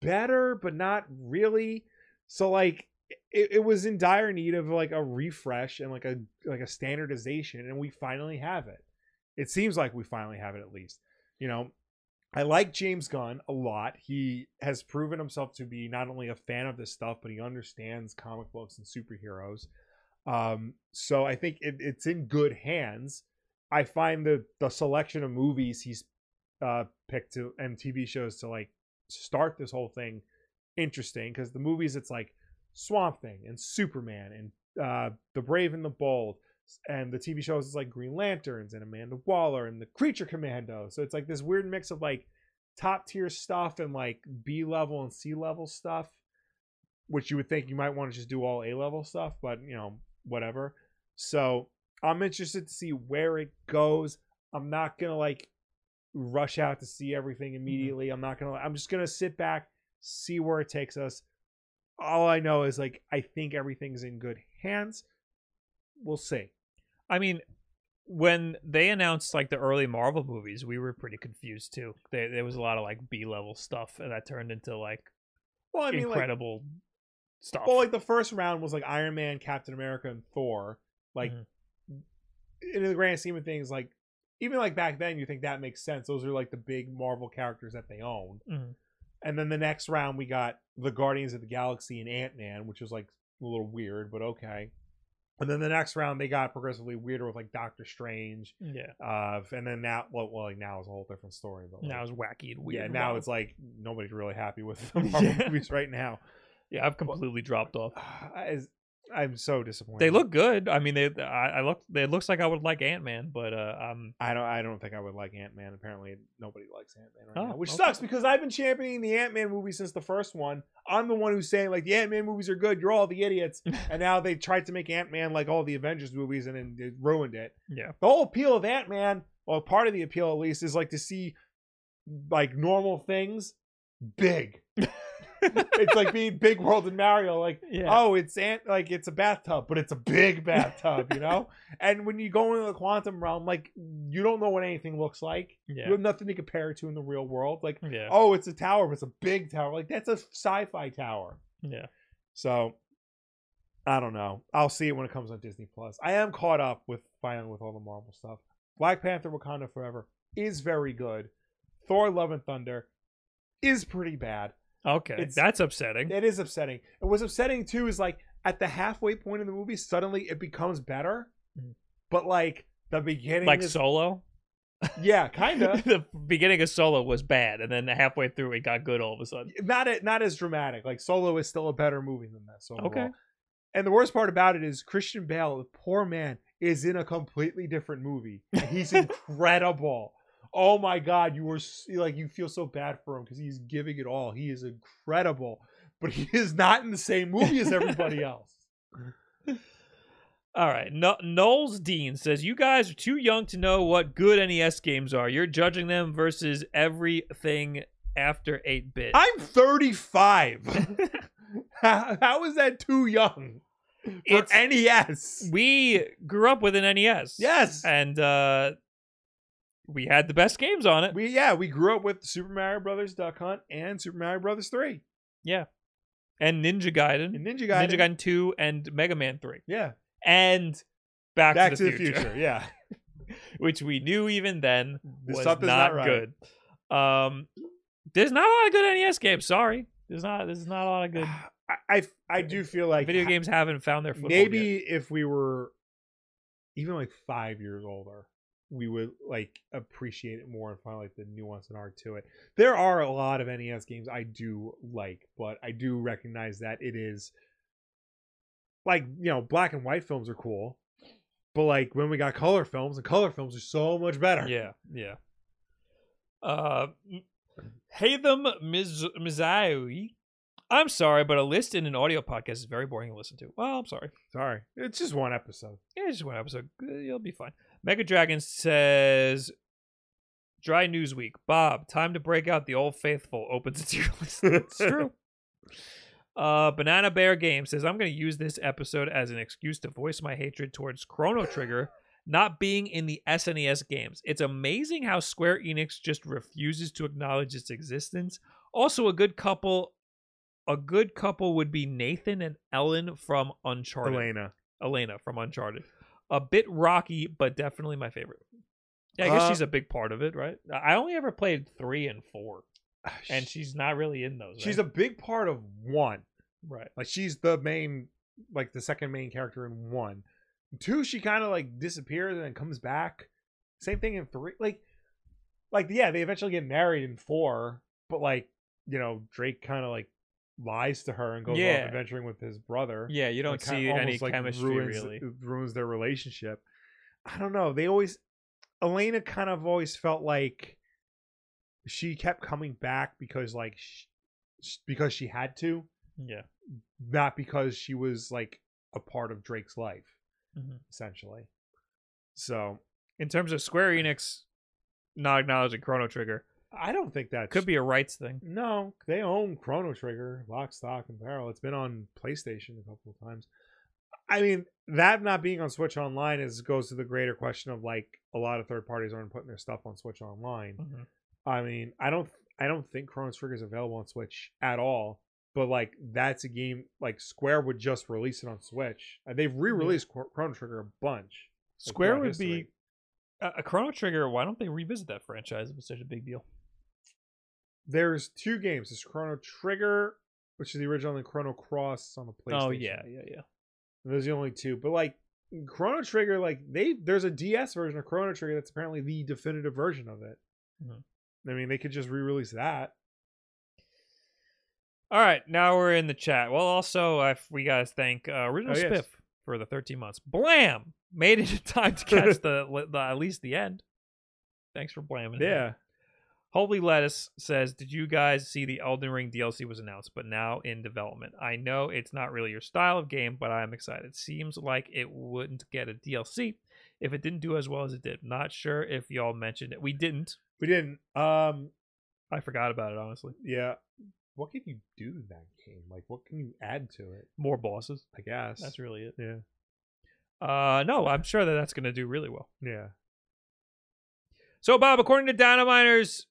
better, but not really. So like it, it was in dire need of like a refresh and like a like a standardization, and we finally have it. It seems like we finally have it at least. You know, I like James Gunn a lot. He has proven himself to be not only a fan of this stuff, but he understands comic books and superheroes. Um, so I think it, it's in good hands. I find the the selection of movies he's uh, picked to and TV shows to like start this whole thing interesting because the movies it's like Swamp Thing and Superman and uh, The Brave and the Bold and the TV shows it's like Green Lanterns and Amanda Waller and the Creature Commando. So it's like this weird mix of like top tier stuff and like B level and C level stuff, which you would think you might want to just do all A level stuff, but you know whatever. So I'm interested to see where it goes. I'm not gonna like rush out to see everything immediately. I'm not gonna. I'm just gonna sit back, see where it takes us. All I know is like I think everything's in good hands. We'll see. I mean, when they announced like the early Marvel movies, we were pretty confused too. There, there was a lot of like B level stuff, and that turned into like Well, I mean, like, incredible stuff. well, like the first round was like Iron Man, Captain America, and Thor. Like Mhm. in the grand scheme of things, like even like back then, you think that makes sense. Those are like the big Marvel characters that they own. Mhm. And then the next round, we got the Guardians of the Galaxy and Ant Man, which was like a little weird, but okay. And then the next round, they got progressively weirder with like Doctor Strange. yeah. Uh, and then now, well, well, like now is a whole different story. But like, Now it's wacky and weird. yeah, and now wild. it's like nobody's really happy with the Marvel Yeah. movies right now. yeah. I've completely dropped off. Uh, Is I'm so disappointed. They look good. I mean, they I, I look. It looks like I would like Ant Man, but uh, I'm I don't. I don't think I would like Ant Man. Apparently, nobody likes Ant Man right Oh, now, which okay. sucks because I've been championing the Ant Man movie since the first one. I'm the one who's saying like the Ant Man movies are good. You're all the idiots. and now they tried to make Ant Man like all the Avengers movies, and then they ruined it. yeah. The whole appeal of Ant Man, or part of the appeal at least, is like to see like normal things big. it's like being Big World and Mario. Like Yeah. oh, it's ant like it's a bathtub, but it's a big bathtub, you know. and when you go into the quantum realm, like you don't know what anything looks like. Yeah. You have nothing to compare it to in the real world. Like Yeah. oh, it's a tower, but it's a big tower. Like that's a sci-fi tower. Yeah. So I don't know. I'll see it when it comes on Disney Plus. I am caught up with finally with all the Marvel stuff. Black Panther: Wakanda Forever is very good. Thor: Love and Thunder is pretty bad. Okay. It's- That's upsetting. It is upsetting. And what's upsetting too is like at the halfway point of the movie, suddenly it becomes better. But like the beginning, Mm. like is, Solo. yeah, kind of the beginning of Solo was bad, and then halfway through it got good all of a sudden. not a, not as dramatic. Like Solo is still a better movie than this. Overall. Okay. And the worst part about it is Christian Bale, the poor man, is in a completely different movie. And he's incredible. Oh my God, you were s- like you feel so bad for him because he's giving it all. He is incredible, but he is not in the same movie as everybody else. All right. No- Knowles Dean says, You guys are too young to know what good NES games are. You're judging them versus everything after 8 bit. I'm 35. how, how is that too young for It's- NES? We grew up with an NES. Yes. And uh, we had the best games on it. We yeah, we grew up with Super Mario Brothers Duck Hunt and Super Mario Brothers 3 yeah. And Ninja Gaiden, and Ninja Gaiden. Ninja Gaiden 2, and Mega Man 3. Yeah. And Back, Back to the, future. Yeah. which we knew even then was not, something's not right. good. Um, there's not a lot of good NES games. Sorry, there's not. There's not a lot of good I, I I do feel like video games. Haven't found their foothold Maybe yet. if we were even like five years older, we would like appreciate it more and find like the nuance and art to it. There are a lot of NES games I do like, but I do recognize that it is like you know black and white films are cool, but like when we got color films and color films are so much better. Yeah, yeah. Uh, Haytham Miz- Mizawi. I'm sorry, but a list in an audio podcast is very boring to listen to. Well, I'm sorry. Sorry, it's just one episode. Yeah, it's just one episode. Good, You'll be fine. Mega Dragon says, "Dry news week, Bob. Time to break out the old faithful. Opens a tier list. It's true." Uh, Banana Bear Game says, "I'm going to use this episode as an excuse to voice my hatred towards Chrono Trigger." Not being in the SNES games. It's amazing how Square Enix just refuses to acknowledge its existence. Also, a good couple a good couple would be Nathan and Ellen from Uncharted. Elena. Elena from Uncharted. A bit rocky, but definitely my favorite. Yeah, I guess Uh, she's a big part of it, right? I only ever played three and four, and She- she's not really in those. she's a right? big part of one. right. Like she's the main, like the second main character in one. Two, she kind of like disappears and then comes back. Same thing in three. Like, like yeah, they eventually get married in four, but like you know, Drake kind of like lies to her and goes Yeah. off adventuring with his brother. Yeah, you don't Like, kinda see any almost, like, chemistry ruins, really. it Ruins their relationship. I don't know. They always Elena kind of always felt like she kept coming back because like sh sh- because she had to Yeah, not because she was like a part of Drake's life, mm-hmm. Mhm. essentially. So in terms of Square Enix not acknowledging Chrono Trigger, I don't think that could be a rights thing. No, they own Chrono Trigger, lock, stock, and barrel. It's been on PlayStation a couple of times. I mean, that not being on Switch Online is goes to the greater question of like a lot of third parties aren't putting their stuff on Switch Online. Mhm. I mean, I don't I don't think Chrono Trigger is available on Switch at all. But like that's a game like Square would just release it on Switch. Uh, They've re-released Chro- Chrono Trigger a bunch. like, Square throughout would be history. a a Chrono Trigger. Why don't they revisit that franchise if it's such a big deal? There's two games. There's Chrono Trigger, which is the original, and Chrono Cross on the PlayStation. Oh yeah, yeah, yeah. Those are the only two. But like Chrono Trigger, like they there's a DS version of Chrono Trigger that's apparently the definitive version of it. Mhm. I mean, they could just re-release that. All right, now we're in the chat. Well, also, I, we guys thank uh, Original Oh, yes. Spiff for the 13 months. Blam! Made it in time to catch the, the at least the end. Thanks for blamming. that. Yeah. Holy Lettuce says, "Did you guys see the Elden Ring DLC was announced, but now in development? I know it's not really your style of game, but I am excited. Seems like it wouldn't get a DLC if it didn't do as well as it did. Not sure if y'all mentioned it. We didn't. We didn't. Um. I forgot about it honestly. Yeah. What can you do to that game? Like, what can you add to it? More bosses. I guess. That's really it. Yeah. Uh, no, I'm sure that that's going to do really well. Yeah. So, Bob, according to Dynamiter's,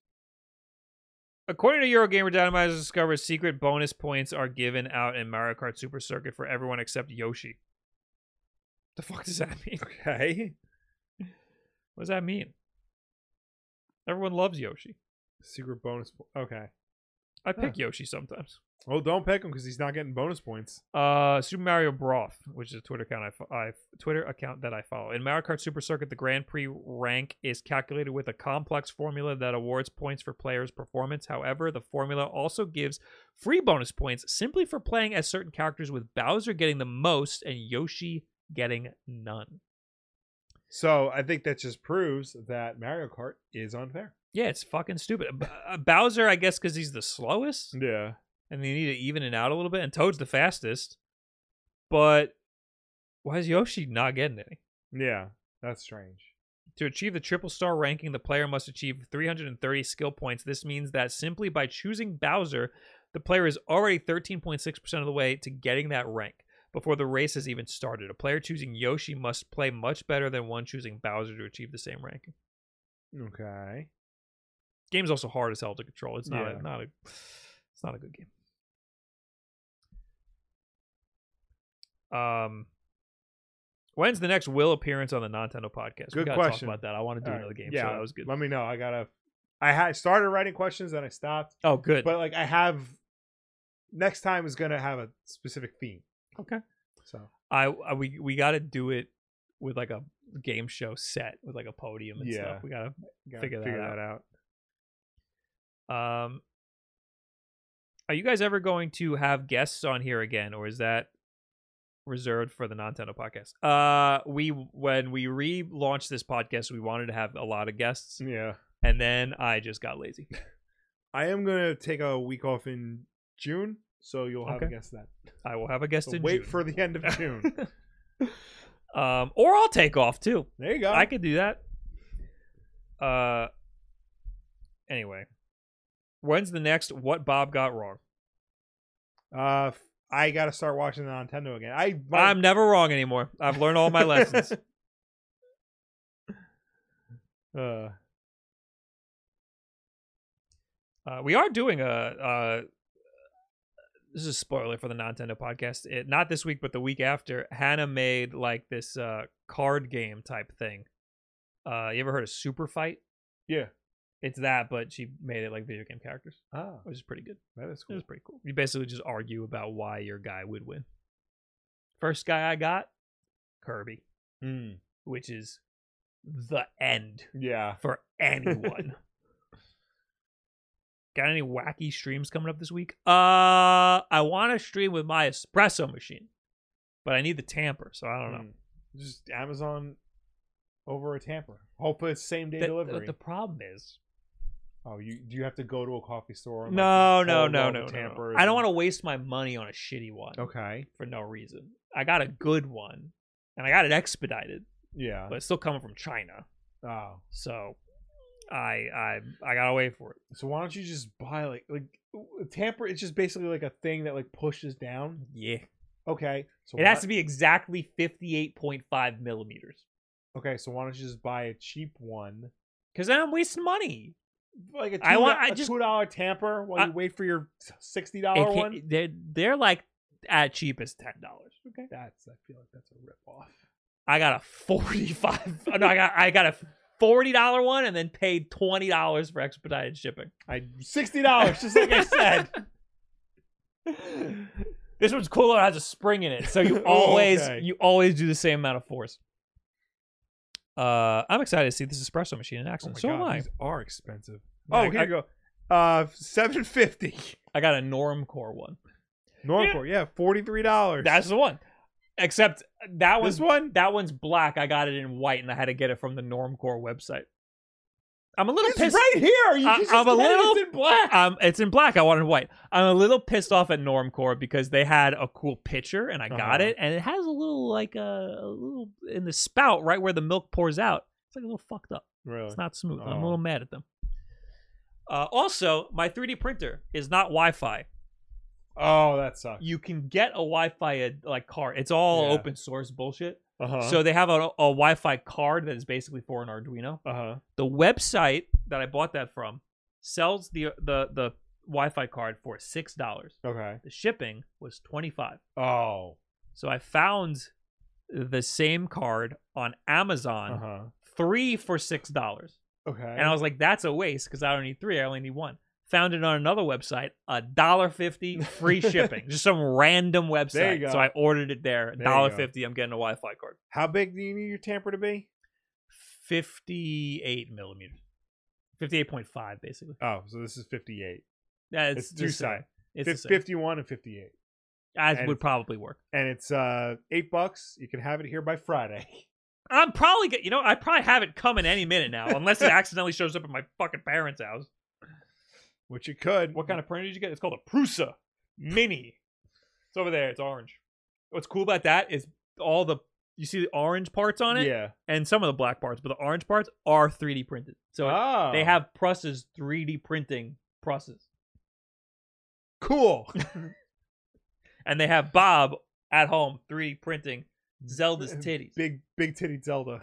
according to Eurogamer, Dynamiter's discovers secret bonus points are given out in Mario Kart Super Circuit for everyone except Yoshi. The fuck does that mean? Okay. What does that mean? Everyone loves Yoshi. Secret bonus. Po- okay. I pick Yoshi sometimes. Well, don't pick him because he's not getting bonus points. Uh, Super Mario Broth, which is a Twitter account I, fo- I Twitter account that I follow. In Mario Kart Super Circuit, the Grand Prix rank is calculated with a complex formula that awards points for players' performance. However, the formula also gives free bonus points simply for playing as certain characters, with Bowser getting the most and Yoshi getting none. So I think that just proves that Mario Kart is unfair. Yeah, it's fucking stupid. B- uh, Bowser, I guess, because he's the slowest. Yeah. and they need to even it out a little bit. And Toad's the fastest, but why is Yoshi not getting any? Yeah. That's strange. To achieve the triple star ranking, the player must achieve 330 skill points. This means that simply by choosing Bowser, the player is already 13.6% of the way to getting that rank before the race has even started. A player choosing Yoshi must play much better than one choosing Bowser to achieve the same ranking. Okay. Game's also hard as hell to control. It's not Yeah. a, not a it's not a good game. Um, when's the next Will appearance on the Nintendo podcast? we Good gotta question. talk about that. I want to do All right. another game, Yeah. so that was good. Let me know. I gotta. I had started writing questions, then I stopped. oh, good. But like, I have. Next time is gonna have a specific theme. okay. So I, I we we got to do it with like a game show set with like a podium and Yeah. stuff. We gotta gotta Figure that out. that out. Um, are you guys ever going to have guests on here again, or is that reserved for the Nintendo podcast? Uh, we when we relaunched this podcast, we wanted to have a lot of guests, Yeah. and then I just got lazy. I am gonna take a week off in June, so you'll have Okay. a guess that. I will have a guest So in wait June. for the end of June. um, or I'll take off too. there you go. I could do that. Uh, anyway, when's the next what Bob got wrong? uh, f- I gotta start watching the Nintendo again. I I'm never wrong anymore. I've learned all my lessons. Uh, Uh, we are doing a. Uh, this is a spoiler for the Nintendo podcast. It, not this week, but the week after. Hannah made like this uh, card game type thing. Uh, you ever heard of Super Fight? yeah. It's that, but she made it like video game characters, Uh, Oh, which is pretty good. that is It cool. was pretty cool. You basically just argue about why your guy would win. First guy I got, Kirby, Mm, which is the end yeah. for anyone. Got any wacky streams coming up this week? Uh, I want to stream with my espresso machine, but I need the tamper, so I don't know. Mm. Just Amazon over a tamper. Hopefully, it's same day The- delivery. uh, the, the problem is, oh, you do you have to go to a coffee store? and, no, like, no, hold no, all no, the no, no. tampers I don't and- want to waste my money on a shitty one Okay. for no reason. I got a good one, and I got it expedited, Yeah. but it's still coming from China, oh. so I I I gotta wait for it. So why don't you just buy like like tamper? It's just basically like a thing that like pushes down. Yeah, Okay. So it has to be exactly fifty-eight point five millimeters. Okay, so why don't you just buy a cheap one? Because then I'm wasting money. Like a two, I want- I a just- two dollar tamper while I- you wait for your sixty It dollar can't- one. They're they're like at cheapest ten dollars. Okay. That's I feel like that's a rip off. I got a forty five. no, I got I got a forty dollar one and then paid twenty dollars for expedited shipping. Oh, I sixty dollars, just like I said. This one's cooler. It has a spring in it, so you Oh, always okay. you always do the same amount of force. Uh, I'm excited to see this espresso machine in action. so am I. Oh These are expensive. I- oh, here I- you go. Uh, seven fifty. I got a Normcore one. Normcore, yeah, forty three dollars. That's the one. Except that This was one. That one's black. I got it in white, and I had to get it from the Normcore website. I'm a little it's pissed. right here. You I- can just I'm a get it. little- It's in black. Um, it's in black. I wanted white. I'm a little pissed off at Normcore because they had a cool picture, and I got Uh-huh. it, and it has a little like uh, a, a little in the spout right where the milk pours out. It's like a little fucked up. really? It's not smooth. I'm a Oh. little mad at them. Uh, also, my 3D printer is not Wi-Fi. oh, that sucks. You can get a Wi-Fi uh, like card. It's all Yeah. open source bullshit. Uh-huh. So they have a, a Wi-Fi card that is basically for an Arduino. uh-huh. The website that I bought that from sells the the the Wi-Fi card for six dollars. Okay. The shipping was twenty five. Oh. So I found the same card on Amazon, Uh-huh. three for six dollars, Okay. and I was like, "That's a waste because I don't need three. I only need one." Found it on another website, a dollar fifty, free shipping, just some random website. There you So go. I ordered it there, you dollar go. fifty. I'm getting a Wi-Fi card, How big do you need your tamper to be? fifty eight millimeters, fifty eight point five, basically. uh, Oh, so this is fifty eight. Yeah, It's, it's, two the same. side. It's the It's same. fifty one and fifty eight. As and would it's- probably work. And it's uh eight bucks. You can have it here by Friday. I'm probably get, you know I probably have it coming any minute now, unless it accidentally shows up at my fucking parents' house. Which you could. What kind of printer did you get? It's called a Prusa Mini. It's over there. It's orange. What's cool about that is all the you see the orange parts on it, Yeah. and some of the black parts, but the orange parts are 3D printed. So it- Oh. they have presses 3D printing presses, cool. and they have Bob at home 3D printing Zelda's titties. big big titty Zelda.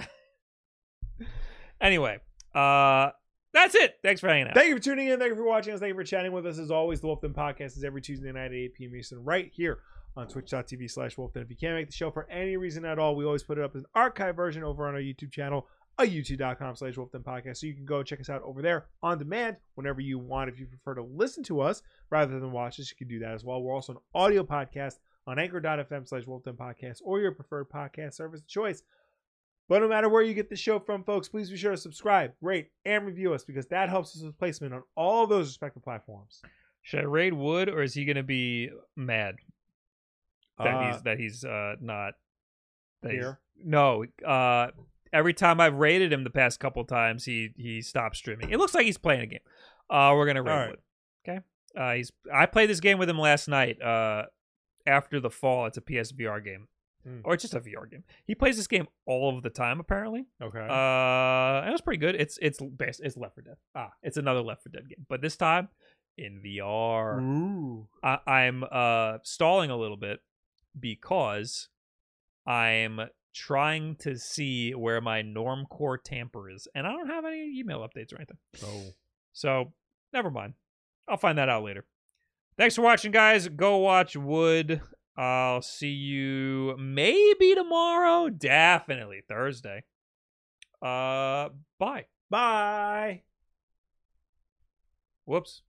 Anyway, uh that's it. Thanks for hanging out. Thank you for tuning in. Thank you for watching us. Thank you for chatting with us. As always, the Wolfden Podcast is every Tuesday night at 8 p.m. Eastern, right here on twitch.tv slash Wolfden. If you can't make the show for any reason at all, we always put it up as an archive version over on our YouTube channel, uh, youtube.com slash Wolfden Podcast. So you can go check us out over there on demand whenever you want. If you prefer to listen to us rather than watch us, you can do that as well. We're also an audio podcast on anchor.fm slash Wolfden Podcast or your preferred podcast service of choice. But no matter where you get the show from, folks, please be sure to subscribe, rate, and review us because that helps us with placement on all those respective platforms. Should I raid Wood, or is he going to be mad that Uh, he's that he's uh, not that he's- here. No, uh, every time I've raided him the past couple times, he he stops streaming. It looks like he's playing a game. Uh, we're gonna raid All right. Wood. Okay. Uh, he's. I played this game with him last night. Uh, after the fall, it's a PSVR game, Hmm. or it's just a VR game. He plays this game all of the time, apparently. Okay. Uh, and it was pretty good. It's it's bas it's Left 4 Dead. Ah. it's another Left 4 Dead game, but this time in VR. Ooh. I, I'm uh, stalling a little bit because I'm trying to see where my normcore tamper is, and I don't have any email updates or anything. Oh. So never mind. I'll find that out later. Thanks for watching, guys. Go watch Wood. I'll see you maybe tomorrow, definitely Thursday. Uh, bye. Bye. Whoops.